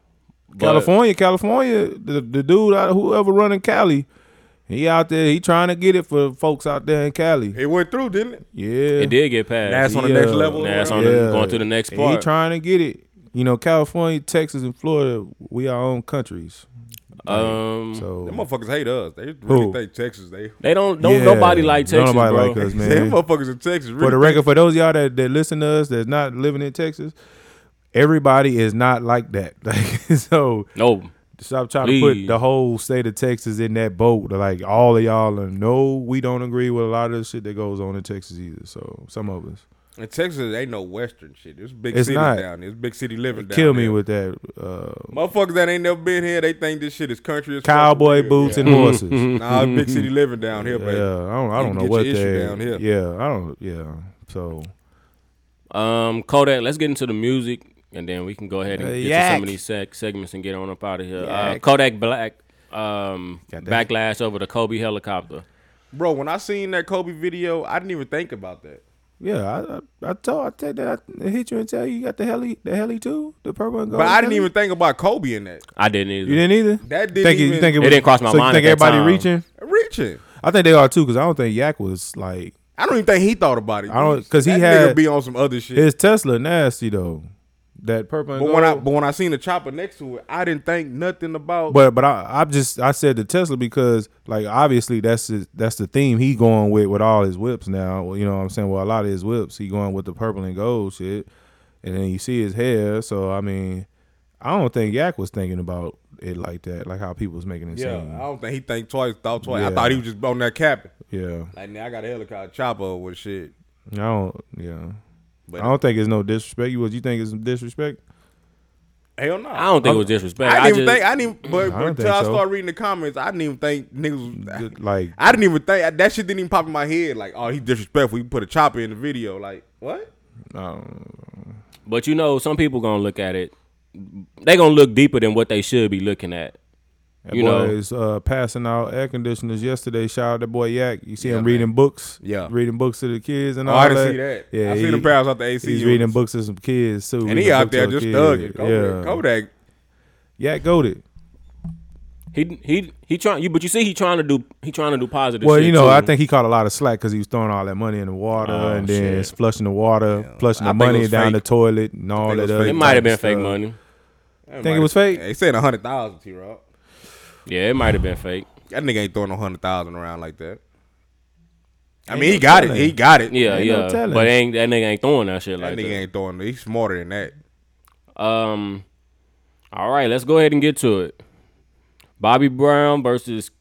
But, California, California, the, the dude, out whoever running Cali, he out there, he trying to get it for folks out there in Cali. It went through, didn't it? Yeah, It did get passed. That's on the Yeah. next level. Now it's on Yeah. the, going to the next And he part. trying to get it. You know, California, Texas, and Florida, we our own countries. um, So Mm. Them motherfuckers hate us. They really Who? think Texas. They they don't. Don't Yeah. nobody like Don't Texas, nobody bro. like us, them man. motherfuckers in Texas. Really for the record, for those of y'all that, that listen to us that's not living in Texas, everybody is not like that. Like so No, stop trying to put Please. the whole state of Texas in that boat. Like all of y'all and no, we don't agree with a lot of the shit that goes on in Texas either. So some of us. think- in Texas ain't no Western shit. It's big It's city not. down. It's big city living. Kill down me there. with that uh, motherfuckers that ain't never been here. They think this shit is country. As fuck. cowboy Yeah. boots and horses. yeah, Nah, it's big city living down here, I baby. don't I You don't can know get what your issue they down here. Yeah, I don't yeah. So um, Kodak. Let's get into the music, and then we can go ahead and Uh, get to yak. some of these seg- segments and get on up out of here. Uh, Yak. Kodak Black. Um, Got that. backlash over the Kobe helicopter. Bro, when I seen that Kobe video, I didn't even think about that. yeah, I I, I told I take that I hit you and tell you you got the heli the heli too the purple and gold. But I didn't heli? even think about Kobe in that. I didn't either. You didn't either. That didn't think it- even- you think it, It was, didn't cross my so you mind think at that everybody time. reaching? Reaching. I think they are too, because I don't think Yak was like I don't even think he thought about it. I don't- 'cause he That nigga had- be on some other shit. his Tesla nasty though. That purple. And but gold, when I but when I seen the chopper next to it, I didn't think nothing about. but but I I just I said the Tesla because like obviously that's his, that's the theme he going with with all his whips now. Well, you know what I'm saying? Well, a lot of his whips he going with the purple and gold shit, and then you see his hair. So I mean, I don't think Yak was thinking about it like that, like how people was making it yeah, I seem. don't think he think twice, thought twice. I Yeah. thought he was just on that capping. Yeah, Like now I got a helicopter chopper with shit. I don't. Yeah, But I don't think it's no disrespect. You what you think is some disrespect? hell no. I don't think it was disrespect. I didn't even just, think. I didn't. But, don't but think until I so. started reading the comments, I didn't even think niggas. Was, Good, Like I didn't even think that shit didn't even pop in my head. Like, oh, he disrespectful. He put a chopper in the video. Like, what? Um, But you know, some people gonna look at it. They gonna look deeper than what they should be looking at. that You boy know. is uh, passing out air conditioners yesterday. Shout out that boy Yak. You see him reading books. Yeah. reading books to the kids and Oh, all I that. didn't see that. Yeah, I he, seen him pass out the AC. He's units. reading books to some kids too. and he reading out books there to just kids. thugging. Kodak, yeah, Kodak. Yak goaded. He he he trying you, but you see, he trying to do he trying to do positive. Well, shit you know, too. I think he caught a lot of slack because he was throwing all that money in the water Oh, and then shit. it's flushing the water, flushing I the think it money was down fake. the toilet and all think it that. was other fake. it might have been type fake stuff. money. Think it was fake? They said a hundred thousand, T Rock. Yeah, it might have been fake. That nigga ain't throwing no hundred thousand around like that. I Ain't mean, he no got it. telling. He got it. Yeah, Ain't no yeah, telling. but ain't that nigga ain't throwing that shit That like nigga that. ain't throwing. He's smarter than that. Um, all right, let's go ahead and get to it. Bobby Brown versus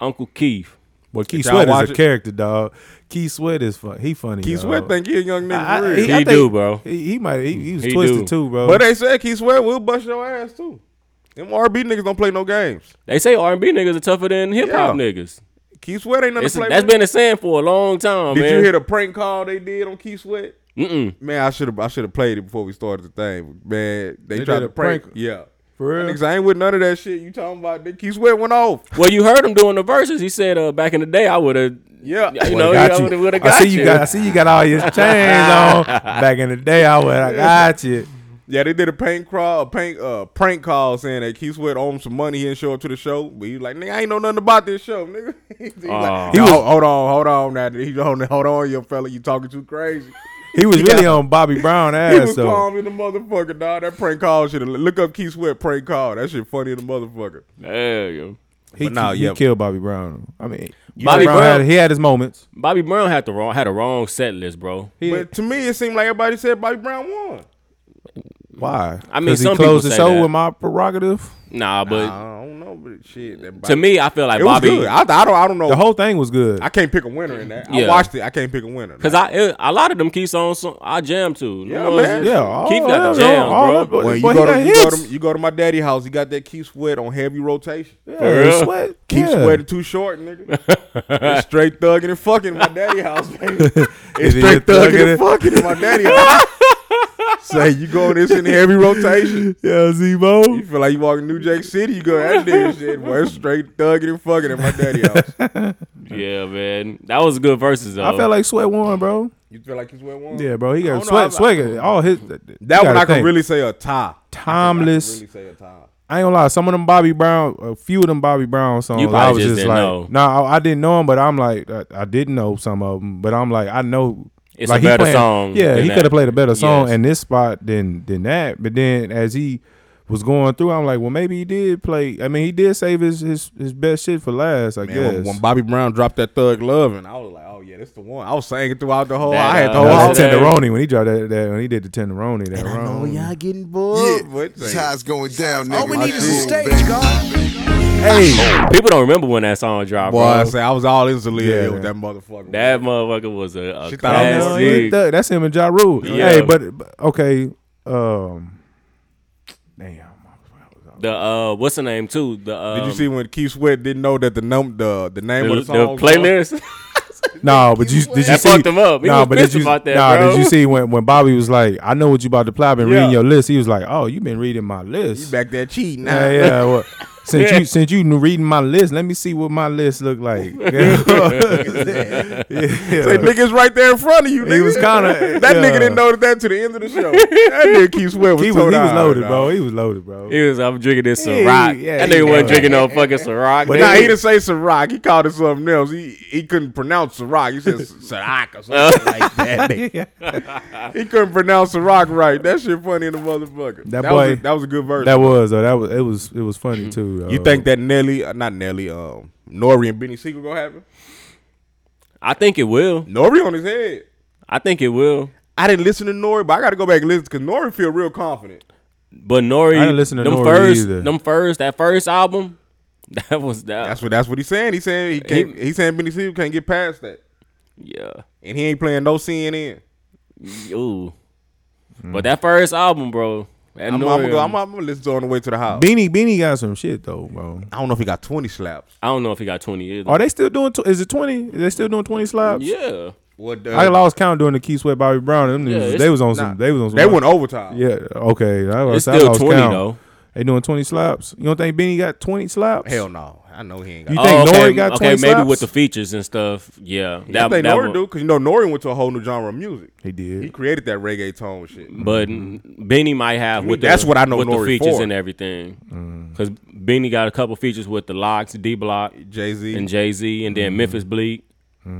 Uncle Keith. Well, Keith y'all Sweat watch is a it? character, dog. Keith Sweat is fun. He funny. Keith dawg. Sweat think he a young nigga I- for I- real. He do, bro. He, he might. He, he was He twisted do. too, bro. but they said Keith Sweat will bust your ass too. Them RB niggas don't play no games. They say R and B niggas are tougher than hip hop Yeah. niggas. Keith Sweat ain't nothing It's, to play that's with. been a saying for a long time, Did man. you hear the prank call they did on Keith Sweat? Mm-mm. Man, I should have I should have played it before we started the thing. Man, they, They tried did to a prank. prank? Yeah. For That real? Niggas, I ain't with none of that shit. You talking about that Keith Sweat went off. Well, you heard him doing the verses. He said, uh, "Back in the day, I would have, Yeah. you know, Got I you. would have got, I see you." you got. I see you got all your chains on. Back in the day, I would. I got you. Yeah, they did a prank call, a prank, uh, prank call saying that Keith Sweat owed him some money. He didn't show up to the show, but he like, nigga, I ain't know nothing about this show, nigga. he was Aw. like, he was, hold on, hold on, now, he hold on, hold on, yo fella, you talking too crazy. He was really on Bobby Brown He ass was though. calm in the motherfucker, dog. That prank call should have look up Keith Sweat prank call. That shit funny in the motherfucker. There you go. He, But nah, he yeah. killed Bobby Brown. I mean, Bobby Bobby Brown, Brown- had, he had his moments. Bobby Brown had the wrong had a wrong set list, bro. He- But to me, it seemed like everybody said Bobby Brown won. why? I mean, 'Cause some he closed people the say show that. with my prerogative. Nah, but I don't know, but shit. That to me, I feel like it was Bobby good. I, I don't. I don't know. The whole thing was good. I can't pick a winner in that. Yeah. I watched it. I can't pick a winner. because I it, a lot of them key songs so- I jam to. You Yeah, know what I'm man. saying? yeah, all, Keith got all- jams, all- bro. all- but- when you but go, he got to, you, go hits. to, you go to my daddy house, he got that Keith Sweat on heavy rotation. Yeah, real? sweat. Keep yeah. sweating too short, nigga. it's straight thugging and fucking in my daddy house, baby. It's It is straight thugging thugging and- and fucking in my daddy house. Say you go this in heavy rotation. Yeah, You Zebo. feel like you walk in New Jack City, you go that nigga shit. Boy, it's straight thugging and fucking in my daddy house. Yeah, man, that was a good verses though. I felt like Sweat won, bro. You feel like Keith Sweat won? Yeah, bro. He I got don't know, Sweat. I- Sweat. got All his. That one I can could really say a tie. timeless. Really say a tie. I ain't gonna lie, some of them Bobby Brown, a few of them Bobby Brown songs, You probably I was just just, didn't like, know. nah, I, I didn't know them, but I'm like, I, I didn't know some of them, but I'm like, I know It's like a better playing- song Yeah, than he that. could have played a better song Yes. in this spot than than that. But then as he was going through, I'm like, well, maybe he did play. I mean, he did save his his, his best shit for last, I Man, guess. when, when Bobby Brown dropped that Thug Love, and I was like, oh yeah, that's the one. I was saying it throughout the whole. That, I had the no, whole. uh, I was that's that- Tenderoni when he dropped that, that when he did the Tenderoni that round. getting Yeah, bored. that's how it's going down, Oh, nigga. All we need is a Shit, stage, baby. God. Hey, people don't remember when that song dropped, Boy, I bro. say I was all in Zalia Yeah, with man. that motherfucker. That motherfucker was a, a She thought I was Oh, yeah, classic. that- that's him and Ja Rule. Yeah. Hey, but, but okay, um, damn. The uh, what's the name too? The um, Did you see when Keith Sweat didn't know that the num the the name the, of the the song? was- playlist? No, but you did you That see? fucked him up. He Nah, was but did pissed you, about that, nah, bro. did you see when, when Bobby was like, "I know what you about to play. I've been reading Yeah. your list." He was like, "Oh, you've been reading my You list." back there cheating? Nah. yeah, yeah. Well, since Yeah. you since you been reading my list, let me see what my list look like. yeah, Say, niggas right there in front of you. He nigga. was kinda- that yeah. nigga didn't know that to the end of the show. that nigga Keith Sweat was he was toe he was down, loaded, dog. bro. He was loaded, bro. He was. I'm drinking this Hey, Ciroc. yeah, that nigga he wasn't know. drinking no fucking Ciroc. But nigga. Nah, he didn't say Ciroc. He called it something else. He he couldn't pronounce Ciroc. He said Ciroc or Uh. something like that. nigga. he couldn't pronounce Ciroc right. That shit funny in the motherfucker. That was boy- a, that was a good verse. That was uh, that was it was it was Mm. funny too. you uh, think that Nelly, uh, not Nelly, um, Nori and Benny Siegel gonna happen? I think it will. Nori on his head. I think it will. I didn't listen to Nori, but I got to go back and listen because Nori feel real confident. But Nori, I didn't listen to them Nori first, either. them first, that first album, that was that. That's what that's what he's saying. He's saying he can't. He's saying Benny Siegel can't get past that, yeah. and he ain't playing no CNN. Ooh. But that first album, bro. That I'm, Nori, I'm, gonna go, I'm, um, I'm gonna listen to it on the way to the house. Beanie Beanie got some shit though, bro. I don't know if he got 20 slaps. I do not know if he got 20 either. Are they still doing? Tw- is it twenty? Is they still doing twenty slaps? yeah. What the, I lost count during the Key Sweat Bobby Brown. Them Yeah, niggas- it's- they was on nah. some. They was on some. They went overtime. Yeah. Okay. I was, It's I still lost 20 count. though. They doing twenty slaps. You don't think Beanie got twenty slaps? Hell no. I know he ain't You got. think oh, okay. Nori got okay, 20 maybe slaps? with the features and stuff. Yeah. Yeah, I think Nori one- do because you know Nori went to a whole new genre of music. He did. He created that reggae tone shit. But Mm-hmm. Benny might have mean, with the, that's what I know with the Nori features for. and everything. Mm. Because Benny got a couple features with the Locks, D Block, Jay and Z. Jay Z, and Mm-hmm. then Memphis Bleak.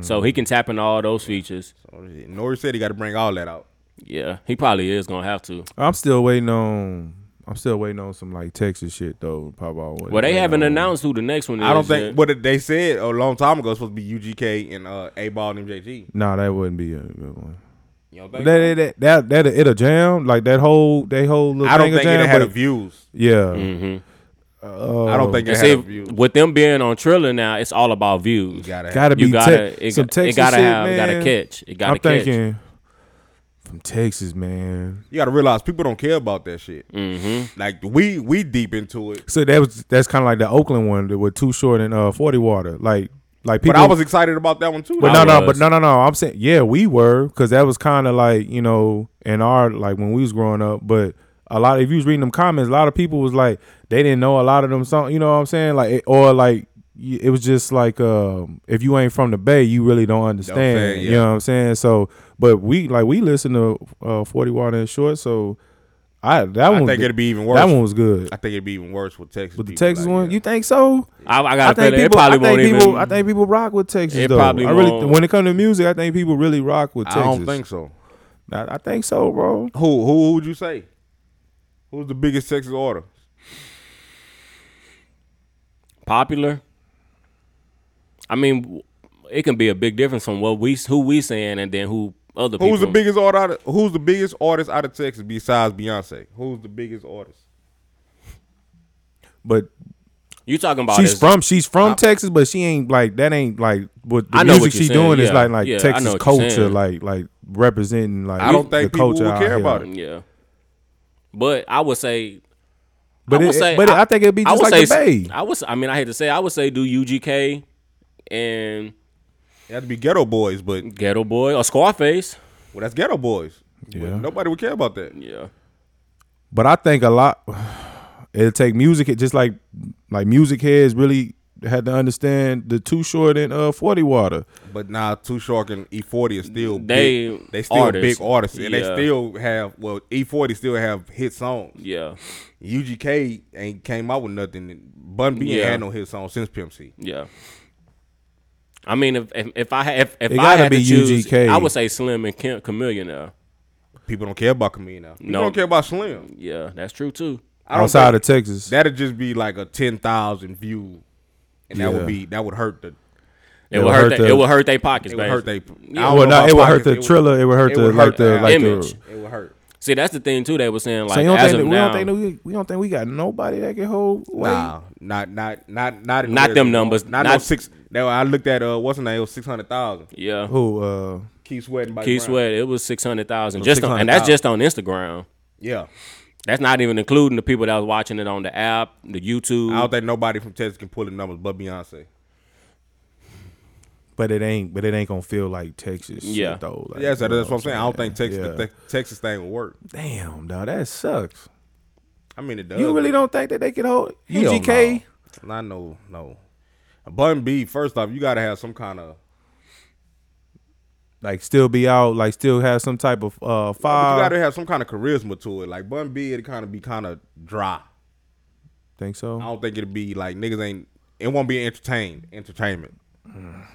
So he can tap into all those features. Oh, Nori said he got to bring all that out. Yeah, he probably is gonna have to. I'm still waiting on. I'm still waiting on some like Texas shit though. Pop out. Well, they haven't announced who the next one is. I don't yet. think. What they said a long time ago was supposed to be UGK and uh, A Ball and MJG. Nah, that wouldn't be a good one. You don't That think? that that, that, that it'll jam like that whole that whole little I don't thing will think it jam, had but- a Mm, views. Yeah. I Oh. don't think it And had see, a views. with them being on Triller now, it's all about views. Gotta have- Gotta be You gotta, Tex- it, some it Texas gotta shit, have, it gotta man. catch. It gotta I'm catch. thinking from Texas, man. You gotta realize people don't care about that shit. Mm-hmm. Like we we deep into it. So that was that's kind of like the Oakland one that with Too Short and uh Forty Water. Like like people. But I was excited about that one too. But I no, was. no, but no, no, no. I'm saying, yeah, we were because that was kind of like you know in our like when we was growing up. But a lot, if you was reading them comments, a lot of people was like they didn't know a lot of them songs. You know what I'm saying? Like it, or like y- it was just like um, if you ain't from the Bay, you really don't understand. saying, You yeah. know what I'm saying? So, but we like we listen to uh, Forty Water and Short, so I that I one think it'd be even worse. that one was good. I think it'd be even worse with Texas. But the people, Texas like, one, yeah. you think so? I, I I got a think feeling it people. I probably think won't people. even. I think people rock with Texas. It though. probably I really, won't. When it comes to music, I think people really rock with I Texas. don't think so. I, I think so, bro. Who who who would you say? Who's the biggest Texas order? popular. I mean, w- it can be a big difference from what we who we saying and then who other people. Who's the biggest order? Out of, who's the biggest artist out of Texas besides Beyonce? Who's the biggest artist? but You talking about she's is- from she's from I- Texas, but she ain't like that ain't like what the I know music what you're she's saying, doing is yeah. like like Yeah, I know Texas what you're culture, saying. like like representing like I don't the think people culture would out care here. about it. Yeah. But I would say But I it, would say- but it- I- I, think it'd be I just would like the say Bay. I was I mean I hate to say I would say do UGK and That'd be ghetto boys, but Ghetto Boy or Scarface. well, that's ghetto boys. Yeah. Nobody would care about that. Yeah. But I think a lot it'll take music just like like music heads really had to understand the Too Short and uh Forty Water. But now, nah, Two Shark and E Forty is still They big, they still artists. big artists, and Yeah. they still have well E Forty still have hit songs. Yeah. UGK ain't came out with nothing. Bun B ain't Yeah. had no hit song since Pimp C. Yeah. I mean, if if, if I had if, if It I gotta had be to choose, UGK. I would say Slim and Kim, Chameleon. Now, People don't care about Camille now. People No. don't care about Slim. yeah, that's true too. I don't outside think- of Texas. That'd just be like a ten thousand view, and that Yeah. would be that would hurt the. It, would hurt. the- they- it would hurt their pockets. It would hurt they. basically. I don't well, know no, about it would pockets, hurt the would- thriller. It would hurt it the would like the the like image. the. It would hurt. See, that's the thing too. They were saying like So you don't as think that, of we now, don't think that we, we don't think we got nobody that can hold weight. Nah, not not not not in Not West- them numbers, Not, not- no six. Now I looked at uh, what's the name? It was six hundred thousand. yeah. Who uh Keep sweating. Mike Key Brown. Sweat, it was six hundred thousand just on, and that's just on Instagram. Yeah, That's not even including the people that was watching it on the app, the YouTube. I don't think nobody from Texas can pull the numbers but Beyonce. but it ain't but it ain't gonna feel like Texas Yeah. shit though. Like, Yeah, so you know that's what I'm saying. I don't think Texas Yeah. the te- Texas thing will work. Damn, dog, that sucks. I mean, it does. You really don't think that they can hold Hell UGK? No. Nah, no, no. Bun B. First off, you gotta have some kind of. Like still be out, like still have some type of uh But five. you gotta have some kind of charisma to it. Like Bun B, it kind of be kind of dry. think I so. don't think it'd be like niggas ain't. It won't be entertained. Entertainment.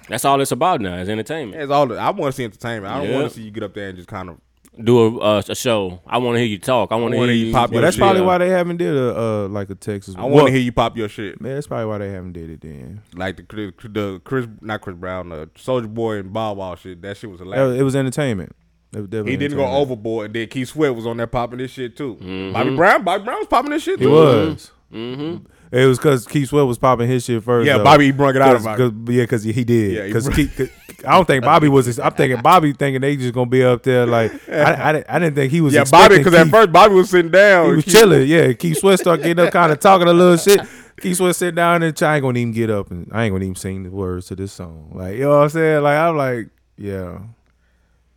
that's all it's about now is entertainment. That's all. that- I want to see entertainment. I don't Yeah. want to see you get up there and just kind of. Do a, uh, a show. I want to hear you talk. I want to hear wanna you you pop Well, your that's shit. probably Yeah. why they haven't did a uh like a Texas. I want to hear you pop your shit. Man, that's probably why they haven't did it then. Like the Chris- the Chris, not Chris Brown, the Soldier Boy and Bow Wow shit. That shit was That was- hilarious. It was entertainment. It was definitely He didn't go entertainment. Mm-hmm. overboard, and then Keith Sweat was on there popping this shit too. Bobby Brown, Bobby Brown was popping this shit. He too. was. Mm-hmm. It was because Keith Sweat was popping his shit first. Yeah, though. Bobby, he brung it out Cause, of him. 'cause- yeah, because he, he did. Yeah, he Because brought- I don't think Bobby was. I'm thinking Bobby thinking they just gonna be up there like I, I, didn't- I didn't think he was. Yeah, Bobby, expecting because at Keith- first Bobby was sitting down. he was Keith- chilling. Yeah, Keith Sweat started getting up, kind of talking a little shit. Keith Sweat sit down and I ain't gonna even get up and I ain't gonna even sing the words to this song. Like you know what I'm saying? Like I'm like yeah.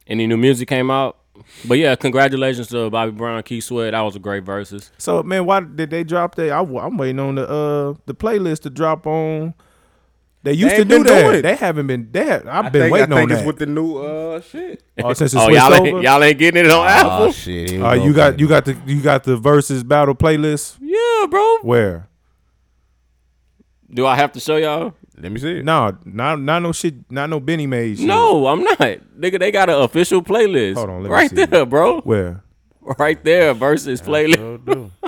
Any new music came out? But yeah, congratulations to Bobby Brown, Key Sweat. That was a great versus. So man, why did they drop that? I, am waiting on the uh the playlist to drop on. They used They to ain't do been doing that. it. They haven't been that. I've I been think, waiting I think on it's that. with the new uh shit. oh, since it Oh, switched y'all over? ain't, y'all ain't getting it on Apple? Oh shit! here we Uh, go, you got baby. you got the you got the versus battle playlist Yeah, bro. where? Do I have to show y'all? Let me see. it. No, not not no shit, not no Benny Mays. shit. No, I'm not. Nigga, they got an official playlist. Hold on, let me right see. there, bro. Where? Right there, versus playlist.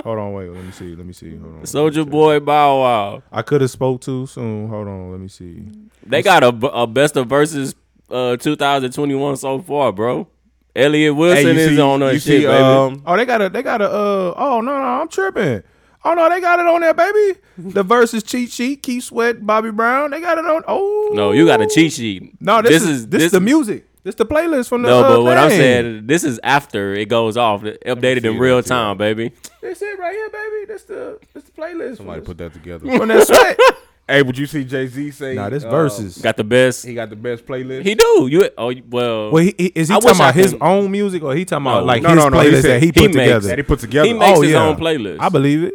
Hold on, wait. Let me see. Let me see. Hold on. Soldier Boy, Bow Wow. I could have spoke too soon. Hold on. Let me see. They got a, a best of versus uh, 2021 so far, bro. Elliot Hey, Wilson you is see- on that you shit, see, baby. um, Oh, they got a. They got a. Uh. Oh no, no. I'm tripping. Oh no, they got it on there, baby. The versus cheat sheet. Keith Sweat, Bobby Brown. They got it on. Oh no, you got a cheat sheet. No, this, is, this, is the music. This the playlist from the. No, uh, but what I'm thing. saying, this is after it goes off, updated in see real that, too. time, baby. This it right here, baby. This the. This the playlist. Somebody put that together. on that sweat. hey, would you see Jay Z say? nah, this Oh, uh, versus. Got the best. He got the best playlist. He do. You oh well. Well, he, he- is he I talking wish I about his can- own music or he talking about No. like No, his no, no, he said playlist that he he put makes- together? that he put together. Oh, He makes- his own playlist. Oh, I believe it.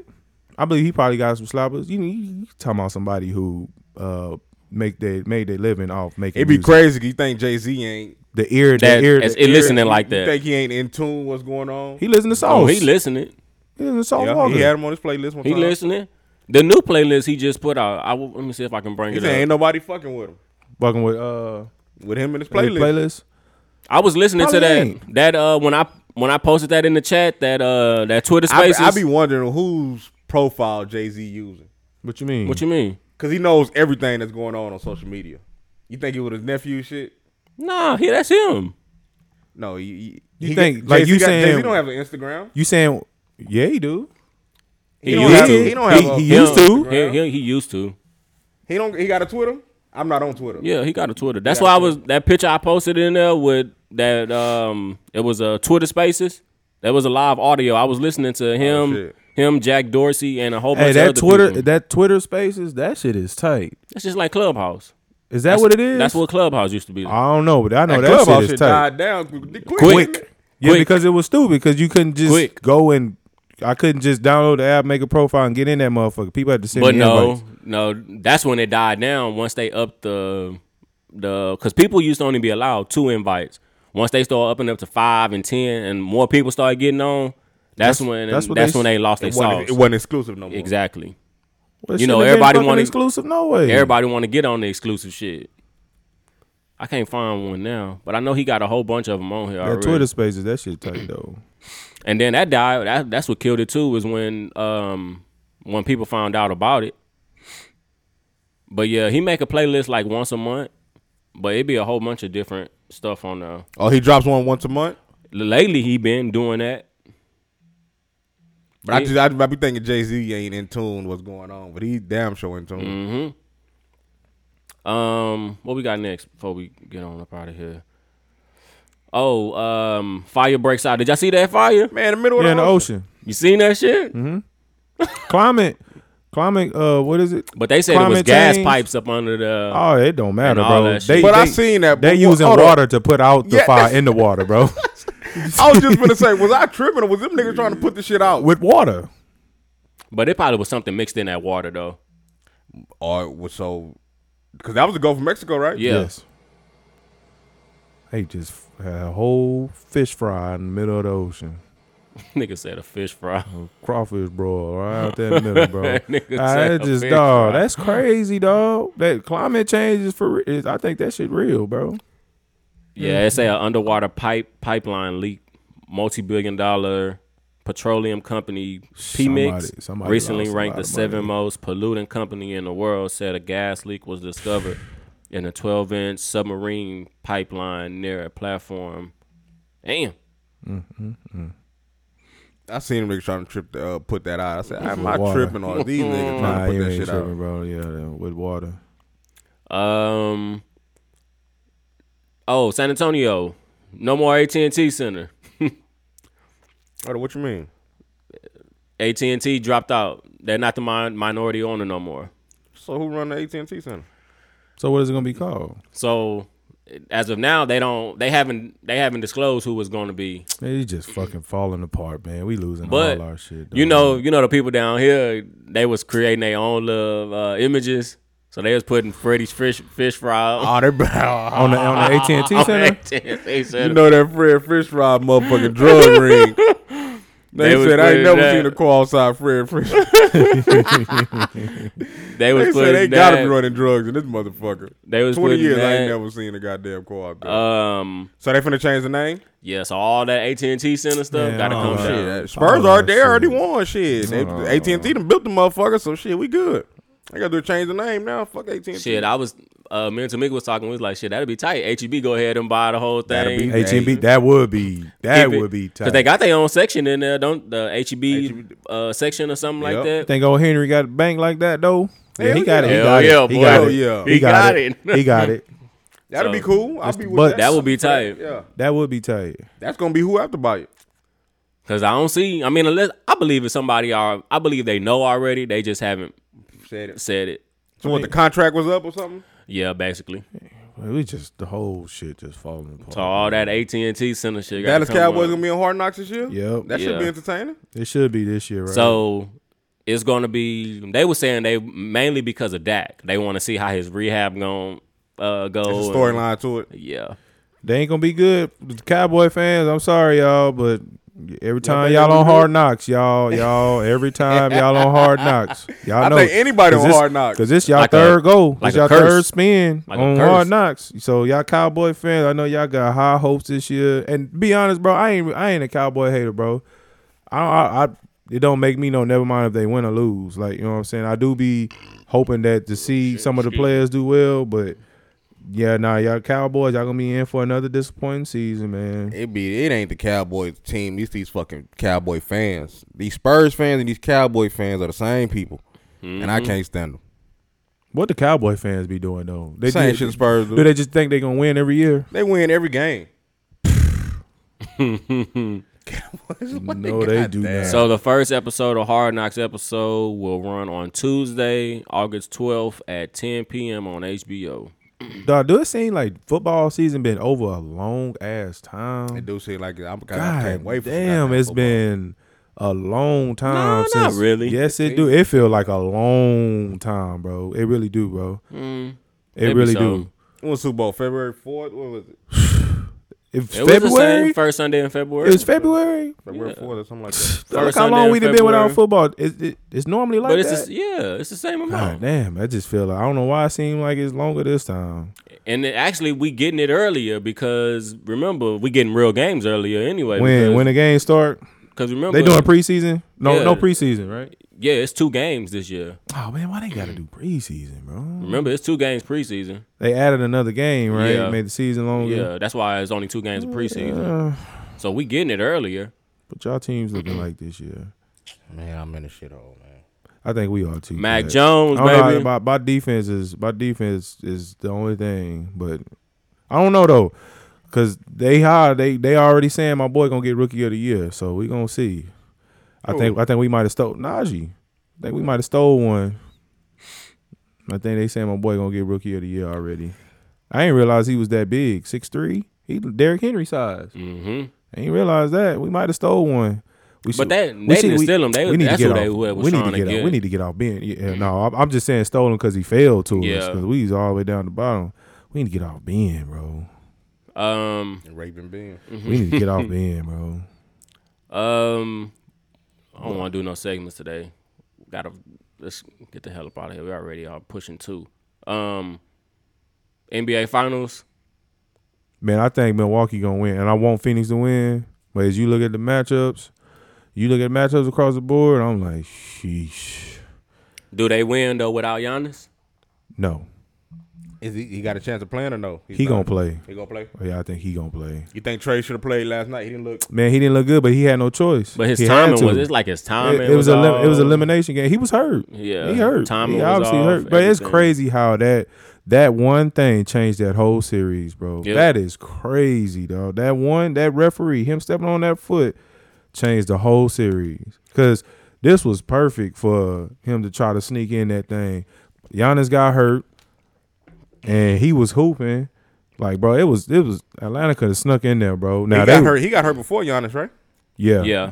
I believe he probably got some slappers. You, you, you talking about somebody who uh make they made their living off making It'd be music. crazy. if You think Jay Z ain't? The ear, That- the ear, as the it ear- listening like You that. think he ain't in tune? What's going on? He listen to songs. oh, he listening. He listen to songs. Yeah, all he day. had him on his playlist one He time. listening. The new playlist he just put out. I w- let me see if I can bring He it said ain't up. nobody fucking with him. fucking with uh With him and his playlist. playlist. I was listening to Probably that. ain't. That uh, when I when I posted that in the chat, that uh, that Twitter I, be- Spaces. I be wondering whose profile Jay Z using What you mean? what you mean? because he knows everything that's going on on social media. You think it was his nephew shit? Nah, he that's him. No, he, he- You he think- got- like Jay-Z you got, saying- Jay Z don't have an Instagram. You saying? Yeah, he do. He He don't used have- to. he don't have a- he, He used don't- to. He, he, he used to. He don't. He got a Twitter. I'm not on Twitter. Yeah, he got a Twitter. That's why I was that picture I posted in there with that. Um, it was a Twitter Spaces. That was a live audio. I was listening to him, shit. him, Jack Dorsey, and a whole bunch Hey, of that other Twitter, people. that Twitter Spaces, that shit is tight. It's just like Clubhouse. Is that what it is? That's what Clubhouse used to be. Like. I don't know, but I know Oh, That, that, clubhouse shit shit is tight. died down quick. Quick. Yeah, Quick. because it was stupid because you couldn't just Quick. go and I couldn't just download the app, make a profile, and get in that motherfucker. People had to send But me no, invites. no, that's when it died down. Once they upped the the because people used to only be allowed two invites. Once they started upping up to five and ten, and more people started getting on, that's, That's- when that's, that's what they- when they lost their It wasn't, sauce. it wasn't exclusive no more. Exactly. Well, it you know, shouldn't have been everybody fucking wanted- exclusive. No way. Everybody want to get on the exclusive shit. I can't find one now, but I know he got a whole bunch of them on here that already. Twitter Spaces, that shit tight though. And then that died. That, that's what killed it too. Was when um when people found out about it. But yeah, he make a playlist like once a month, but it be a whole bunch of different stuff on there. Oh, he drops one once a month. Lately, he been doing that. But I Yeah. just I, I be thinking Jay Z ain't in tune what's going on, but he damn sure in tune. Mm. Mm-hmm. Um, what we got next before we get on up out of here? Oh, um, fire breaks out. Did y'all see that fire? Man, the middle Yeah, in of the ocean. You seen that shit? Mm-hmm. Climate, climate. Uh, what is it? But they said it was Climate gas change. pipes up under the. Oh, it don't matter, Uh, all bro. that shit. They, But I they- seen that. They but- using hold on. water to put out the Yeah, fire in the water, bro. I was just gonna say, was I tripping or was them niggas trying to put this shit out? With water. But it probably was something mixed in that water though. Or was so because that was the Gulf of Mexico, right? Yeah. Yes. They just f- had a whole fish fry in the middle of the ocean. Nigga said a fish fry. Mm-hmm. crawfish broil right out that middle, bro. I Nigga said that just fish dog. fry. That's crazy, dog. That climate change is for. re- Is, I think that shit real, bro. Yeah, it say an underwater pipe pipeline leak, multi billion dollar petroleum company Somebody- PMix somebody recently lost a ranked lot the of seventh money. most polluting company in the world said a gas leak was discovered in a 12 inch submarine pipeline near a platform. Damn. I seen them niggas trying to trip to, uh, put that out. I said, I'm not water. tripping on these niggas Nah, trying to you put that ain't shit tripping, out. bro. Yeah, that- with water. Um. Oh, San Antonio, no more AT and T Center. Hold on, what you mean? AT and T dropped out. They're not the min- minority owner no more. So who run the AT and T center? So what is it gonna be called? So as of now, they don't. They haven't. They haven't disclosed who was going to be. Man, you just fucking falling apart, man. We losing But all our shit. you dog. know, you know the people down here. They was creating their own little uh, images. So they was putting Freddy's fish fish fry on Oh, they bro. on the on the AT and T center. AT&T Center. You know that Fred Fish Fry motherfucking drug ring. They, They was said I ain't putting never that- seen a call outside Fred Fish. they was They putting said they that. gotta be running drugs in this motherfucker. They was Twenty putting years I that. ain't never seen a goddamn co out there. um. so they finna change the name? Yeah. So all that AT and T Center stuff Man, got to I come don't down. know. Yeah, Spurs Oh, are they already shit. won shit. They, Oh. AT&T done built the motherfucker, so shit, we good. I gotta do a change the name now. Fuck AT&T. Shit, I was uh, me and Tamika was talking. We was like, shit, that'd be tight. HEB go ahead and buy the whole That'd thing. be- H and B. That would be. That Keep it. would be tight. Cause they got their own section in there, don't the HEB HEB. uh, section or something Yep. like that? Think old Henry got a bank like that though? Yeah, he Hell got it. He yeah. got Hell it. He yeah, got boy. Hell it. yeah. He got He it. got it. He got it. That'd be cool. I'll be with but- that. That would be tight. Yeah, That would be tight. that's gonna be who have to buy it. Cause I don't see. I mean, unless I believe it's somebody. Are I believe they know already. They just haven't Said it. said it. So what? The contract was up or something? Yeah, basically. Man, we just the whole shit just falling apart. So all that AT and T center shit. gotta Dallas come Cowboys up. gonna be on Hard Knocks this year. Yep. that Yeah. should be entertaining. It should be this year, right? So it's gonna be. They were saying they mainly because of Dak. They want to see how his rehab gonna uh, go. There's a and- storyline to it. Yeah. they ain't gonna be good. The Cowboy fans, I'm sorry y'all, but every time they y'all gonna on be Hard Knocks, y'all, y'all, every time y'all on Hard Knocks, y'all I know. think anybody 'Cause on this- Hard Knocks. Cause this y'all Like a- third goal, like like a y'all curse. third spin Like a on curse. Hard Knocks. So y'all Cowboy fans, I know y'all got high hopes this year. And be honest, bro, I ain't I ain't a Cowboy hater, bro. I, I, I it don't make me no never mind if they win or lose. Like you know what I'm saying. I do be hoping that to see some of the players do well, but yeah, nah, y'all Cowboys, y'all gonna be in for another disappointing season, man. It be it ain't the Cowboys team. These these fucking Cowboy fans. These Spurs fans and these Cowboy fans are the same people, and I can't stand them. What the Cowboy fans be doing though? They same do, shit the Spurs do. do They, they just think they gonna win every year? win every game. Cowboys, what No, they got do there? not. So the first episode of Hard Knocks episode will run on Tuesday, August 12th at 10 p.m. on HBO. Dog, do it seem like football season been over a long ass time? They do shit like that. I'm kind of can't God wait. For damn, goddamn it's football. been a long time. not since, really. Yes, it do. It feel like a long time, bro. It really do, bro. It Mm. Maybe really so. do. When was Super Bowl February fourth. What was it? If It was the February, same first Sunday in February. it was February. February fourth or something like that. Look First how Sunday long in we done been without February. football. It, it, it's normally like But it's that. the- yeah, it's the same God amount. damn, I just feel like I don't know why it seemed like it's longer this time. And then actually, we getting it earlier because remember we getting real games earlier anyway. When when the game start, because 'cause remember they doing preseason. No, no Yeah. Mm. preseason, right? yeah, it's two games this year. Oh man, why they gotta do preseason, bro? Remember, it's two games preseason. They added another game, right? Mm. Yeah. Made the season longer. Yeah, that's why it's only two games of preseason. Oh, Uh, So we getting it earlier. but y'all teams looking like this year. Man, I'm in the shit hole, man. I think we are too. Mac Pat. Jones, I don't know, baby. my, my defense is my defense is the only thing, but I don't know though, cause they high they they already saying my boy gonna get rookie of the year, so we gonna see. I think I think we might have stole Najee. I think we might have stole one. I think they saying my boy gonna get rookie of the year already. I ain't realize he was that big, six three. He Derrick Henry size. Mm-hmm. I ain't realize that we might have stole one. We But that- they didn't steal him. They- that's who they- whoever was we need trying to to get off. get. We need to get off Ben. Yeah, no, I'm, I'm just saying stolen because he failed to us Mm-hmm. Yeah. because we was all the way down the bottom. We need to get off Ben, bro. Um, Raping Ben. We need to get Mm-hmm. off Ben, bro. um, I don't want to do no segments today. Gotta let's get the hell up out of here. We already are pushing two. Um, NBA Finals. Man, I think Milwaukee gonna win, and I want Phoenix to win. But as you look at the matchups, you look at matchups across the board. I'm like, sheesh, Do they win though without Giannis? no, Is he, he got a chance of playing or no? He's he not. gonna play. Oh, He gonna play. Yeah, I think he gonna play. You think Trey should have played last night? He didn't look. Man, he didn't look good, but he had no choice. But his He had timing to. was it's like his timing. it, it was a all, lim- it was elimination game. He was hurt. Yeah, he hurt. timing he was obviously off, hurt. But it's everything. crazy how that that one thing changed that whole series, bro. Yeah. That is crazy, dog. That one, that referee, him stepping on that foot, changed the whole series. Cause this was perfect for him to try to sneak in that thing. Giannis got hurt, and he was hooping. Like, bro, it was it was Atlanta could have snuck in there, bro. Now he they got were- hurt. He got hurt before Giannis, right? Yeah, Yeah,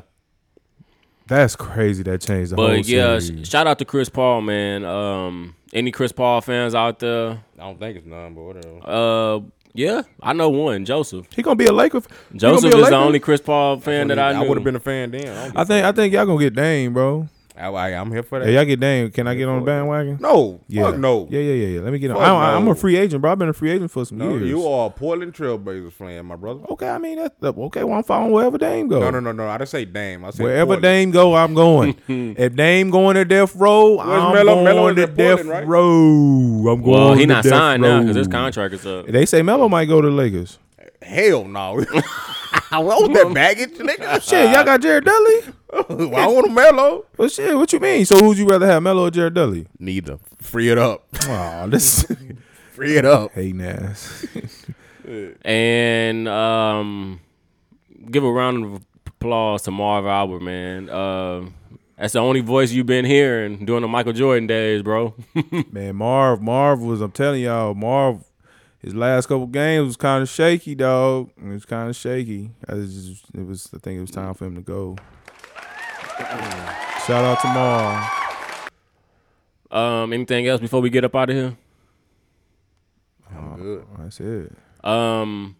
that's crazy. That changed the whole but yeah, series. sh- shout out to Chris Paul, man. Um, any Chris Paul fans out there? I don't think it's none, but whatever. Uh, yeah, I know one, Joseph. He gonna be a Laker. he gonna Joseph be a is the Laker. only Chris Paul fan that I, I knew. would have been a fan then. I, don't I think I think y'all gonna get Dame, bro. I, I, am here for that. Hey, y'all get Dame. Can I get on the bandwagon? no, Yeah. fuck no. Yeah, yeah, yeah, yeah. Let me get on. Fuck I don't, I- I'm no. a free agent, bro. I've been a free agent for some No, years. you are a Portland Trailblazers fan, my brother. Oh, Okay, I mean that's that, okay. Well, I'm following wherever Dame go. No, no, no, no. I didn't say Dame. I said Wherever Portland. Dame go, I'm going. if Dame going to death row, I'm Melo? going Melo is to at death Portland, right? row. I'm going. well, he to not death signed now row. because his contract is up. They say Melo might go to the Lakers. Hell no. what was that baggage, nigga? Shit, y'all got Jared Dudley. Well, I want a mellow. Well, shit, what you mean? So who'd you rather have, Melo or Jared Dudley? Neither. Free it up. Oh, this Free it up. hating ass. And um, give a round of applause to Marv Albert, man. Uh, that's the only voice you've been hearing during the Michael Jordan days, bro. Man, Marv, Marv was, I'm telling y'all, Marv, his last couple games was kind of shaky, dog. It was kind of shaky. I was just, it was, I think it was time for him to go. Shout out to Marv. um, anything else before we get up out of here? I'm good. That's it. Um,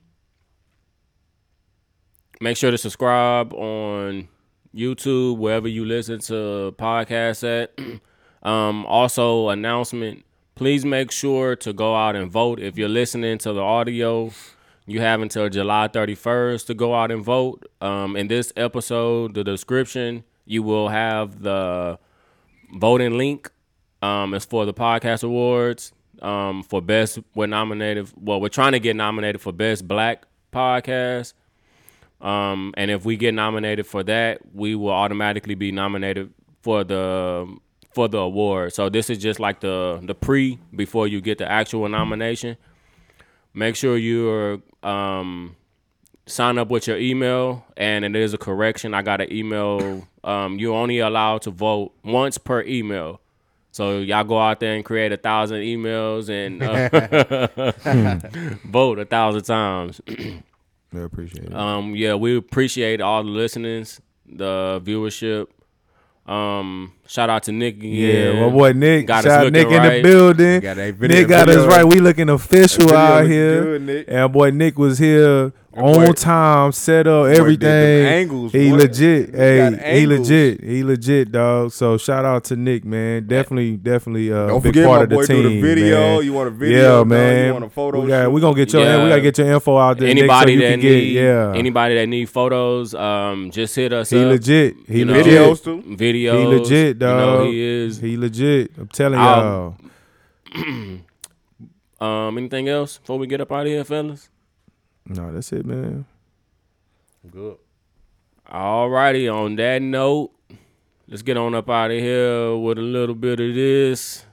make sure to subscribe on YouTube wherever you listen to podcasts at. um, also announcement: please make sure to go out and vote. If you're listening to the audio, you have until July 31st to go out and vote. Um, in this episode, the description you will have the voting link. Um, it's for the podcast awards. um, for best. We're nominated. Well, we're trying to get nominated for best black podcast. Um, and if we get nominated for that, we will automatically be nominated for the for the award. So this is just like the the pre before you get the actual nomination. Make sure you're um, sign up with your email, and it is a correction. I got an email. Um, you're only allowed to vote once per email. So y'all go out there and create a thousand emails and uh, vote a thousand times. I appreciate it. Um, yeah, we appreciate all the listenings, the viewership. Um, shout out to Nick. Again. yeah, my boy Nick. Got us Shout out looking Nick right. in the building. Got that video- Nick got us video- right. We looking That official video out looking here. good, Nick. And boy, Nick was here on boy- time, set up, did everything. them angles, he boy. legit. He got hey, he angles. legit. He legit, dog. So shout out to Nick, man. Definitely, definitely uh, Don't big forget part my of the boy do team. the video. man. You want a video, yeah, dog. You man. want a photo we got, shoot. we gonna get your Yeah. we gotta get your info out there. Nick, so Anybody you that can need, get, yeah. anybody that need photos, um, just hit us. he up. legit. He You know, legit. Videos too. Videos. He legit, You know, dog. he is. He legit. I'm telling I'll- y'all. um, anything else before we get up out of here, fellas? No, that's it, man. Good. Alrighty, on that note, let's get on up out of here with a little bit of this.